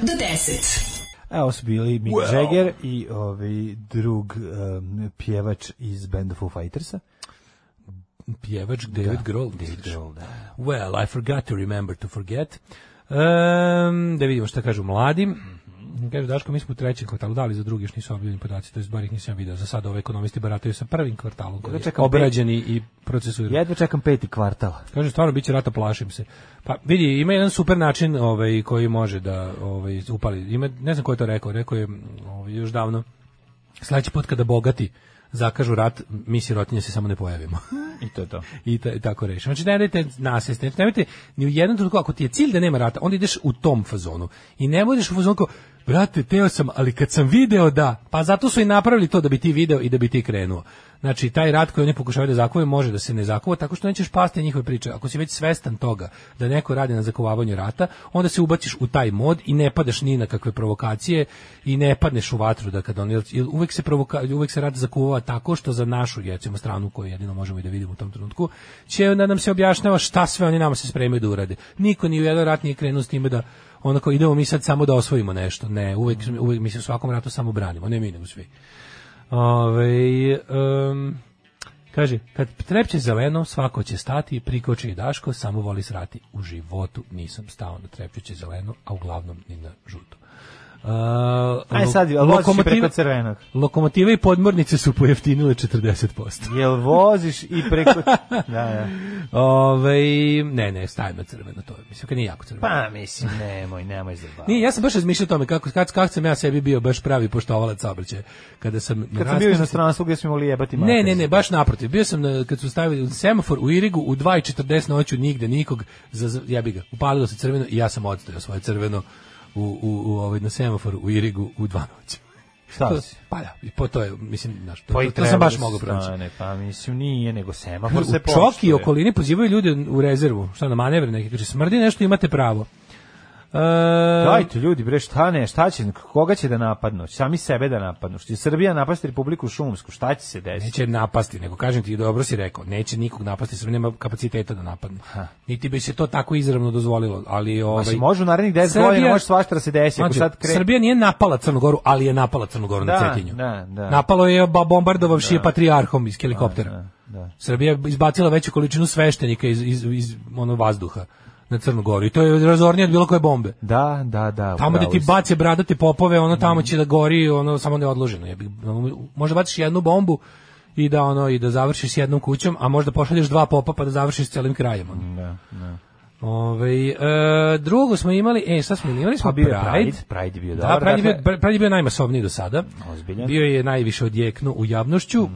7 do 10.
Evo su bili Mick Jagger i ovi drug em, pjevač iz benda Foo Fightersa.
Pjevač David Grohl. David
Grohl, da.
Well, I forgot to remember to forget. Um, da vidimo šta kažu mladi. Kaže Daško, mi smo u trećem kvartalu dali za drugi, još nisu objavljeni podaci, to je bar ih nisam video. Za sada ove ekonomisti barataju sa prvim kvartalom koji je
čekam
obrađeni i procesuirani.
Jedva čekam peti kvartal.
Kaže stvarno biće rata plašim se. Pa vidi, ima jedan super način ovaj koji može da ovaj upali. Ima ne znam ko je to rekao, rekao je m, ovaj još davno. Sledeći put kada bogati zakažu rat, mi sirotinje se samo ne pojavimo.
I to je to.
I ta- tako rešimo. Znači, ne dajte nasesne, nemojte ni u jednom trenutku, ako ti je cilj da nema rata, onda ideš u tom fazonu. I ne budeš u fazonu kao, brate, teo sam, ali kad sam video da, pa zato su i napravili to da bi ti video i da bi ti krenuo. Znači, taj rat koji oni pokušavaju da zakuvaju može da se ne zakuva, tako što nećeš pasti na njihove priče. Ako si već svestan toga da neko radi na zakuvavanju rata, onda se ubaciš u taj mod i ne padaš ni na kakve provokacije i ne padneš u vatru da kad on jer, jer uvek se provoka, uvek se rat zakuvava tako što za našu recimo stranu koju jedino možemo i da vidimo u tom trenutku će da nam se objašnjava šta sve oni nama se spremaju da urade. Niko ni u jedan rat nije krenuo s time da ono onako idemo mi sad samo da osvojimo nešto. Ne, uvek, uvek mi se u svakom ratu samo branimo, ne mi nego svi. Ove, um, kaže, kad trepće zeleno, svako će stati, prikoči i Daško, samo voli srati. U životu nisam stao na trepćeće zeleno, a uglavnom ni na žuto. Uh,
Aj sad, voziš preko crvenog.
Lokomotive i podmornice su pojeftinile 40%.
Jel voziš i preko... da, da.
Ove, ne, ne, stavim na crveno to. Mislim, kad nije jako crveno.
Pa, mislim, nemoj, nemoj zabavati.
Nije, ja sam baš razmišljao o tome kako, kako, kako sam ja sebi bio baš pravi poštovalac saobraćaja. Kada sam... na
Kad sam bio u
raskrsnici-
inostranstvu gdje smo mogli jebati mater.
Ne, ne, ne, baš naprotiv. Bio sam na, kad su stavili semafor u Irigu u 2:40 noću nigde nikog za za- jebi ga. Upalilo se crveno i ja sam odstojao svoje crveno u u u ovaj na semaforu u Irigu u 2 noći.
Šta si?
Pa da, i po to je, mislim, znaš, to,
Pa i
to, to sam baš
trebalo
mogao
se
proći.
stane, Pa mislim, nije, nego semafor
U
se
čoki
poštuje.
i okolini pozivaju ljude u rezervu, šta na manevre neki, kaže, smrdi nešto, imate pravo. E,
Dajte ljudi bre šta ne, šta će, koga će da napadnu? Sami sebe da napadnu. Što će Srbija napasti Republiku Šumsku? Šta će se desiti?
neće napasti, nego kažem ti, dobro si rekao, neće nikog napasti, Srbija nema kapaciteta da napadne. Niti bi se to tako izravno dozvolilo, ali... Ovaj,
Ovaj, može u narednih 10
Srbija- Znači,
godina, može svašta da se desi. Ako
Mlađe,
sad kre...
Srbija nije napala Crnu Goru, ali je napala Crnu Goru na
Da,
Cetinju.
da, da.
Napalo je ba- bombardovavši je patrijarhom iz helikoptera. Srbija je izbacila veću količinu sveštenika iz, iz, iz ono vazduha na Crnu Goru i to je razornije od bilo koje bombe.
Da, da, da. Mhm.
Tamo gde
upravo
ti
si.
bace bradate popove, ono tamo će da gori, ono samo neodloženo. jebi ga. Ono, Možda baciš jednu bombu i da ono i da završiš s jednom kućom, a možda pošalješ dva popa pa da završiš s celim krajem. ono.
Da, da.
Ovaj, e, drugo smo imali, e, šta smo imali? Imali smo
Pa bio je
Pride.
Pride, Pride je bio
da,
dobar,
Pride, je
dakle-
bio, Pride je bio najmasovniji do sada.
Ozbiljan. Mhm.
Bio je najviše odjeknu u javnošću.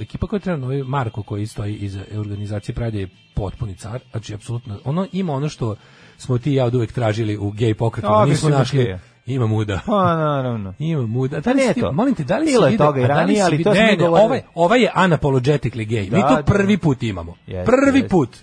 Ekipa koja je trenutno, ovaj Marko koji stoji iza organizacije Pride je potpuni car, znači apsolutno, ono ima ono što smo ti i ja od uvek tražili u gej pokretu,
A,
ali nismo
mislim da
našli.
je.
Ima muda.
Pa naravno.
Ima muda. Da li
Pa ne
si ti-
to.
Molim te, da li si
Bilo je
video-
toga i
a da li
ranije,
si
ali
vid-
to smo
ne, ne,
mi govorili.
ovaj, ovaj je unapologetically gay. Mi
Da,
to
da.
prvi put imamo.
Jeste,
prvi
jeste. Mm.
put.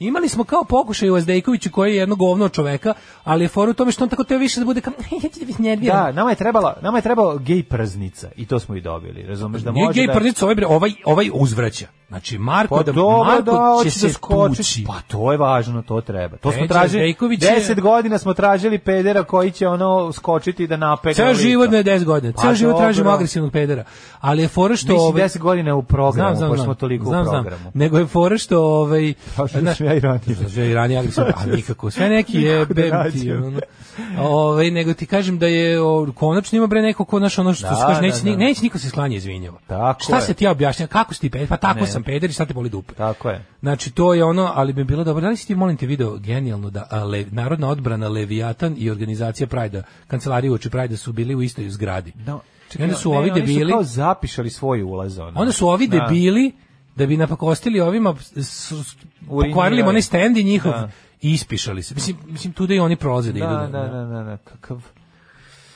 Imali smo kao pokušaj u Azdejkoviću koji je jedno govno od čoveka, ali je fora u tome što on tako teo više da bude kao, ja ću da bih nerviran.
Da, nama je trebala, nama je trebalo gej prznica i to smo i dobili. Razumeš da
Nije
može
gej
da
prdic, ovaj, bre, ovaj, ovaj uzvraća. Znači, Marko,
Pa
da,
dobro,
Marko
da,
će
hoće
se
da skoči.
tući.
Pa to je važno, to treba. To smo
Peđa
tražili,
Zdejković je-
10 godina smo tražili pedera koji će ono skočiti da napega.
Ceo
lica.
život me 10 godina.
Pa
Ceo život
dobro.
tražimo agresivnog pedera. Ali je fora što...
Mislim,
ovaj,
10 godina u programu, pošto smo toliko
znam,
u
znam.
programu.
Nego je fora što ovaj
Pa što
znaš,
sam ja i ranije.
što sam ja i ranije agresivno, a nikako. Sve neki je
Nikako da
bem ti,
nađem.
ono. Ovaj nego ti kažem da je o, konačno ima bre neko ko naš ono što
Da,
se kaže neće
da,
ni-
da.
neće niko se sklanje izvinjava.
Tako
Šta
je.
se ti ja objašnjava kako si ti peder? Pa tako
Ne.
sam peder i šta te boli dupe.
Tako je.
Znači to je ono, ali bi bilo dobro, da li si ti molim te video genijalno da a, le, Narodna odbrana Leviatan i organizacija Prajda, kancelarija uoči Prajda su bili u istoj zgradi.
Da,
I onda su
ne,
ovi
oni
debili,
kao zapišali svoj ulaz. Ono.
onda su ovi
Da.
debili da bi napakostili ovima s- s-
Urinirali.
pokvarili im onaj stand i njihov
Da.
i ispišali se. Mislim, mislim tu da i oni prolaze da,
Da,
idu.
da, da, da, da, kakav...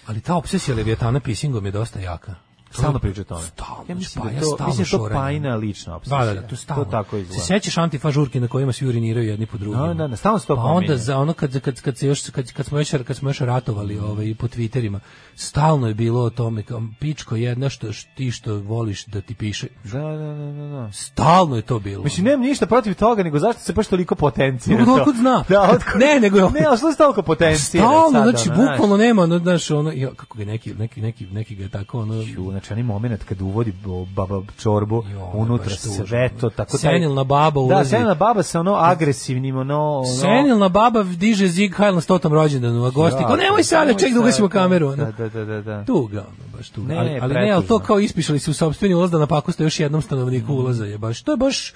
Ali ta obsesija Leviatana pissingom je dosta jaka.
Stalno priča o tome.
Stalno,
ja mislim da
Špaja
je to,
stalno
mislim da je to
šorenje.
pajna lična obsesija.
Da, da, da, to stalno.
tako
Se
izgleda.
sećaš antifažurke na kojima svi uriniraju jedni po drugima?
Da, da, da, stalno se to
Pa onda
pominje.
za ono kad kad kad se još kad kad smo još kad smo još ratovali ovaj po Twitterima, stalno je bilo o tome kao pičko jedna što š- ti što voliš da ti piše.
Da, da, da, da, da.
Stalno je to bilo.
Mislim, nemam ništa protiv toga, nego zašto se baš toliko potencija?
Dobro, otkud zna?
Da, otkud...
Ne, nego je- Pa
Ne, ali što se toliko potencija?
Stalno, znači, bukvalno nema, ono, znaš, ono, ja, kako ga neki, neki, neki, neki ga je tako, ono,
Ju, znači, onaj moment kad uvodi bo- baba čorbu
Jo,
unutra
baš tužno.
sve to, tako taj...
Senilna baba
Da,
ulazi.
senilna baba sa ono agresivnim, ono... ono
Senilna baba diže zig Hajl na stotom rođendanu, a gosti,
Da,
kao, nemoj sada,
nemoj
ček da ugasimo
sad,
kameru, ono.
Da, da, da, da. da.
Tuga, ono, baš tuga.
Ne,
ali, ali ne, ali to
pretužno. Mm.
kao ispišali su u sobstveni ulaz da napakoste još jednom stanovniku ulaza je baš, to je baš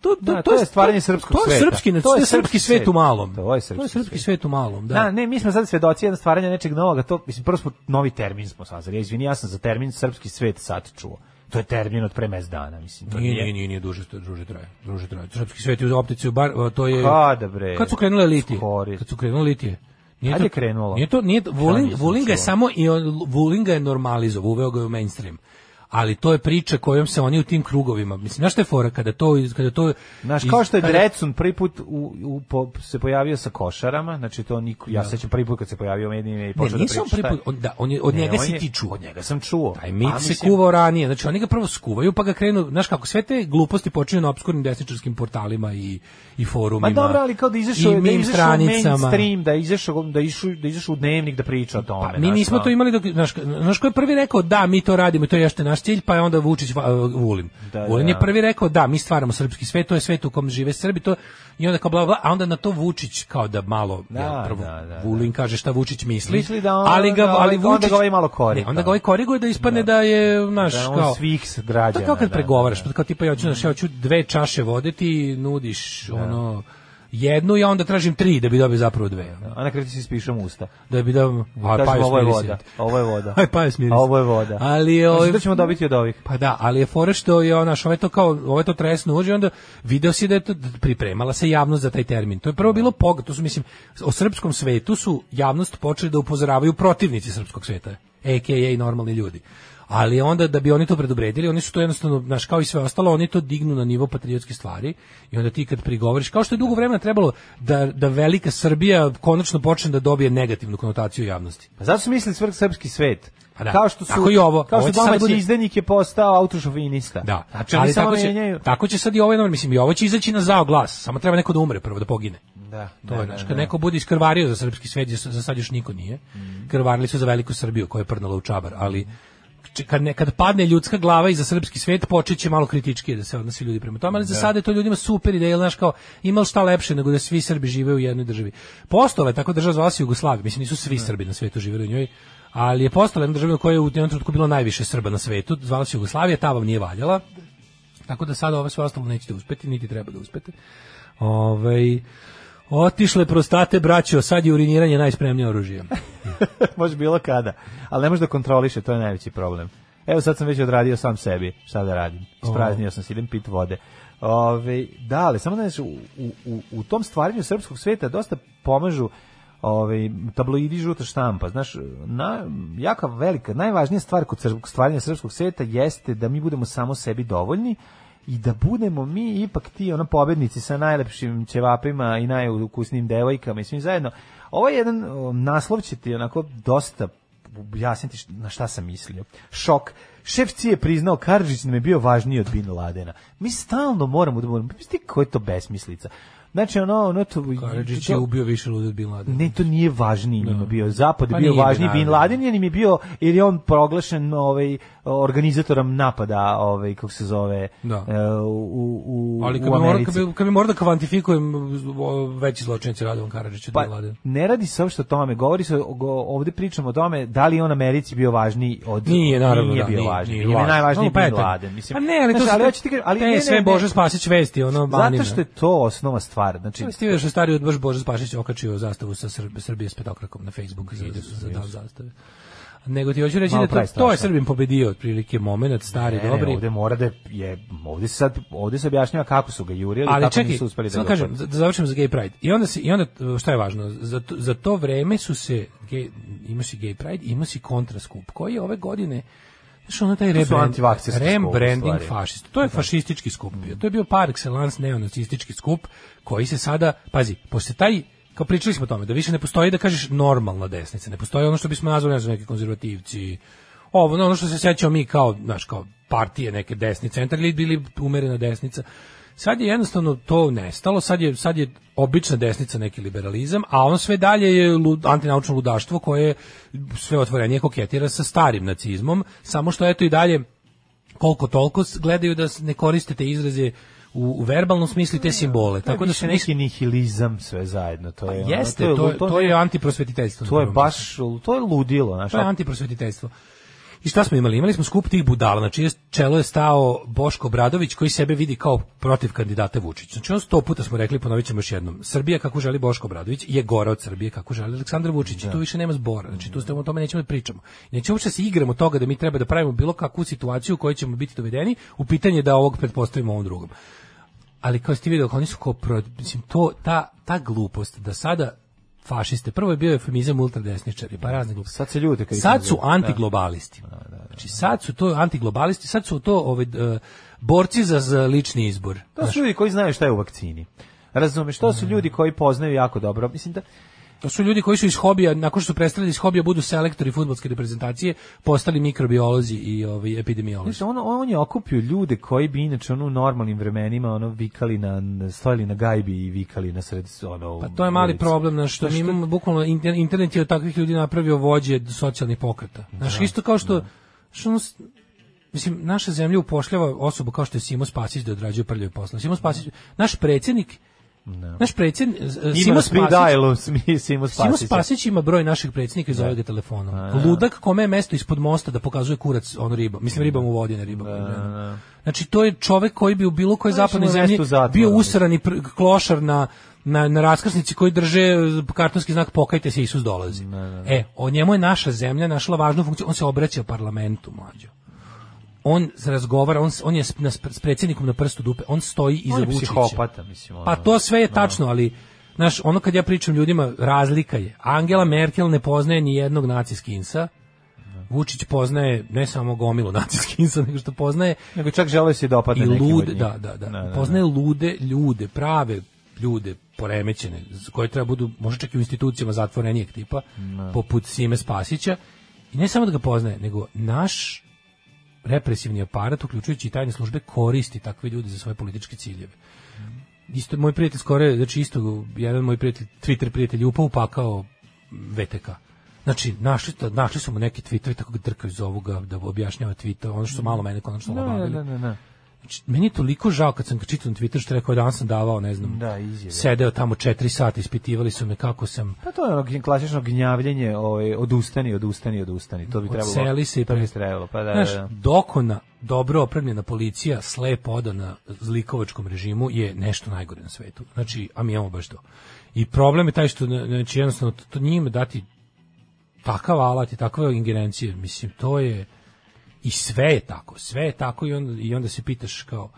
To, to,
Da, to je stvaranje srpskog
to je
sveta.
Srpski, to je srpski svet u malom.
To je srpski svet.
svet u malom, da.
Da, ne, mi smo sad svedoci jednog stvaranja nečeg novoga, to, mislim, prvo smo novi termin smo sazvali, ja izvini, ja sam za termin srpski svet sad čuo. To je termin od pre mes dana, mislim, to
Nije, nije, nije, nije duže, to- duže traje. Duže traje. Srpski svet je u optici, u bar, to je...
Kada, bre?
Kad su krenule litije?
Skori.
Kad su krenule litije? Nije
Kad je krenulo?
Nije to, nije, to- Vulin,
nisam
Vulin ga je
čuo.
samo i on, Vulin ga je normalizovao, uveo ga je u mainstream. Ali to je priča kojom se oni u tim krugovima, mislim, znaš šta je fora kada to kada to
Znaš,
iz-
kao što je
kada-
Drecun prvi put u, u, po, se pojavio sa košarama, znači to niko, ja sećam prvi put kad se pojavio u medijima i
Ne,
počeo da
nisam
priča. šta je.
priput, on, da, on je, od
Ne,
njega Pa
on
si
je-
ti čuo.
Od njega sam čuo.
Taj mit
A,
se
Pa, mislim,
kuvao ranije. Znači oni ga prvo skuvaju pa ga krenu, znaš kako, sve te gluposti počinju na obskurnim desničarskim portalima i, i forumima.
Ma dobro, ali kao da izašao,
i
je- da
meme
izašao u
stranicama.
mainstream, da izašao, da izašao, da izašao u dnevnik da priča o tome.
Pa, mi
znaš,
nismo
ono.
to imali dok znaš, znaš ko je prvi rekao da mi to radimo i to je još naš Štilj, pa je onda Vučić va- Vulin.
Da,
Vulin
da.
je prvi rekao da, mi stvaramo srpski svet, to je svet u kom žive Srbi, to i onda kao bla bla, a onda na to Vučić kao da malo
Da,
jel, prvo,
da, da,
Vulin kaže šta Vučić misli,
Misli da on-
ali ga
da
ali
onda ga
Vučić
ovaj malo kori,
Ne, onda
da.
ga ovaj koriguje da ispadne da, je naš
Da je on
kao
Svix građana,
To je kao kad
da,
pregovaraš,
da.
pa kao tipa ja hoću, znaš, ja hoću dve čaše vode, ti nudiš ono jednu ja onda tražim tri da bi dobio zapravo dve. ono.
A na kraju ti si spišem usta.
Da bi dobio... a,
Kažemo,
Paju,
ovo je
smiri se.
voda, ovo je voda.
Aj, Paju, smiri se.
A ovo je voda.
Ali,
Znači,
ovaj-
da ćemo dobiti od ovih.
Pa da, ali je fora što je ona, ovaj to kao, ovaj to tresno uđe, onda video si da je to pripremala se javnost za taj termin. To je prvo bilo pog, to su mislim o srpskom svetu su javnost počeli da upozoravaju protivnici srpskog sveta, AKA normalni ljudi. Ali onda da bi oni to predobredili, oni su to jednostavno, znaš, kao i sve ostalo, oni to dignu na nivo patriotske stvari i onda ti kad prigovoriš, kao što je dugo vremena trebalo da, da velika Srbija konačno počne da dobije negativnu konotaciju javnosti.
Pa zato su mislili svrh srpski svet.
Pa da.
Kao što su,
Tako i ovo.
Kao što
Ovo će sad
domaći
bude-
izdenik je postao autošovinista.
Da.
Znači, oni samo
tako će,
menjaju.
tako će sad i ovaj, novinar, mislim, i ovo će izaći na zao glas. Samo treba neko da umre prvo, da pogine.
Da,
To
da,
je,
da,
znaš,
da.
kad neko bude iskrvario za srpski svet, za- za sad još niko nije.
Mhm.
Krvarili su za veliku Srbiju koja je prdnula u čabar, ali če- kad nekad padne ljudska glava i za srpski svet počeće malo kritički da se odnose ljudi prema tome, ali za sada je to ljudima super ideja, znaš kao imali šta lepše nego da svi Srbi žive u jednoj državi. Postala je tako država zvala se Jugoslavija, mislim nisu svi Srbi na svetu živeli u njoj, ali je postala jedna država u kojoj je u jednom trenutku bilo najviše Srba na svetu, zvala se Jugoslavija, ta vam nije valjala. Tako da sada ovo sve ostalo nećete uspeti, niti treba da uspete. Ovaj otišle prostate braćo, sad je uriniranje najspremnije oružje.
Može bilo kada. Ali ne može da kontroliše, to je najveći problem. Evo sad sam već odradio sam sebi, šta da radim. Ispraznio sam se, idem pit vode. Ove, da, ali samo da znaš, u, u- u, u tom stvaranju srpskog sveta dosta pomažu ove, tabloidi žuta štampa. Znaš, na, jaka velika, najvažnija stvar kod srp- stvaranja srpskog sveta jeste da mi budemo samo sebi dovoljni i da budemo mi ipak ti ono pobednici sa najlepšim ćevapima i najukusnijim devojkama i svim zajedno. Ovo je jedan o, naslov će ti onako dosta objasniti š- na šta sam mislio. Šok. Šef Cije je priznao Karadžić nam je bio važniji od Bin Ladena. Mi stalno moramo da budemo, misli koja je to besmislica. Znači ono, ono to...
Karadžić je
to-
ubio više ljudi od Bin Ladena.
ne, to nije važniji njima bio. Zapad je
Pa
bio
nije,
važniji. Bin
naravno.
Laden je njim je bio, jer je on proglašen ovaj, organizatorom napada, ovaj, kako se zove,
Da.
e, u, u,
Ali kad
u
bi, morao,
Americi.
kad, bi, kad bi morao da kvantifikujem o, veći zločinac je Radovan Karadžić od
Pa,
Bin Ladena.
ne radi se uopšte o tome, govori se, o- go- ovdje pričamo o tome da li je on Americi bio važniji od...
Nije, naravno,
nije
da,
bio
nije,
važniji,
nije
njemu je
važno.
najvažniji
No, pa
Bin
eto.
Laden. Mislim,
Pa ne, ali to
Znaš,
su te-
hoću ti kažem, ali
te
ne, ne,
sve
ne.
Bože Spasić vesti, ono,
Zato
banine.
što je to osnova stvar. Znači,
Ti vidiš da je stari odbaš Bože Spašić okačio zastavu sa Srbije, Srbije s petokrakom na Facebook za, za dan zastave. Nego ti hoću reći
Malo
da to, to
prestrašno.
je Srbim pobedio otprilike moment, stari,
Ne, ne,
dobri.
ovdje e, mora da je, ovdje se sad, ovdje se objašnjava kako su ga jurili,
ali
kako
čekaj,
nisu uspeli da
samo
ga
kažem,
uhvate.
da, da završim za gay pride. I onda se i onda e, šta je važno? Za to, za to vreme su se gay, ima si gay pride, ima si kontra skup koji je ove godine Znaš, ono taj
To su
rebrand,
antivakcerski skup, u
rebranding
stvari.
fašist. To je fašistički skup bio. To je bio par excellence neonacistički skup koji se sada, pazi, posle taj kao pričali smo o tome, da više ne postoji da kažeš normalna desnica, ne postoji ono što bismo nazvali ne znam, neki konzervativci, ovo, ono, ono što se sećao mi kao, znaš, kao partije neke desni centar ili bili umerena desnica. Sad je jednostavno to nestalo, sad je, sad je obična desnica neki liberalizam, a ono sve dalje je lud, antinaučno ludaštvo koje sve otvorenije koketira sa starim nacizmom, samo što eto i dalje koliko toliko s- gledaju da s- ne koristite izraze u, u verbalnom smislu i te simbole.
Tako
Tako da su
neki
neki
nihilizam sve zajedno, to je. ono,
jeste, to, je- to je antiprosvetiteljstvo. na
to je
prvom
baš to je ludilo, znaš.
to je antiprosvetiteljstvo. I šta smo imali? Imali smo skup tih budala, na čije čelo je stao Boško Bradović koji sebe vidi kao protiv kandidata Vučića. Znači on sto puta smo rekli, ponovit ćemo još jednom, Srbija kako želi Boško Bradović je gora od Srbije kako želi Aleksandar Vučić. I tu više nema zbora, znači tu ste o tome nećemo da pričamo. Nećemo uopšte se igramo toga da mi treba da pravimo bilo kakvu situaciju u kojoj ćemo biti dovedeni u pitanje da ovog pretpostavimo ovom drugom ali kao ste vidio, oni su kao, pro, mislim, to, ta, ta glupost da sada fašiste, prvo je bio eufemizam ultradesničari, pa razne gluposti.
Sad se ljute kad ih
Sad su
nazivaju, da.
antiglobalisti. Znači sad su to antiglobalisti, sad su to ove, e, borci za, za lični izbor.
To su ljudi koji znaju šta je u vakcini. Razumeš, to
Mm.
su ljudi koji poznaju jako dobro. Mislim da
To su ljudi koji su iz hobija, nakon što su prestali iz hobija, budu selektori fudbalske reprezentacije, postali mikrobiolozi i ovi epidemiolozi.
Znaš, on, ono, on je okupio ljude koji bi inače ono u normalnim vremenima ono vikali na stojali na gajbi i vikali na sred ono
Pa to je mali
ulici.
problem, na
Pa
što mi imamo bukvalno inter- internet je od takvih ljudi napravio vođe socijalnih pokreta. Znaš, isto kao što, što ono s- Mislim, naša zemlja upošljava osobu kao što je Simo Spasić da odrađuje prljave posla. Simo Spasić, naš predsjednik,
No.
naš predsjednik,
Ima
Simo
svi
Spasić,
dajlo, smi-
Simo
Simo Spasića.
Spasić ima broj naših predsjednika i zove ga telefonom.
A.
Ludak kome je mesto ispod mosta da pokazuje kurac on riba. Mislim ribam u vodi, ne ribam. Znači to je čovek koji bi u bilo kojoj
Znači,
zapadnoj
mu je
zemlji
mesto u zatvoru.
bio usrani pr- klošar na na, na raskrsnici koji drže e, kartonski znak pokajte se Isus dolazi. E, o njemu je naša zemlja našla važnu funkciju, on se obraća parlamentu, mlađo. On se razgovara, on, s- on je s, na, s predsjednikom na prstu dupe, on stoji iza
On je
Vučića.
psihopata, mislim. ono.
Pa to sve je tačno, ali znaš, ono kad ja pričam ljudima, razlika je. Angela Merkel ne poznaje ni jednog naciskinsa. Vučić poznaje ne samo gomilu naciskinsa, nego što poznaje
Nego čak žele se i dopadne
i
nekim od
lude,
njih.
da, da, da.
Da, da, da.
Poznaje lude ljude, prave ljude poremećene, z- koji treba budu možda čak i u institucijama zatvorenijeg tipa, poput Sime Spasića. I ne samo da ga poznaje, nego naš represivni aparat, uključujući i tajne službe, koristi takve ljude za svoje političke ciljeve. Isto, moj prijatelj skoro, znači isto, jedan moj prijatelj, Twitter prijatelj, je upao upakao VTK. Znači, našli, to- našli su mu neki tweetovi, tako ga drkaju iz ovoga, da objašnjava tweeta, ono što malo mene konačno
Da,
obavili.
da, da, da.
Znači, meni je toliko žao kad sam ga čitao na Twitter što je rekao danas sam davao, ne znam,
Da, izjave.
sedeo tamo četiri sata, ispitivali su me kako sam
Pa to je ono gn- klasično gnjavljenje, ovaj, odustani, odustani, odustani. To bi trebalo.
odseli se i
to bi
pre-
trebalo. Pa da,
Znaš,
da, da.
dokona, dobro opremljena policija, slepo odana zlikovačkom režimu je nešto najgore na svetu. Znači, a mi imamo baš to. I problem je taj što, na- znači, jednostavno, to, to njima dati takav alat i takve ingerencije, mislim, to je, i sve je tako, sve je tako i onda, i onda se pitaš kao,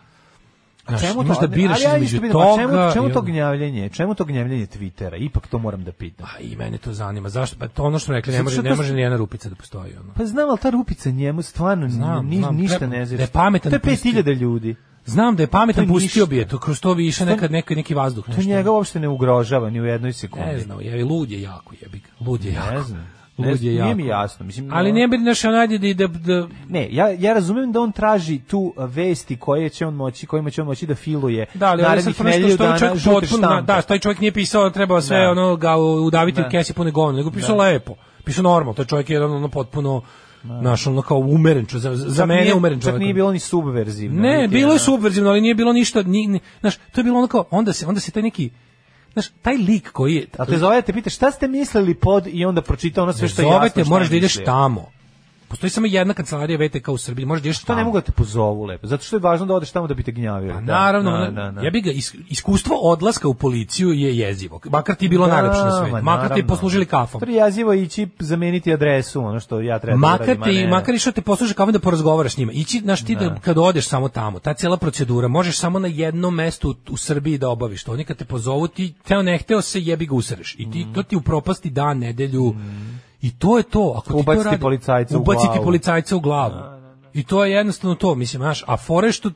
Znaš, imaš da
ali-
biraš
ali ja
između
isto pitam, a
toga
Čemu,
i
čemu to
onda-
gnjavljenje? Čemu to gnjavljenje Twittera? Ipak to moram da pitam.
A Pa i mene to zanima. Zašto? Pa to ono što smo rekli, ne
Zato
može,
što
ne
to-
može ni jedna rupica da postoji. Ono.
Pa znam, ali ta rupica njemu stvarno
Znam,
ni,
znam,
ništa
treba-
ne znači.
da je pametan
To je
pustio.
5000 ljudi.
Znam da je pametan,
To je
pustio
ništa.
bi je to, kroz to više nekad neki, neki vazduh.
To
Nešto.
njega uopšte ne ugrožava ni u jednoj sekundi.
Pa Ne znam, je, lud je jako, jebi ga. Lud je jako.
Ne znam. Ne
Lud
znam,
je
nije
jako.
mi jasno, mislim,
Ali
ono-
ne bi naša nadje da, da, da
Ne, ja, ja razumem da on traži tu a, vesti koje će on moći, kojima će on moći da filuje
Da, ali ovo je sad
narednih
prvo što
nedelju
što je
dana
čovjek
žute
potpuno, na-
štampe.
da, što je čovjek nije pisao, treba sve
Da.
ono ga udaviti
Da.
u kesi pune govna, nego pisao lepo. Pisao normalno, to je čovjek jedan ono potpuno naš ono kao umeren čovjek, za, za
Čak
mene
nije-
umeren čovjek.
Čak nije bilo ni subverzivno.
Ne,
niti,
bilo je
ono,
subverzivno, ali nije bilo ništa, ni, ni- znaš, to je bilo ono kao, onda se, onda se taj neki, znaš, taj lik koji je,
A te zove, te pita šta ste mislili pod i onda pročita ono sve što je jasno.
zove te,
šta
moraš
je
da ideš
mislio.
tamo. Postoji samo jedna kancelarija VTK u Srbiji, možeš da ideš
To
tamo.
ne mogu da te pozovu lepo, zato što je važno da odeš tamo da bi te gnjavio.
Pa naravno,
da,
ja
da, da.
jebi ga, is- iskustvo odlaska u policiju je jezivo. Makar ti je bilo najlepše na
ma,
svetu, makar ti je
naravno.
poslužili kafom.
To je jezivo ići zameniti adresu, ono što ja trebam da
Makar
uradim, a
ti,
ne-
makar išao te posluže kao da porazgovaraš s njima. Ići, znaš ti da kad odeš samo tamo, ta cijela procedura, možeš samo na jednom mestu u, u Srbiji da obaviš to. Oni kad te pozovu, ti teo ne hteo se jebi ga usereš. I
Mm.
ti, to ti upropasti dan, nedelju. I to je to. Ako ti to
Ubaciti
radi,
policajca u
ubaciti
glavu.
policajca u glavu. I to je jednostavno to, mislim, znaš, a fore što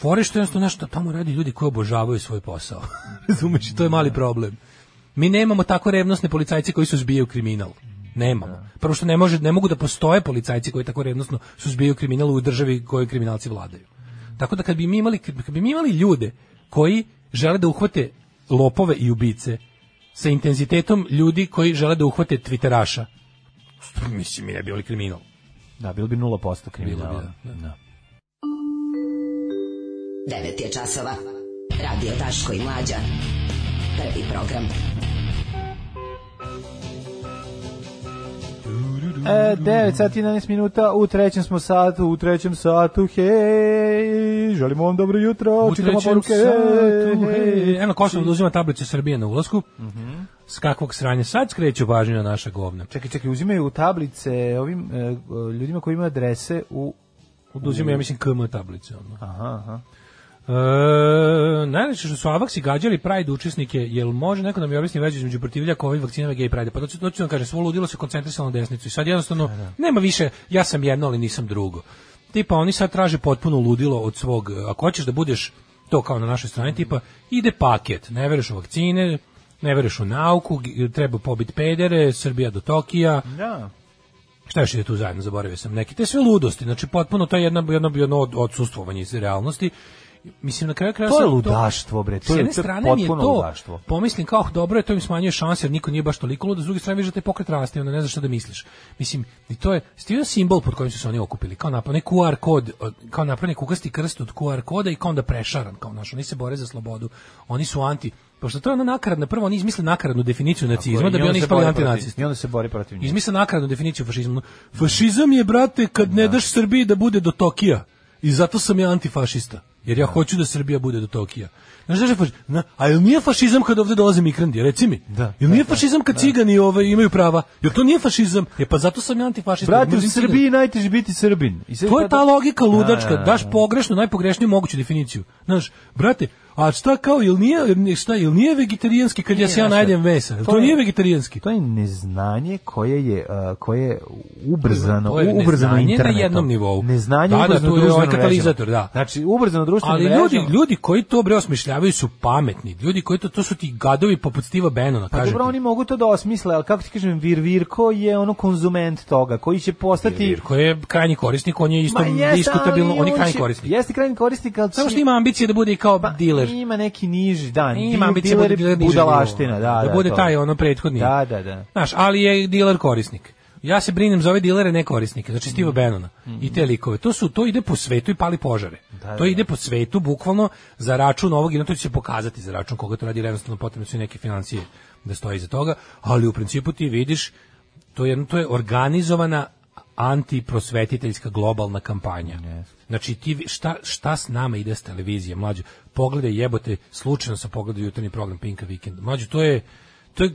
fore što jednostavno nešto tamo radi ljudi koji obožavaju svoj posao. Razumeš, I to je mali problem. Mi nemamo tako revnosne policajce koji suzbijaju kriminal. Nemamo. Prvo što ne, može, ne mogu da postoje policajci koji tako revnosno suzbijaju kriminal u državi kojoj kriminalci vladaju. Tako da kad bi mi imali, kad bi mi imali ljude koji žele da uhvate lopove i ubice sa intenzitetom ljudi koji žele da uhvate twitteraša, mislim, mi ne bi imali kriminal.
Da, bilo bi 0% kriminala.
Bilo bi, da,
Da.
9 je časova. Radio Daško i Mlađa. Prvi program.
E, 9 sati i 11 minuta, u trećem smo satu, u trećem satu, hej, želimo vam dobro jutro,
U
čitamo
trećem
poruke, e,
satu,
hej.
hej. Eno, Kosovo uzima tablice Srbije na ulasku. S kakvog sranja sad skreću pažnju na naša govna.
Čekaj, čekaj, uzimaju tablice ovim e, ljudima koji imaju adrese u...
Oduzimaju, ja mislim, KM tablice. Ono.
Aha, aha.
E, najveće što su avaksi gađali Pride učesnike, jel može neko da mi objasni veđu između protivljaka ovih vakcina i gej Pride? Pa to ću, to ću vam kažem, svo ludilo se koncentrisalo na desnicu i sad jednostavno nema više, ja sam jedno, ali nisam drugo. Tipa, oni sad traže potpuno ludilo od svog, e, ako hoćeš da budeš to kao na našoj strani, tipa, ide paket, ne veruješ u vakcine, ne veruješ u nauku, g- treba pobiti pedere, Srbija do Tokija,
Da.
šta još ide tu zajedno, zaboravio sam neki, te sve ludosti, znači potpuno to je jedno, jedno, jedno od- odsustvovanje iz realnosti Mislim, na kraju kraja...
To je ludaštvo, bre, to
s
je-
jedne
to je
strane mi je
potpuno
to,
ludaštvo.
Pomislim kao, "Oh, dobro je, to im smanjuje šanse, jer niko nije baš toliko lud, a s druge strane vidiš da taj pokret raste i onda ne znaš šta da misliš. Mislim, i to je stivio simbol pod kojim su se oni okupili, kao napravljen QR kod, od- kao napravljen kukasti krst od QR koda i kao onda prešaran, kao naš, oni se bore za slobodu, oni su anti, pošto to je ona nakaradna, prvo oni izmisle nakaradnu definiciju nacizma da bi oni ispali antinacisti.
I onda se bori protiv njih.
Izmisla nakaradnu definiciju fašizma. Fašizam je, brate, kad ne daš Srbiji da bude do Tokija. I zato sam ja antifašista. Jer ja hoću da Srbija bude do Tokija. Znaš da je faš- na- a jel nije fašizam kad ovde dolaze migranti, reci mi?
Da,
jel nije fašizam kad cigani ove, imaju prava? Jel to nije fašizam? E pa zato sam ja antifašista.
Brate, u
Mrzim cigane.
Srbiji najteže biti Srbin. I sad
To je
tada-
ta logika ludačka,
Da, da, da.
daš pogrešnu, najpogrešniju moguću definiciju. Znaš, brate, a šta kao, jel nije, šta, jel nije vegetarijanski kad ja se ja
znaš šta,
najdem mesa? Jel
to
to
je-
nije vegetarijanski?
To je neznanje koje je uh, koje je ubrzano
To je
ubrzano
neznanje na
internetom.
jednom nivou.
Neznanje
Da, da,
ubrzano
to je
društvenim
ovaj
mrežama.
katalizator, da.
Znači ubrzano društveno
Ali ljudi, ljudi koji to bre osmišljavaju su pametni. Ljudi koji to to su ti gadovi poput Stiva Benona,
Pa
kažem
dobro,
ti.
oni mogu to da osmisle, ali kako ti kažem, Vir Virko je ono konzument toga, koji će postati...
Virko je krajnji korisnik, on je isto
Ma jeste,
diskutabilno,
ali
on je
on
krajnji
će-
korisnik.
Jeste krajnji korisnik, ali...
Samo
će-
što ima ambicije da bude i kao
pa,
diler.
Ima neki niži, da,
Ima
di-
ambicije da bude diler nižeg
budalaština,
nivoa.
da,
Da
da.
bude
to.
taj ono prethodni.
Da, da, da.
Znaš, ali je diler korisnik. Ja se brinem za ove dilere ne korisnike, znači Steve
Mhm.
Bannona i te likove. To su to ide po svetu i pali požare. to
da.
ide po svetu bukvalno za račun ovog i na to će se pokazati za račun koga to radi jer jednostavno potrebne su i neke financije da stoji iza toga, ali u principu ti vidiš to je jedno- to je organizovana antiprosvetiteljska globalna kampanja. Znači ti vi- šta šta s nama ide s televizije, mlađe. Pogledaj jebote, slučajno sam pogledao jutarnji program Pinka Weekend. Mlađe, to je to je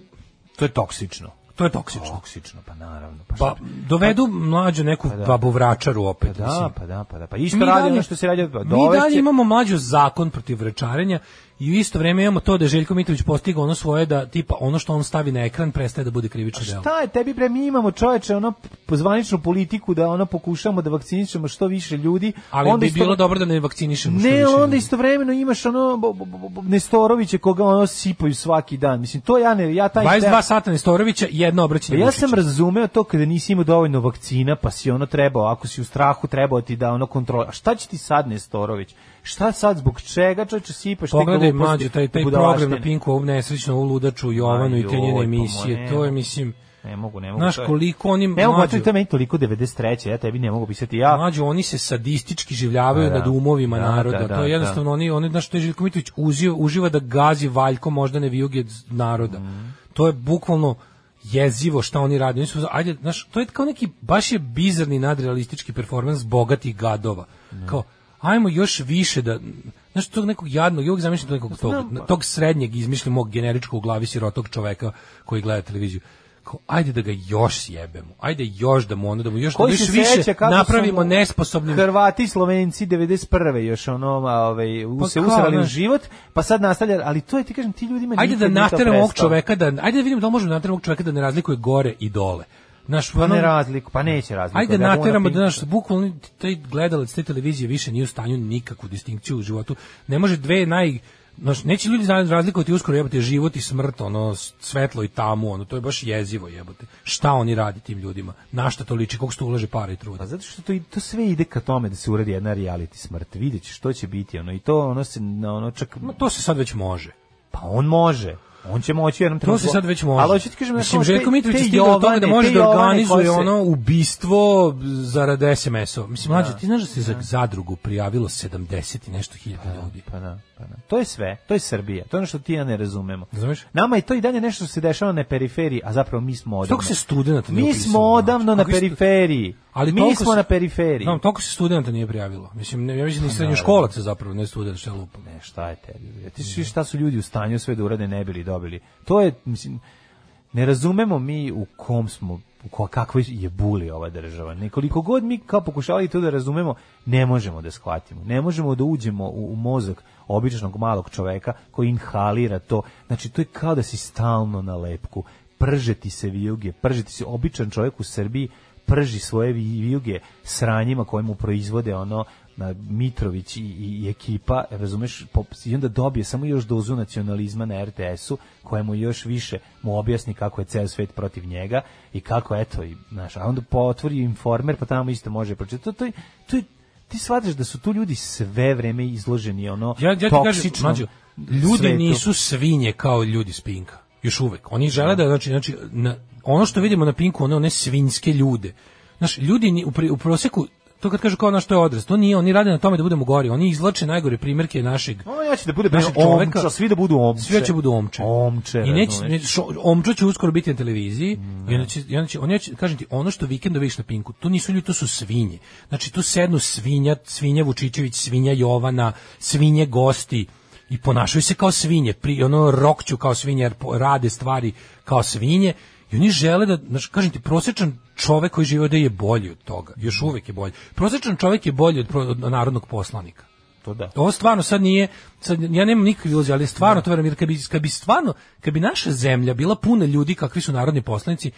To je toksično.
to je toksično.
Toksično, pa naravno. Pa,
Pa,
šta-
dovedu mlađu neku babu vračaru opet.
pa da,
mislim.
pa da, pa da. Pa isto
Mi
radi
dalje-
ono što se radi. Pa
Mi
dovešće-
dalje imamo mlađu zakon protiv vračarenja i u isto vrijeme imamo to da je Željko Mitrović postigao ono svoje da tipa ono što on stavi na ekran prestaje Pa da bude krivično delo.
Šta je tebi bre mi imamo čoveče ono pozvaničnu politiku da ono pokušamo da vakcinišemo što više ljudi,
Ali bi
isto-
bilo dobro da ne vakcinišemo što
Ne,
više
onda
ljudi.
istovremeno imaš ono bo- bo- bo- bo- Nestorovića koga ono sipaju svaki dan. Mislim to ja ne ja taj
22 sata Nestorovića i jedno
Pa
obraćanje
ja
Vučića.
sam razumeo to kada nisi imao dovoljno vakcina, pa si ono trebao, ako si u strahu trebao ti da ono kontrola. A šta će ti sad Nestorović? Šta sad, zbog čega čoveče sipaš te
Pogledaj
gluposti,
mlađu, taj, taj program
budalaštine?
na Pinku, ovu nesrećnu, ovu ludaču, Jovanu i te
Aj,
njene
joj,
emisije,
pa
to je,
ne.
mislim,
Ne mogu, ne mogu.
znaš
to je-
koliko oni
Ne mogu,
mlađu-
to je meni toliko 93. Ja tebi ne mogu pisati. Ja,
Mlađo, oni se sadistički življavaju
Da, da.
nad umovima
Da,
naroda.
da, da,
to je
da.
jednostavno oni oni znači je Željko Mitrović uzio- uživa da gazi valjko možda ne vijuge naroda.
Mhm.
To je bukvalno jezivo šta oni rade. Oni su, ajde, znaš, to je kao neki baš je bizarni nadrealistički performans bogatih gadova. Kao ajmo još više da znaš tog nekog jadnog, ja uvijek zamišljam tog nekog tog, tog srednjeg izmišljam mog generičkog u glavi sirotog čoveka koji gleda televiziju. Kao, ajde da ga još sjebemo, ajde još da mu ono, da mu još, da mu
Koji
još
se
više
seća kako su
napravimo
mu
nesposobnim
Hrvati i Slovenci 91. još ono, a, ovaj, u,
Pa
se
kao,
usrali u
znaš.
život, pa sad nastavlja, ali to je, ti kažem, ti ljudima
Ajde da
nikad nije to
nateramo ovog
prestalo.
čoveka da ajde da vidimo da li možemo da nateramo ovog čoveka da ne razlikuje gore i dole. Naš ono-
Pa ne razliku, pa neće razliku.
Ajde
da
nateramo da naš bukvalno taj gledalac te televizije više nije u stanju nikakvu distinkciju u životu. Ne može dve naj znaš, neće ljudi zna- razlikovati uskoro jebote život i smrt, ono s- svetlo i tamu, ono to je baš jezivo jebote. Šta oni radi tim ljudima? Na šta to liči? Koliko se tu ulaže para i truda?
Pa zato što to, i- to sve ide ka tome da se uradi jedna reality smrt. Vidjet ćeš što će biti ono i to ono se na ono čak
Ma, to se sad već može.
pa on može. On će moći u jednom
To
trenutku.
se sad već može.
Ali hoću ti kažem
Mislim,
kao te-
Željko Mitrović
te
je stigao do toga
Jovane,
da može
te
da
Jovane koje
organizuje
se-
ono ubistvo zarad SMS-ova. Mislim, mlađe, ti znaš da se za zadrugu prijavilo 70 i nešto hiljada ljudi.
Pa da, pa da. To je sve, to je Srbija. To je ono što ti i ja ne razumemo.
Razumeš?
Nama je to i dalje nešto što se dešava na periferiji, a zapravo mi smo odavno.
Toliko Pa se studenata nije
Mi
upisalo, znači,
smo odavno na
ono? Kako isto-
periferiji.
Ali
mi
toliko
smo
se-
na periferiji. Pa
Znam, toliko se studenta nije prijavilo. Mislim, ne, ja mislim ni srednjoškolaca zapravo, ne studenta, šta lupam.
Ne, šta je tebi? Ja Ti si šta su ljudi u stanju sve da urade ne bili dobili. To je, mislim, ne razumemo mi u kom smo, u ko, kakvoj je buli ova država. Nekoliko god mi kao pokušavali to da razumemo, ne možemo da shvatimo. Ne možemo da uđemo u, u mozak običnog malog čoveka koji inhalira to. Znači, to je kao da si stalno na lepku. Prže ti se vijuge, prže ti se običan čovjek u Srbiji, prži svoje vi- vijuge sranjima koje mu proizvode ono na Mitrović i, i, i ekipa, razumeš, pop, i onda dobije samo još dozu nacionalizma na RTS-u, koja mu još više mu objasni kako je ceo svet protiv njega i kako, eto, i, znaš, a onda potvori informer, pa tamo isto može pročitati. To, to, je- to je ti shvataš da su tu ljudi sve vreme izloženi ono
Ja, ja ti kažem,
toksičnom
mlađo, ljudi
svetu.
nisu svinje kao ljudi s Pinka. Još uvek. Oni žele da, znači, znači na, ono što vidimo na Pinku, one, one svinjske ljude. Znaš, ljudi ni- u, pri- u proseku, to kad kažu kao ono što je odrast, to nije, oni rade na tome da budemo gori, oni izvlače najgore primjerke našeg
O, ja ću da bude
našeg
našeg
čoveka.
omča, svi da budu omče.
Svi će budu omče.
Omče,
I neće,
razumeš?
ne, šo- omča će uskoro biti na televiziji i onda će, i onda će, on neće, kažem ti, ono što vikenda vidiš na Pinku, to nisu ljudi, to su svinje. Znači, tu sednu svinja, svinja Vučićević, svinja Jovana, svinje gosti i ponašaju se kao svinje, pri, ono rokću kao svinje, jer po- rade stvari kao svinje i oni žele da, znači, kažem ti, prosječan čovek koji živi ovde je bolji od toga, još uvek je bolji. Prosječan čovek je bolji od, pro- od narodnog poslanika.
To da.
Ovo stvarno sad nije, sad, ja nemam nikakve iluzije, ali stvarno to verujem, jer kad bi, kad bi stvarno, kad bi naša zemlja bila puna ljudi kakvi su narodni poslanici,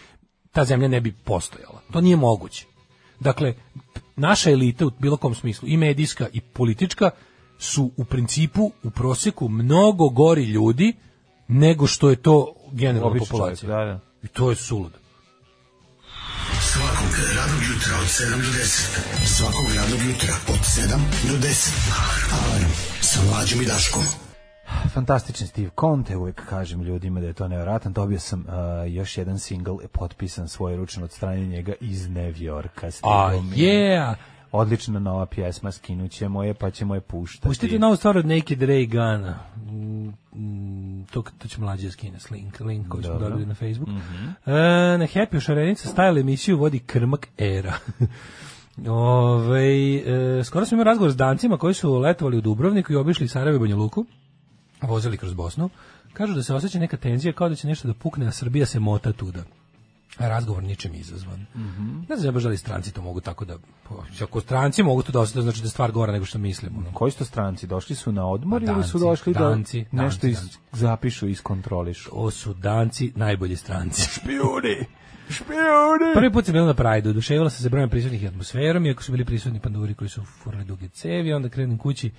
ta zemlja ne bi postojala. To nije moguće. Dakle, naša elita u bilo kom smislu, i medijska i politička, su u principu, u proseku, mnogo gori ljudi nego što je to generalna
Običan
populacija.
čovjek, da, da.
I to je suludo.
Svakog radnog jutra od 7 do 10. Svakog radnog jutra od 7 do 10. Alarm sa mlađom i Daškom.
Pa Fantastičan Steve Conte, uvijek kažem ljudima da je to nevjerojatan. Dobio sam uh, još jedan single potpisan svojeručno od strane njega iz New Yorka. Stigao
A
mi
yeah!
Odlična nova pjesma, skinućemo je, pa ćemo je puštati.
Pustite novu stvar od Naked Ray Gana. To, to će mlađe skine s link, link koji smo
Dobro. Mhm.
dobili na Facebook. E, na Happy Šarenica style emisiju vodi Krmak Era. Ove, e, skoro smo imali razgovor s Dancima koji su letovali u Dubrovniku i obišli Sarajevo i Banja Luku, vozili kroz Bosnu. Kažu da se osjeća neka tenzija kao da će nešto da pukne, a Srbija se mota tuda. A razgovor ničem izazvan.
Mhm.
Ne znam ja baš da li stranci to mogu tako da... Ako stranci mogu to da osjeti, to znači da je stvar gora nego što mislimo. ono.
Koji su to stranci? Došli su na odmor
Pa,
ili su
danci,
došli
danci,
da nešto
danci,
iz,
danci.
zapišu i iskontrolišu?
To su danci najbolji stranci.
Špijuni! Špijuni!
Prvi put sam bila na Prajdu, oduševila sam se brojem prisutnih i atmosferom, iako su bili prisutni panduri koji su furali duge cevi, onda krenem kući,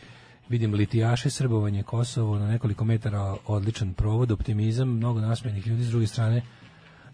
vidim litijaše, srbovanje, Kosovo, na nekoliko metara odličan provod, optimizam, mnogo nasmijenih ljudi, s druge strane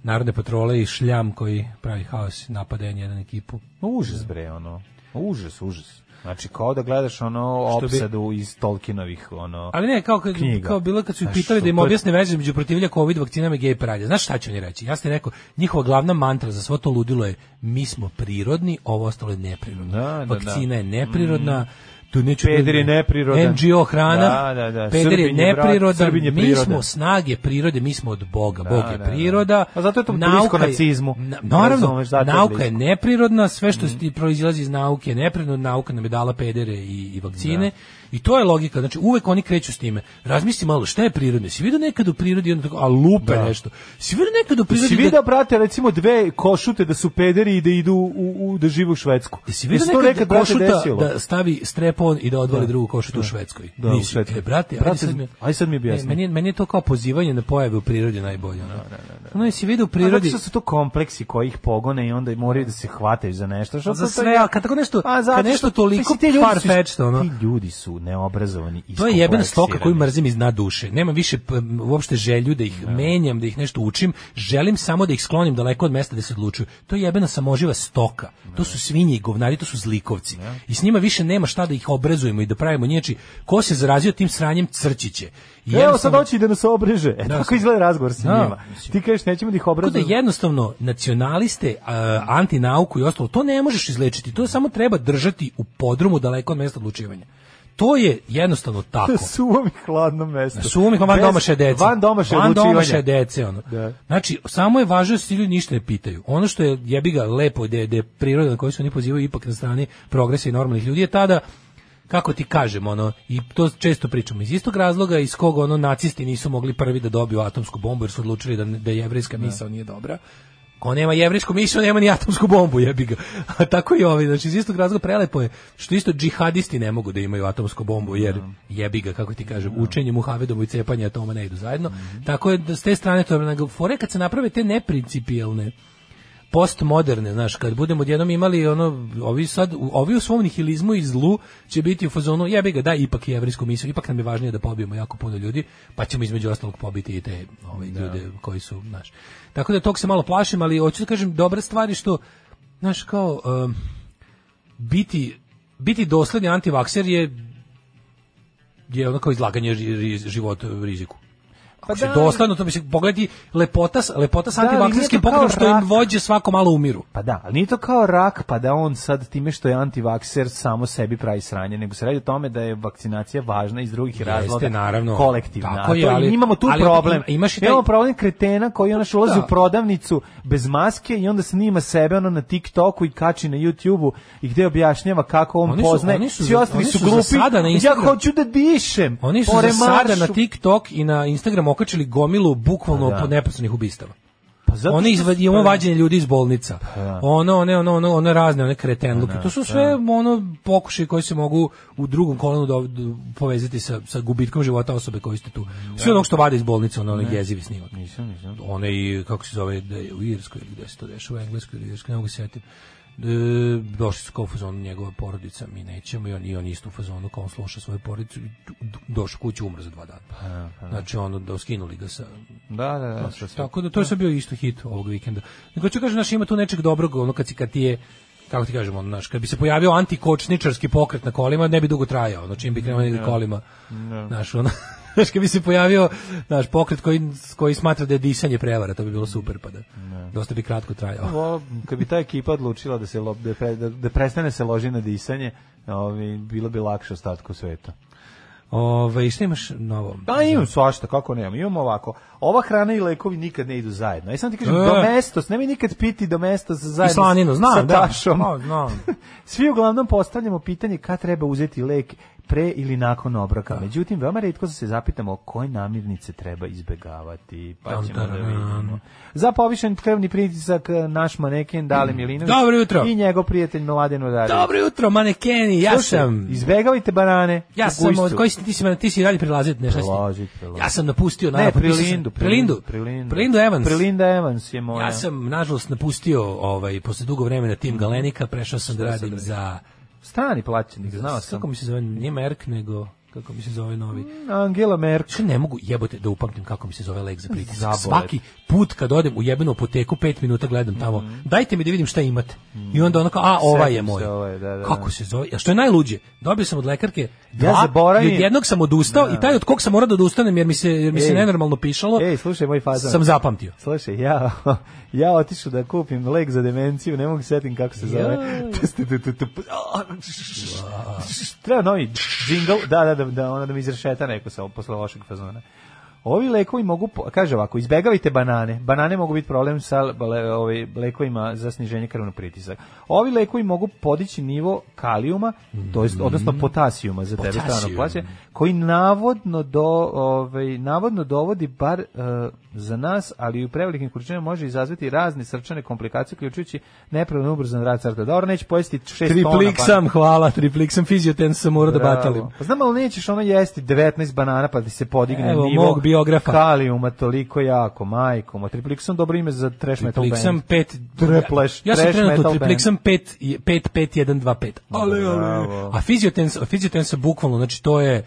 narodne patrole i šljam koji pravi haos, napadanje jedan ekipu.
Užas bre, ono. Užas, užas. Znači, kao da gledaš ono
Što bi-
opsadu iz Tolkienovih, ono...
Ali ne, kao, kad,
Knjiga.
kao bilo kad su ih
Znaš,
pitali
što
da im
to je-
objasne veze među protivlja COVID vakcinama i gej paradja. Znaš šta će oni reći? Ja ste rekao, njihova glavna mantra za svo to ludilo je mi smo prirodni, ovo ostalo je neprirodno.
Da, da, da.
Vakcina je neprirodna, tu neću
Peder je neprirodan.
NGO hrana.
Da, da, da.
Peder je
Srbin je brat,
neprirodan.
Srbin je
mi
priroda.
smo snage prirode, mi smo od Boga.
Da,
Bog je
da, da.
priroda.
A zato je to blisko
Nauka
nacizmu.
Na- naravno,
Razumeš, zato je
nauka je
blisko.
neprirodna, sve što
Mhm.
ti proizilazi iz nauke je neprirodno, nauka nam je dala pedere i, i vakcine. I to je logika, znači uvek oni kreću s time. Razmisli malo, šta je prirodno? Si vidio nekad u prirodi, onda tako, a lupe nešto. Si vidio nekad u prirodi...
Si
Pa da-
vidio, brate, recimo dve košute da su pederi i da idu u, u da žive u Švedsku.
Jesi vidio
Jesi to
nekad
nekad, brate,
košuta
desilo?
da stavi strepon i da odvali drugu košutu u Švedskoj?
Da, u
Nisi.
Švedskoj.
E, brate, ajde
Brate,
sad mi,
aj sad mi objasni.
E, meni, je- meni je to kao pozivanje na pojave u prirodi najbolje. Ono, ono jesi vidio u
Prirodi.
prirodi...
su to kompleksi koji ih pogone i onda moraju da se hvataju za nešto. Što
Za
to- to
sve,
je-
a kad tako nešto-
A, zato
kad nešto
što-
toliko
mislim, ti ljudi su-
far-fetched, ono.
Ti ljudi su neobrazovani i
To je jebena stoka koju
iskompleksirani.
mrzim iz dna duše. Nema više p- m, uopšte želju da ih menjam, da ih nešto učim. Želim samo da ih sklonim daleko od mesta da se odlučuju. To je jebena samoživa stoka. To su svinje i govnari, to su zlikovci. I s njima više nema šta da ih obrazujemo i da pravimo nječi. Ko se zarazio tim sranjem crčiće. I
Evo sad
jednostavno-
hoće i da nas obreže. E, tako izgleda razgovor sa
Da,
njima. Ti kažeš nećemo da ih
Tako da
obrazujemo.
jednostavno nacionaliste, a, antinauku i ostalo, to ne možeš izlečiti. To samo treba držati u podrumu daleko od mesta odlučivanja. To je jednostavno tako.
Na suvom i hladnom mestu.
Na suvom i van
Bez-
domaše dece.
Van domaše
Van domaše
odlučivanja.
dece, ono.
Da.
Znači, samo je važno da se ti ljudi ništa ne pitaju. Ono što je, jebi ga, lepo, da je, da je priroda na koju se oni pozivaju ipak na strani progresa i normalnih ljudi je tada kako ti kažem, ono, i to često pričamo, iz istog razloga iz kog ono nacisti nisu mogli prvi da dobiju atomsku bombu jer su odlučili da, da jevrijska misao nije dobra. Ko nema jevrijsku misao, nema ni atomsku bombu, jebi ga. A tako i ovi, znači iz istog razloga prelepo je što isto džihadisti ne mogu da imaju atomsku bombu jer jebi ga, kako ti kažem, učenje Muhamedovu i cepanje atoma ne idu zajedno. Tako je da s te strane to je nego fore kad se naprave te neprincipijelne postmoderne, znaš, kad budemo odjednom imali ono, ovi sad, u- ovi u svom nihilizmu i zlu će biti u fazonu, jebi ga, da, ipak je evrijsku misiju, ipak nam je važnije da pobijemo jako puno ljudi, pa ćemo između ostalog pobiti i te ove, ljude koji su, znaš. Tako da tog se malo plašim, ali hoću da kažem, dobra stvar je što, znaš, kao, um, biti biti dosledni antivakser je je onako izlaganje ži- životu riziku. Pa da, dosledno to mislim pogledaj lepota s- lepota sa
Da, ali nije
antivaksnerskim
to kao
pokretom što im
rak.
vođe svako malo umiru.
Pa da, ali nije to kao rak, pa da on sad time što je antivakser samo sebi pravi sranje, nego se radi o tome da je vakcinacija važna iz drugih razloga,
naravno.
kolektivna.
Tako
A
je,
to-
ali-
imamo tu
ali
problem.
ima- imaš i taj- Pa
Imamo problem kretena koji ono što ulazi
Da.
u prodavnicu bez maske i onda snima sebe ono na TikToku i kači na YouTubeu i gde objašnjava kako on
Oni su-
poznaje.
oni su
Svi
za-
ostali
oni
su
su za
glupi.
sada na
ja
Instagram-
hoću da dišem.
Oni su
Pore
za sada
maršu.
na TikTok i na Instagram okačili gomilu bukvalno
Pa da.
po neposrednih ubistava.
Pa zato
Oni
što-
izvadi ono vađenje ljudi iz bolnica.
da.
Ono, one, ono, ono, one razne, one kretenluke.
Pa da,
To su sve ono pokušaji koji se mogu u drugom kolonu do, do- povezati sa, sa gubitkom života osobe koji ste tu. Sve ono što vade iz bolnice, ono, onaj jezivi snimak.
Nisam, nisam.
One i, kako se zove, da je u Irskoj, ili gde se to dešava, u Engleskoj ili Irskoj, ne mogu se setiti. E, došli su kao u fazonu njegova porodica, mi nećemo i on, i on isto u fazonu kao on sluša svoju porodicu i tu- du- došao kući umro za dva dana.
Pa,
Znači ono, da skinuli ga sa
Da, da, da. sa-
Znači, tako da to je sve bio isto hit ovog vikenda. Nego ću kažem, znaš, ima tu nečeg dobrog, ono kad si kad ti je kako ti kažemo, ono, znaš, kad bi se pojavio antikočničarski pokret na kolima, ne bi dugo trajao, znači čim bi krenuo negde kolima, znaš, ono, znaš, kad bi se pojavio, znaš, pokret koji, koji smatra da je disanje prevara, to bi bilo super, pa da, dosta bi kratko trajao.
Ovo, kad bi ta ekipa odlučila da se lo- da, pre- da, da prestane se loži na disanje, ovi, bilo bi lakše ostatku sveta.
Ove, i Ovaj, šta imaš novo?
Pa imam svašta, kako nemam. Imam ovako. Ova hrana i lekovi nikad ne idu zajedno. Ja sam ti kažem,
E.
domestos, nemoj nikad piti domestos zajedno
I slaninu, znam,
sa
da.
tašom.
Pa, znam.
Svi uglavnom postavljamo pitanje kad treba uzeti lek pre ili nakon obroka. Međutim, veoma redko se zapitamo koje namirnice treba izbegavati. Pa
Tam,
ćemo da
taram.
vidimo. Za povišen krvni pritisak eh, naš maneken Dale Milinović
Mm. Dobro jutro.
i njegov prijatelj Mladen Udarević.
Dobro jutro, manekeni, ja
Slušaj,
sam...
Izbegavajte banane.
Ja
u
sam od
gujstvu.
koji si ti si mene- ti si i dalje prilaziti nešto.
Prilazit, prilazit.
Ja sam napustio
Ne,
naravno, potpisao sam-
Prilindu.
Prilindu.
Prilindu.
Prilindu Evans.
Prilinda Evans je moja.
Ja sam nažalost napustio ovaj posle dugo vremena
Mhm.
tim Galenika, prešao sam da radim za
strani plaćenik, znao sam. Mm,
kako mi se zove, nije Merk nego kako mi se zove novi.
Angela Merkel.
Što ne mogu jebote da upamtim kako mi se zove lek za pritisak.
Zaborav.
Svaki put kad odem u jebenu apoteku 5 minuta gledam tamo. Dajte mi da vidim šta imate. I onda ono kao a ova
Mhm. Setim
je
se
moj.
ovaj, da, da, da.
Kako se zove? A što je najluđe? Dobio sam od lekarke dva,
zaboravim.
i od jednog sam odustao i taj od kog sam morao da odustanem jer mi se jer mi se
Ej.
nenormalno pišalo.
Ej, slušaj moj fazan.
sam zapamtio.
Slušaj, ja, ja otišu da kupim lek za demenciju, ne mogu setim kako se zove. Treba novi džingl, da, da, da, da, ona da mi izrešeta neko sa posle vašeg fazona. Ovi lekovi mogu, po- kaže ovako, izbegavajte banane. Banane mogu biti problem sa le- ovaj, lekovima za sniženje krvnog pritisak. Ovi lekovi mogu podići nivo kalijuma, to jest, odnosno potasijuma za tebe strano
Potasijum.
plaće, koji navodno do ovaj navodno dovodi bar e, za nas, ali i u prevelikim količinama može izazvati razne srčane komplikacije uključujući nepravilno ubrzan rad srca. Dobro, neće pojesti 6 tona.
Triplik
banana.
sam, hvala, triplik sam, fiziotens sam morao da
Bravo.
batalim.
Pa znam, ali nećeš ono jesti 19 banana pa da se podigne
Evo,
nivo
mog biografa.
kalijuma toliko jako, majko. Ma triplik sam dobro ime za trash metal band.
Tripliksam 5
Triplaš,
Ja sam
trash
trenutno
metal band.
Tripliksam 5 5 5 1 2 5. Ale ale.
Bravo.
A fiziotens, a fiziotens bukvalno, znači to je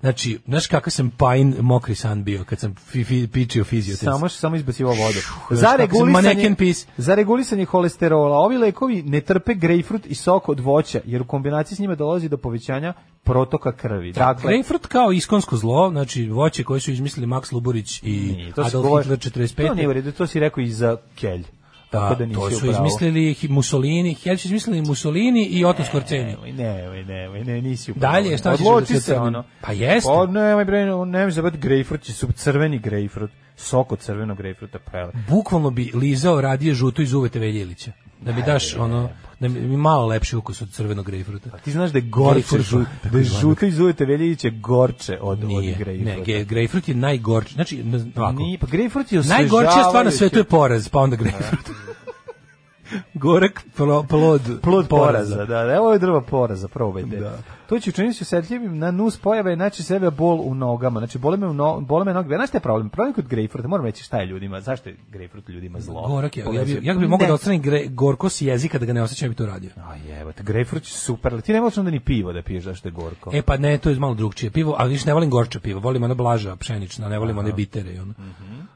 znači, znaš kakav sam pajn mokri san bio kad sam fi, fi, pičio fiziotens.
Samo samo izbacivo vodu.
znaš
Za
kako sam
regulisanje
maneken pis.
za regulisanje holesterola, ovi lekovi ne trpe grejpfrut i sok od voća, jer u kombinaciji s njima dolazi do povećanja protoka krvi. Dakle,
Grejpfrut kao iskonsko zlo, znači voće koje su izmislili Max Luburić i
nije, se
Adolf
govori-
Hitler
To nije u
45.
redu, to si rekao i za kelj. Tako da nisi
to
u
su
pravu.
izmislili Hi- Mussolini, Helć izmislili Mussolini i
E,
Otto Skorceni.
Nemoj, nemoj, nemoj, ne, nisi u pravu.
Dalje, šta ćeš da
Odluči
se
se
crnim?
ono.
Pa jeste.
Pa nemoj, bre, nemoj zabati grejpfrut, će su crveni grejpfrut, sok od crvenog grejpfruta prele.
bukvalno bi lizao radije žuto iz uvete Veljilića. Da mi daš ono, da mi mi malo lepši ukus od crvenog grejpfruta.
Ti znaš da je gorče,
Grejpfrut,
žu, da je žuto iz ujete veljiće gorče od, od
Nije, ne,
grejpfruta.
ge- grejpfrut je najgorči. Znači, ne- ovako,
Nije, pa grejpfrut je osvežavajući.
najgorčija stvar na svetu je poraz, pa onda grejpfrut. Gorak plo- plod,
plod poraza, da, da, evo je drvo poraza, probajte.
Da.
To će učiniti osjetljivim na nus pojave i naći sebe bol u nogama. Znači, bole me, u no, bole me noge. Znaš šta je problem? Problem je kod grejpfruta, moram reći šta je ljudima, zašto je grejpfrut ljudima zlo?
Gorak je, ja bi,
Povezuje.
ja bi mogao
Ne.
da odstranim gre, gorko s jezika da ga ne osjećam, ja bi to radio.
A jebote, grejpfrut je super, ali ti ne možeš onda ni pivo da piješ zašto je gorko.
E pa ne, to je malo drugčije pivo, ali više ne volim gorče pivo, volim ono blaža, pšenična, ne volim one bitere i ono.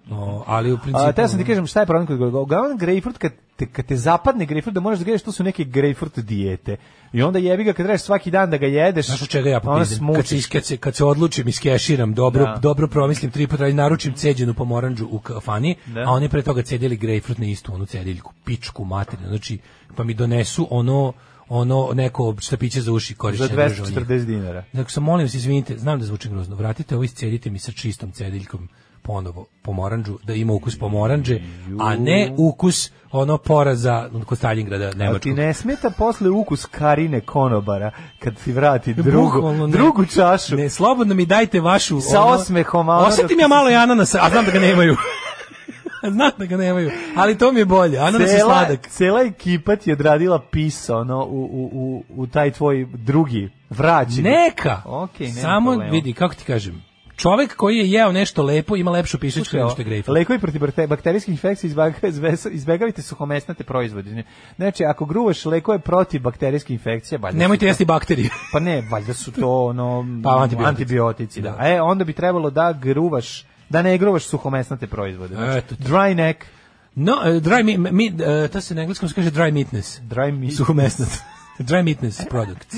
No, ali u principu...
A, te ja sam ti kažem šta je problem kod gorko. Uglavnom grejpfrut kad te, kad te zapadne grejpfrut, da moraš da gledaš, to su neke grejpfrut dijete. I onda jebi ga kad trebaš svaki dan da ga jedeš.
Znaš od čega ja
onda
popizem? Kad se,
smučiš.
kad, se, kad se odlučim, iskeširam, dobro,
Da.
dobro promislim tri puta, i naručim ceđenu pomoranđu u kafani,
Da.
a oni pre toga cedili grejpfrut na istu onu cediljku, pičku materinu. Znači, pa mi donesu ono ono neko štapiće za uši
Za
korišćenje.
240 dinara.
Dakle, sam molim vas, izvinite, znam da zvuči grozno. Vratite ovo i iscedite mi sa čistom cediljkom ponovo pomoranđu, da ima ukus pomoranđe, a ne ukus ono poraza kod Stalingrada
A
Nemačkog.
ti ne smeta posle ukus karine konobara kad ti vrati drugu,
Bukvalno ne.
drugu čašu.
Ne, slobodno mi dajte vašu...
Sa osmehom, a ono
Osetim
da-
ja malo i ananasa, a znam da ga nemaju. znam da ga nemaju, ali to mi je bolje. Ananas je
Cela,
sladak.
cela ekipa ti je odradila pisa ono, u, u, u, u taj tvoj drugi vraćeni.
Neka!
Okej, nema
Samo
problema.
vidi, kako ti kažem, čovek koji je jeo nešto lepo ima lepšu pišačku nego što je grejpfrut.
Lekovi protiv bakte- bakterijskih infekcija izbaga- izbesa- izbegavajte suhomesnate proizvode. Znači, ako gruvaš lekove protiv bakterijskih infekcija, valjda su
Nemojte
to-
jesti bakterije.
Pa ne, valjda su to ono
Pa, antibiotici.
antibiotici, da.
Da.
E, onda bi trebalo da gruvaš, da ne gruvaš suhomesnate proizvode. Znači,
Eto ti.
dry neck,
No, e, dry meat, meat e, to se na engleskom se kaže dry meatness.
dry meat.
Suhomesnat. dry meatness products.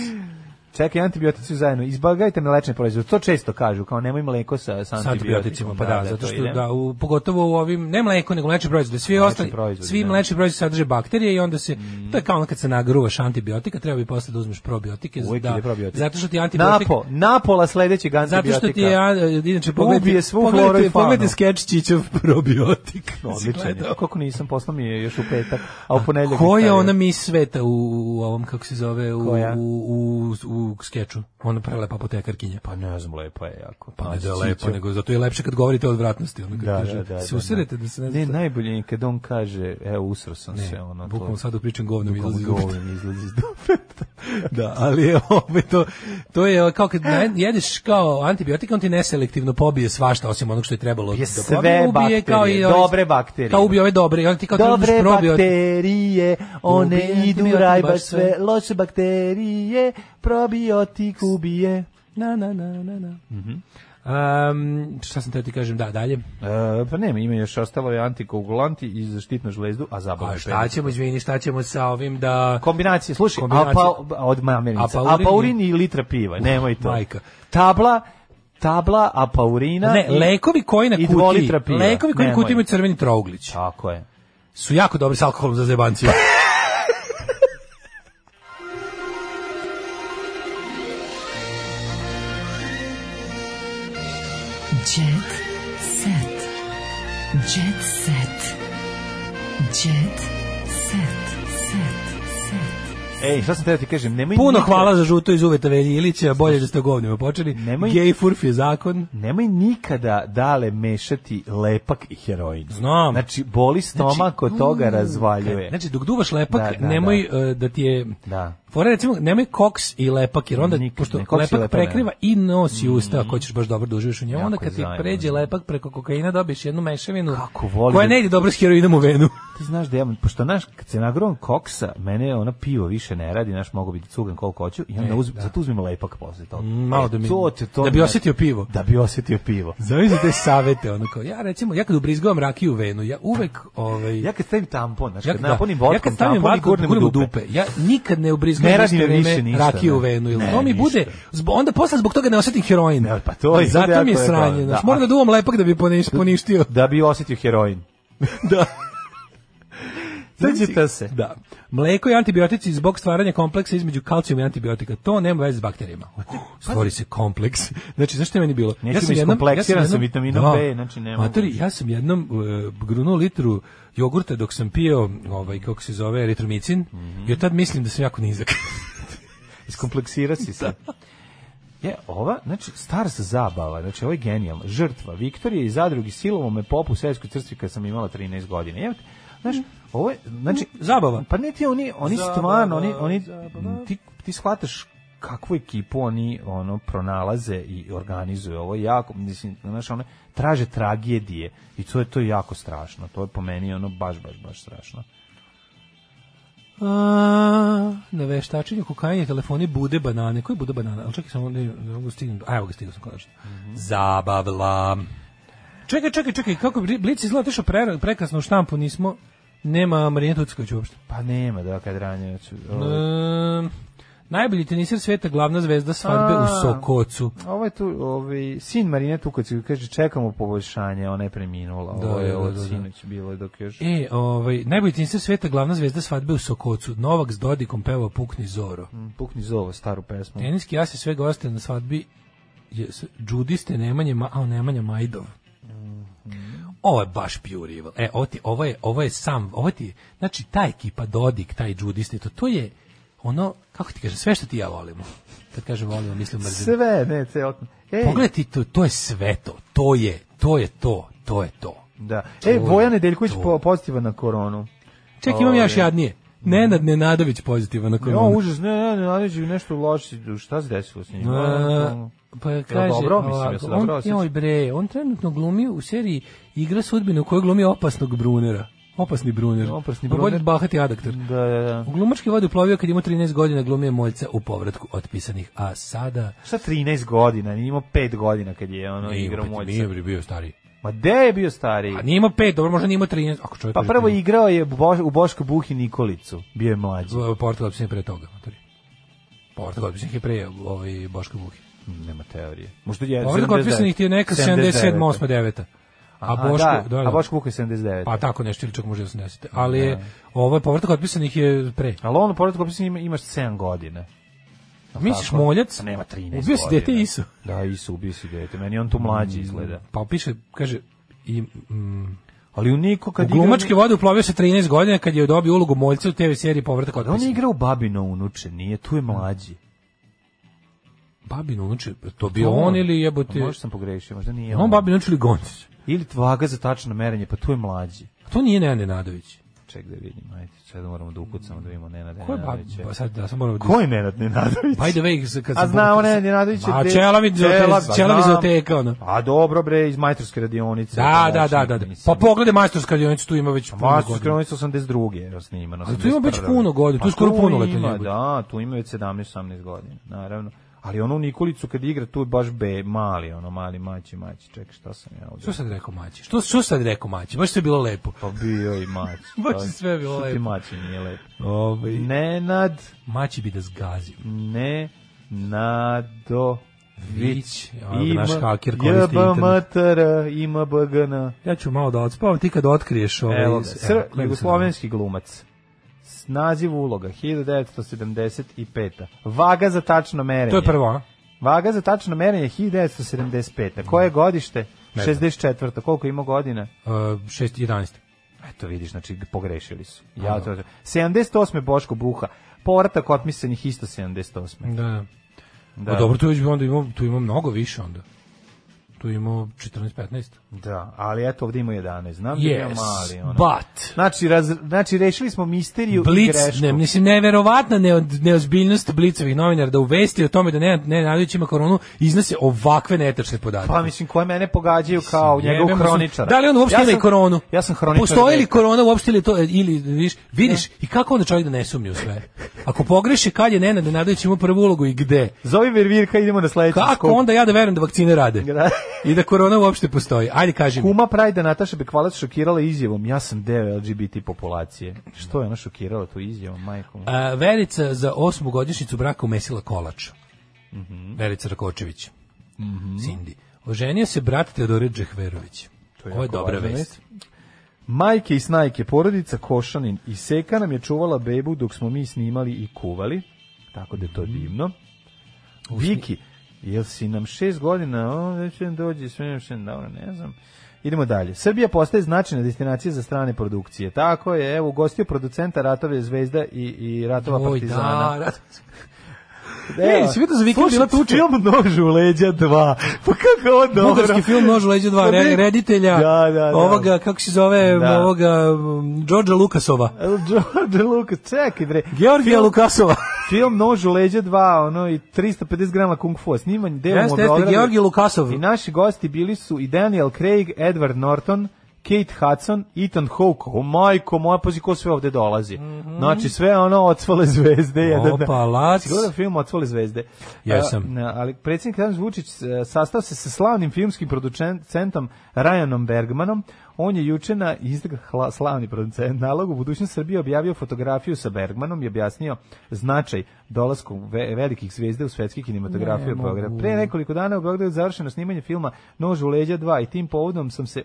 Čekaj, antibiotici su zajedno. Izbagajte mlečne proizvode. To često kažu, kao nemoj mleko sa, sa
S antibioticima,
antibioticima.
pa da,
to
zato što
ide.
da, u, pogotovo u ovim, ne mleko, nego mlečni proizvode, svi
Mlečni
ostali,
proizvodi,
svi
da. Mm.
mlečni proizvodi sadrže bakterije i onda se, to je kao ono kad se nagruvaš antibiotika, treba bi posle da uzmeš probiotike,
Uvijek
da,
ide probiotik.
zato što ti antibiotik,
Napo, napola sledećeg
zato
antibiotika.
što ti je, a, e, inače, pogledajte,
Ubije svu floru i faunu.
pogledajte skeč Čićev probiotik.
Odličan je.
Izgleda.
Kako nisam, poslao mi je još u petak, a u ponedjeljak
Ko je
stavio.
ona mi sveta u, u ovom, kako se zove, u,
Koja?
u, u, u skeču? Ona prelepa apotekarkinja.
Pa ne znam, lepa je jako.
Pa ne da je
Siću.
lepo, nego zato je lepše kad govorite o odvratnosti. Ono kad
Da,
kaže,
da, da,
se
da,
userete
da.
da se ne
Ne,
zna-
najbolje je kad on kaže, evo, usro sam
Ne,
se, ono,
bukvalno
to.
sad dok pričam govnom
Bukvalno
izlazi iz usta.
govorim, izlazi iz dupeta.
da, ali je ovaj to, to je kao kad ne- jedeš kao antibiotik, on ti neselektivno pobije svašta osim onog što je trebalo
Ubije
da
sve
pobije,
bakterije,
ove-
dobre bakterije.
Kao ubije ove dobre, i onda ti kao
Dobre
trebaš probiotik.
bakterije, one
Ubije
idu
antibiotik
raj baš
baš
sve,
sve.
loše bakterije, probiotik ubije.
Na, na, na, na, na.
Mhm.
Um, šta sam teo ti kažem, da, dalje.
E, pa nema, ima još ostalo je antikoagulanti i zaštitnu žlezdu, a zabavno
A
je
Pa šta ćemo, izvini, šta ćemo sa ovim da...
Kombinacije, slušaj,
Kombinacije.
apa, od mamernica,
Apaurin i-
apaurin i litra piva, nemoj to.
Majka.
Tabla, tabla, apaurina
Ne,
i-
lekovi koji na
i dva
kutiji,
litra piva.
lekovi koji na
Nemoj.
kutiji imaju crveni trouglić.
Tako je.
su jako dobri s alkoholom za zebanciju.
Jet set. Jet set. Jet set. Set. Set.
Ej, šta sam teo ti kažem, nemoj
Puno
nikad-
hvala za žuto iz uveta Velji Ilića, bolje da ste o govnima počeli.
Nemoj-
Gej furf je zakon.
Nemoj nikada dale mešati lepak i heroin.
Znam.
Znači, boli stomak od toga razvaljuje.
Znači, dok duvaš lepak,
Da, da,
nemoj e, da, ti je...
Da.
Fora je, recimo, nemoj koks i lepak, jer onda,
Nikad
pošto
ne, koks i
lepak
lepak Mm.
prekriva i nos i usta, ako ćeš baš dobro da uživiš u njemu,
Jako
onda
je
kad ti
zajedno,
pređe
da.
lepak preko kokaina, dobiješ jednu mešavinu
Kako volim
koja
da-
ne ide dobro s heroinom u venu.
Ti znaš da ja, pošto naš, kad se nagrovam koksa, mene ono pivo više ne radi, naš mogu biti cugan koliko hoću, i onda
E,
uz,
da. Mm,
zato uzmem lepak posle toga. E,
malo da mi- da bi osjetio pivo.
znači, Da bi osjetio pivo.
Zamislite te savete, ono kao, ja recimo, ja kad ubrizgavam rakiju u venu, ja uvek, ovaj,
Ja kad stavim tampon, znači
Ja
kad
da.
napunim vodkom,
ja kad stavim
tampon i
vatku,
gurnem u dupe.
Ja nikad ne ubrizgam
Ne
ne
radi
radim
mi više
više
ništa,
rakiju u
ne.
venu. Ili
Ne,
to mi
ništa.
bude zb- onda posle zbog toga ne osetim heroin.
Ne, pa to je- to je
Zato mi je
jako je problem,
sranje. Znači,
da.
moram da duvam lepak da bi poniš, poništio.
Da bi osjetio heroin.
da.
Sjećate se.
Da. Mleko i antibiotici zbog stvaranja kompleksa između kalcijuma i antibiotika. To nema veze s bakterijama. Stvori se kompleks. Znači, zašto je meni bilo?
Neću biti skompleksiran sa vitaminom B, znači ne mogu.
Matori, ja sam jednom e, grunuo litru jogurta dok sam pio, ovaj, kako se zove, eritromicin,
Mhm.
i od tad mislim da sam jako nizak.
Iskompleksira si se. Je, ova, znači, stars zabava, znači, ovo je genijalno, žrtva, Viktorija iz zadrugi, silovo me popu u Svjetskoj crstvi kad sam imala 13 godina. Evo, znaš, ovo je, znači...
Mm, Zabava.
Pa ne ti, oni, oni
Zabava,
stvarno, oni, oni,
zabava.
ti, ti shvataš kakvu ekipu oni ono pronalaze i organizuju ovo je jako mislim znaš one traže tragedije i to je to je jako strašno to je po meni ono baš baš baš strašno
A, na veštačenju kokain je telefoni bude banane. Koji bude banana? Ali čekaj samo ne, ne mogu stignem. A evo ga stigao sam konačno. Zabavla. Čekaj, čekaj, čekaj, kako je Bli- Blic izgleda otišao pre, prekasno u štampu, nismo Nema Marina Tucković uopšte.
Pa nema, da, kad znači, ranjaću.
Um, najbolji teniser sveta, glavna zvezda svadbe
A.
u Sokocu.
Ovo je tu, ovaj, sin Marine Tuković kaže, čekamo poboljšanje, ona je preminula.
Da,
Ovo je
da,
od
da, da.
sinoć bilo dok još...
E, ovaj, najbolji teniser sveta, glavna zvezda svadbe u Sokocu. Novak s Dodikom peva Pukni Zoro.
Mm, Pukni zovo staru pesmu.
Teniski jas je sve goste na svadbi je s- Đudiste Nemanje, Ma- a Nemanja Majdov.
Mhm.
Ovo je baš pure evil. E, ovo, ti, ovo, je, ovo je sam, ovo ti, je- znači ta ekipa Dodik, taj Đudiste, to, to je ono, kako ti kažem, sve što ti i ja volimo. Kad kažem volimo, mislim mrzim.
Sve, ne, celotno. E,
Pogledaj ti to, to je sve to, to je, to je to, to je to.
Da.
To
E,
je
Vojan Nedeljković
to.
po, pozitivan na koronu.
Ček, imam ja još
Ove.
jadnije. Nenad Nenadović pozitivan na koronu.
No, užas, ne, ne, ne, Nadiđe, nešto loše, šta se desilo s njim? Ono,
E, Pa
Jel
kaže,
dobro, mislim,
ovako,
jel se dobro
on,
osjeća?
joj bre, on trenutno glumi u seriji Igra sudbine u kojoj glumi opasnog Brunera. Opasni Bruner.
ono, Opasni
Pa bolje
Bruner. Mm.
bahati adaktor.
Da, da, da.
U glumački vodi uplovio kad je imao 13 godina glumio je moljca u povratku otpisanih, a sada...
Šta 13 godina, nije imao 5 godina kad je ono
Nije
igrao
opet-
moćca.
Nije bre bio stariji.
Ma gde je bio stariji?
A nije imao pet, dobro, možda nije imao 13. Ako čovjek
Pa
kaže
prvo
13.
igrao je Boš- u Boško Buhi Nikolicu, bio je mlađi.
Z- Portal Opsin je pre toga. matori. Portal Opsin je pre ovaj, Boška Buhi.
Nema teorije. Možda je
Povratak
79.
otpisanih ti je neka 77, 8, 9. A
Aha,
Boško,
da,
da, da.
a Boško Buhi je 79.
Pa tako nešto ili čak može i 80. Ali je, ovo je povratak otpisanih je pre.
Ali on u povratku opisanju ima, imaš 7 godina.
Misliš
tako?
moljac?
A nema 13 godina.
Ubio si dete Isu.
Da, Isu, ubio si dete. Meni on tu mlađi izgleda.
Pa piše, kaže, i, mm,
Ali u Niko
u
kad igra...
glumačke vode uplovio se 13 godina kad je dobio ulogu moljca u TV seriji Povratak
Da on
otpisanih.
igra u Babino unuče, nije, tu je mlađi.
Babin unuče, to bio on ili jebote...
Pa Možda sam pogrešio, možda nije
On Babin unuče ili Goncić.
Ili tvaga za tačno merenje, pa tu je mlađi.
To nije Nenad Nenadović.
Ček da vidim, ajde, sad moramo da ukucamo da vidimo Nenada
Ko je Pa
Nenadovića.
Babin? Pa Sad da sam morao...
Ko je Nenad Nenadović?
By the way, kad
A
sam...
znamo Nenad Nenadović je...
A
de-
čela mi
Čela,
zote-
pa
čela mi
znam.
zoteka, ono.
A dobro bre, iz majstorske radionice.
Da, da, da, da. da. Pa pogledaj majstorska radionica, tu ima već puno
Majstorske
godina.
radionice 82. je snimano.
Ali tu ima već
81..
puno godina, tu
Pa
je skoro punoletan
ima,
jebote.
Da, tu ima već 17-18 godina, naravno. Ali ono u Nikolicu kad igra, tu je baš be, mali, ono, mali, maći, maći. Čekaj, šta sam ja ovdje?
Što sad rekao Maći? Što, što sad rekao Maći? Baš sve bilo lepo.
Pa bio i maći.
Baš
Pa,
je sve bilo
što ti
lepo.
maći nije lepo.
Ovaj
Nenad,
Maći bi da zgazio.
ne, nado,
Vić, ovaj naš haker koristi internet.
JBMTR, ima BGN.
Ja ću malo da odspavam, ti kad otkriješ ovaj...
Evo ga,
evo,
sr,
gledaj
jugoslovenski glumac. S naziv uloga, 1975. Vaga za tačno merenje.
sad. To je prvo, ono?
Vaga za tačno merenje, 1975. Koje je godište?
Ne znam.
64. Koliko ima godina?
Uh, 6, 11.
Eto vidiš, znači pogrešili su.
Ono.
Ja to, 78. Boško Buha. Povratak otmisanih isto 78.
Da.
Da.
da. dobro, tu, već bi onda imao, tu imao mnogo više onda. Tu imao 14-15.
Da, ali eto ovdje ima 11. Znam da je
Yes,
mali. Ono.
but...
Znači, raz, znači, rešili smo misteriju i
Blic,
grešku.
ne, mislim, neverovatna neod, neozbiljnost Blicovih novinara da uvesti o tome da ne, ne Nadović ima koronu iznose ovakve netačne podatke.
Pa mislim, koje mene pogađaju kao
Jebem
njegov
mu sun-
hroničar.
Da li on uopšte
ja
ima i
sam-
koronu?
Ja sam hroničar.
Postoji li
veka.
korona uopšte ili to ili vidiš, vidiš i kako onda čovjek da ne sumnja u sve. Ako pogreši kad je Nenad Nenadović imao prvu ulogu i gde?
Zovi Virvirka, idemo na sledeći
Kako
skup.
onda ja da verujem da vakcine rade?
Da.
I da korona uopšte postoji. Ajde kaži mi.
Kuma Prajda Nataša Bekvalac šokirala izjavom ja sam deo LGBT populacije. Što je ona šokirala tu izjavom, majko? moja?
A, Verica za osmu godišnjicu braka umesila kolač.
Mhm.
Verica Rakočević. Cindy. Oženio se brat Teodore Džehverović. Ovo je
jako
dobra
važna
vest.
vest. Majke i snajke, porodica Košanin i Seka nam je čuvala bebu dok smo mi snimali i kuvali. Tako da je
Mhm.
to divno. Viki, jel si nam šest godina, o, već nam dođe, sve nam še- dobro, ne znam. Idemo dalje. Srbija postaje značajna destinacija za strane produkcije. Tako je, evo, ugostio producenta Ratove Zvezda i, i Ratova
Oj,
Partizana.
da, rat-
Evo,
Ej, si vidio za vikend
slušaj,
bila tuča?
Film Nož u leđa 2. Pa kako ovo dobro.
Bugarski film Nož u leđu dva
Pa ne-
re- reditelja
Da, da, da.
ovoga, kako se zove,
Da.
ovoga, um, Đorđa Lukasova.
El George Lucas, čekaj bre.
Georgija
Film-
Lukasova.
Film Nož u leđa 2, ono i 350 grama kung fu, snimanje delom
Jeste, jeste, Georgije Lukasov.
I naši gosti bili su i Daniel Craig, Edward Norton Kate Hudson, Ethan Hawke, o majko moja, pazi ko sve ovde dolazi. Znači sve ono odsvale zvezde. jedan-
Opa, lac.
Si gledao film Odsvale zvezde?
Jesam.
A, na- ali predsjednik Adam Vučić e, sastao se sa slavnim filmskim producentom Ryanom Bergmanom. On je juče na izdag hla- slavni producent nalogu Budućnost Srbije objavio fotografiju sa Bergmanom i objasnio značaj dolasku ve- velikih zvezde u svetski kinematografiju
Ne
Beograd.
mogu.
Pre nekoliko dana u Beogradu je završeno snimanje filma Nož u leđa 2 i tim povodom sam se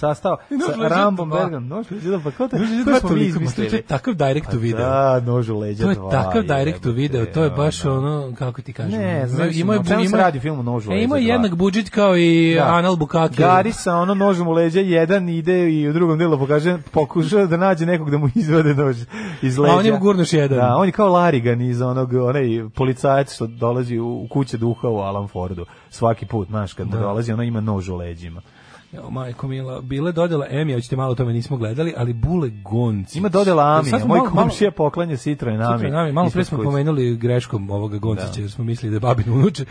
sastao
Nož u
sa
leđa
Rambom
2.
Bergom. Nož u leđa 2, pa ko to,
Nož u leđa
ko
2 toliko,
smo mi
to je
izmislili?
takav direct to
Pa
video.
Da, nož u leđa
To je
2.
takav direct to
jebote,
video, to je baš
ono.
ono, kako ti kažem.
Ne, znaš,
Imao je
o čemu
bu-
se
imao-
radi film u nožu u
E,
leđa
Imao je
dva?
jednak budžet kao i Anal Bukake.
Gari sa ono nožem u leđa, jedan ide i u drugom delu pokaže, pokuša da nađe nekog da mu izvade nož iz leđa.
A on je mu gurnuš jedan.
Da, on je kao Larigan iz onog, onaj policajac što dolazi u, u kuće duha u Alan Fordu. Svaki put, znaš, kad mu dolazi, ono ima nož u leđima.
Jo, majko mila, bile dodela Emija, hoćete malo o tome nismo gledali, ali Bule Gonci.
Ima dodela Ami,
Sad
a
smo
moj
malo- malo-
komšija poklanja Citroen Ami.
Sutra, nami, malo pre
ispred
smo
kuće.
pomenuli greškom ovoga Goncića, jer smo mislili da E, je babin unuče.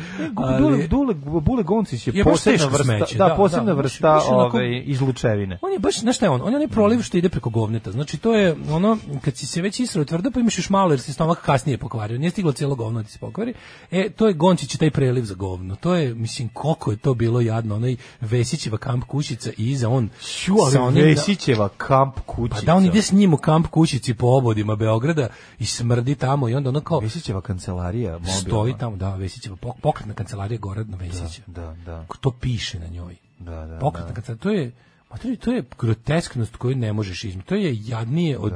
Dule,
Ali,
Dule, Bule Goncić je,
Je baš
posebna
teško
vrsta,
smeće,
da,
da,
posebna
da,
vrsta ovaj,
baš- baš onako-
ove, izlučevine.
on je baš, znaš šta je on? On je onaj proliv što ide preko govneta. Znači, to je ono, kad si se već israo tvrdo, pa imaš još malo, jer se stomak kasnije pokvario. Nije stiglo cijelo govno da ti se pokvari. E, to je Goncić taj preliv za govno. To je, mislim, koliko je to bilo jadno. Onaj Vesićeva kamp kućica i iza on...
Ću,
sa
ali
onim-
Vesićeva kamp kućica.
Pa da on ide s njim u kamp kućici po obodima Beograda i smrdi tamo i onda ono kao
Vesićeva kancelarija mobilna.
stoji tamo, da, Vesićeva, pok- pokretna kancelarija Goradna Vesića.
Da, da,
To piše na njoj.
da, da.
Pokretna
da.
kancelarija, to je, ma to je, to je grotesknost koju ne možeš izmiti. To je jadnije od...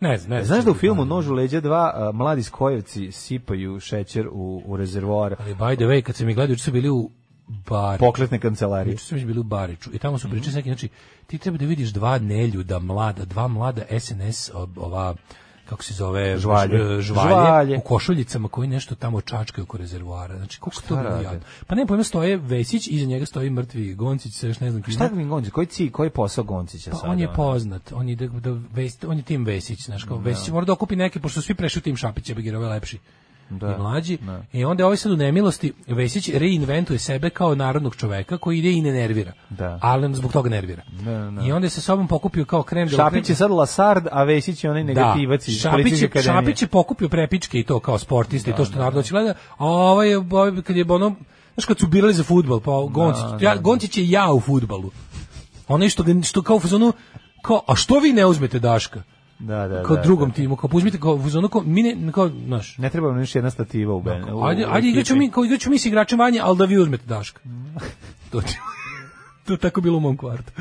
Ne znam, ne znam.
E, Znaš da u filmu Nožu leđa 2 a, mladi skojevci sipaju šećer u, u rezervoar
Ali by the way, kad sam ih gledao, juče su bili u bar.
pokletne kancelarije?
Juče su već bili u Bariću i tamo su
Mhm.
pričali neki, znači, ti treba da vidiš dva neljuda mlada, dva mlada SNS, ob- ova, kako se zove,
Žvalje.
ž- žvalje,
Žvalje.
u košuljicama koji nešto tamo čačkaju oko rezervoara. Znači, koliko to bilo
rade?
jadno. Pa ne, pojma, stoje Vesić, iza njega stoji mrtvi Goncić, sve još ne znam.
Šta mi Goncić? Koji, ci, koji je posao Goncića
Pa
sada?
on je
ono?
poznat, on ide da Vesić, on je tim Vesić, znaš, kao Vesić mora da okupi neke pošto su svi prešli u tim Šapića, bi ga ovaj lepši.
Da,
I mlađi.
da.
I onda je ovaj sad u nemilosti Vesić reinventuje sebe kao narodnog čoveka koji ide i ne nervira.
Da.
Ali nam zbog toga nervira.
Da, da.
I onda je sa sobom pokupio kao krem da
Šapić je sad Lasard, a Vesić je onaj negativac iz
Šapić
Policijske
je,
akademije.
Šapić je pokupio prepičke i to kao sportista i to što narod hoće gleda, a ovaj, je- ovaj kad je ono, znaš kad su birali za futbal, pa Goncić, ja, Goncić je ja u futbalu. Onaj što, ga- što kao u fazonu, kao, a što vi ne uzmete Daška?
Da, da,
Kao
da,
drugom
da.
timu, kao pa uzmite, kao u fazonu, kao, mi ne, kao, znaš,
Ne treba nam još jedna stativa u Ben. u-
ajde,
u
ajde igraću
ekipi. Mm.
mi, kao igraću mi s igračem manje, ali da vi uzmete Daška. to, ti- to je tako bilo u mom kvartu.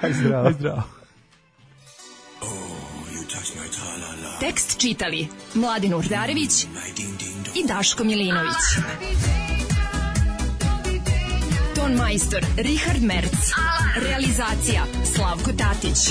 Aj, zdravo.
Zdravo.
Tekst čitali Mladin Urdarević i Daško Milinović. Ton majstor Richard Merc. Realizacija Slavko Tatić.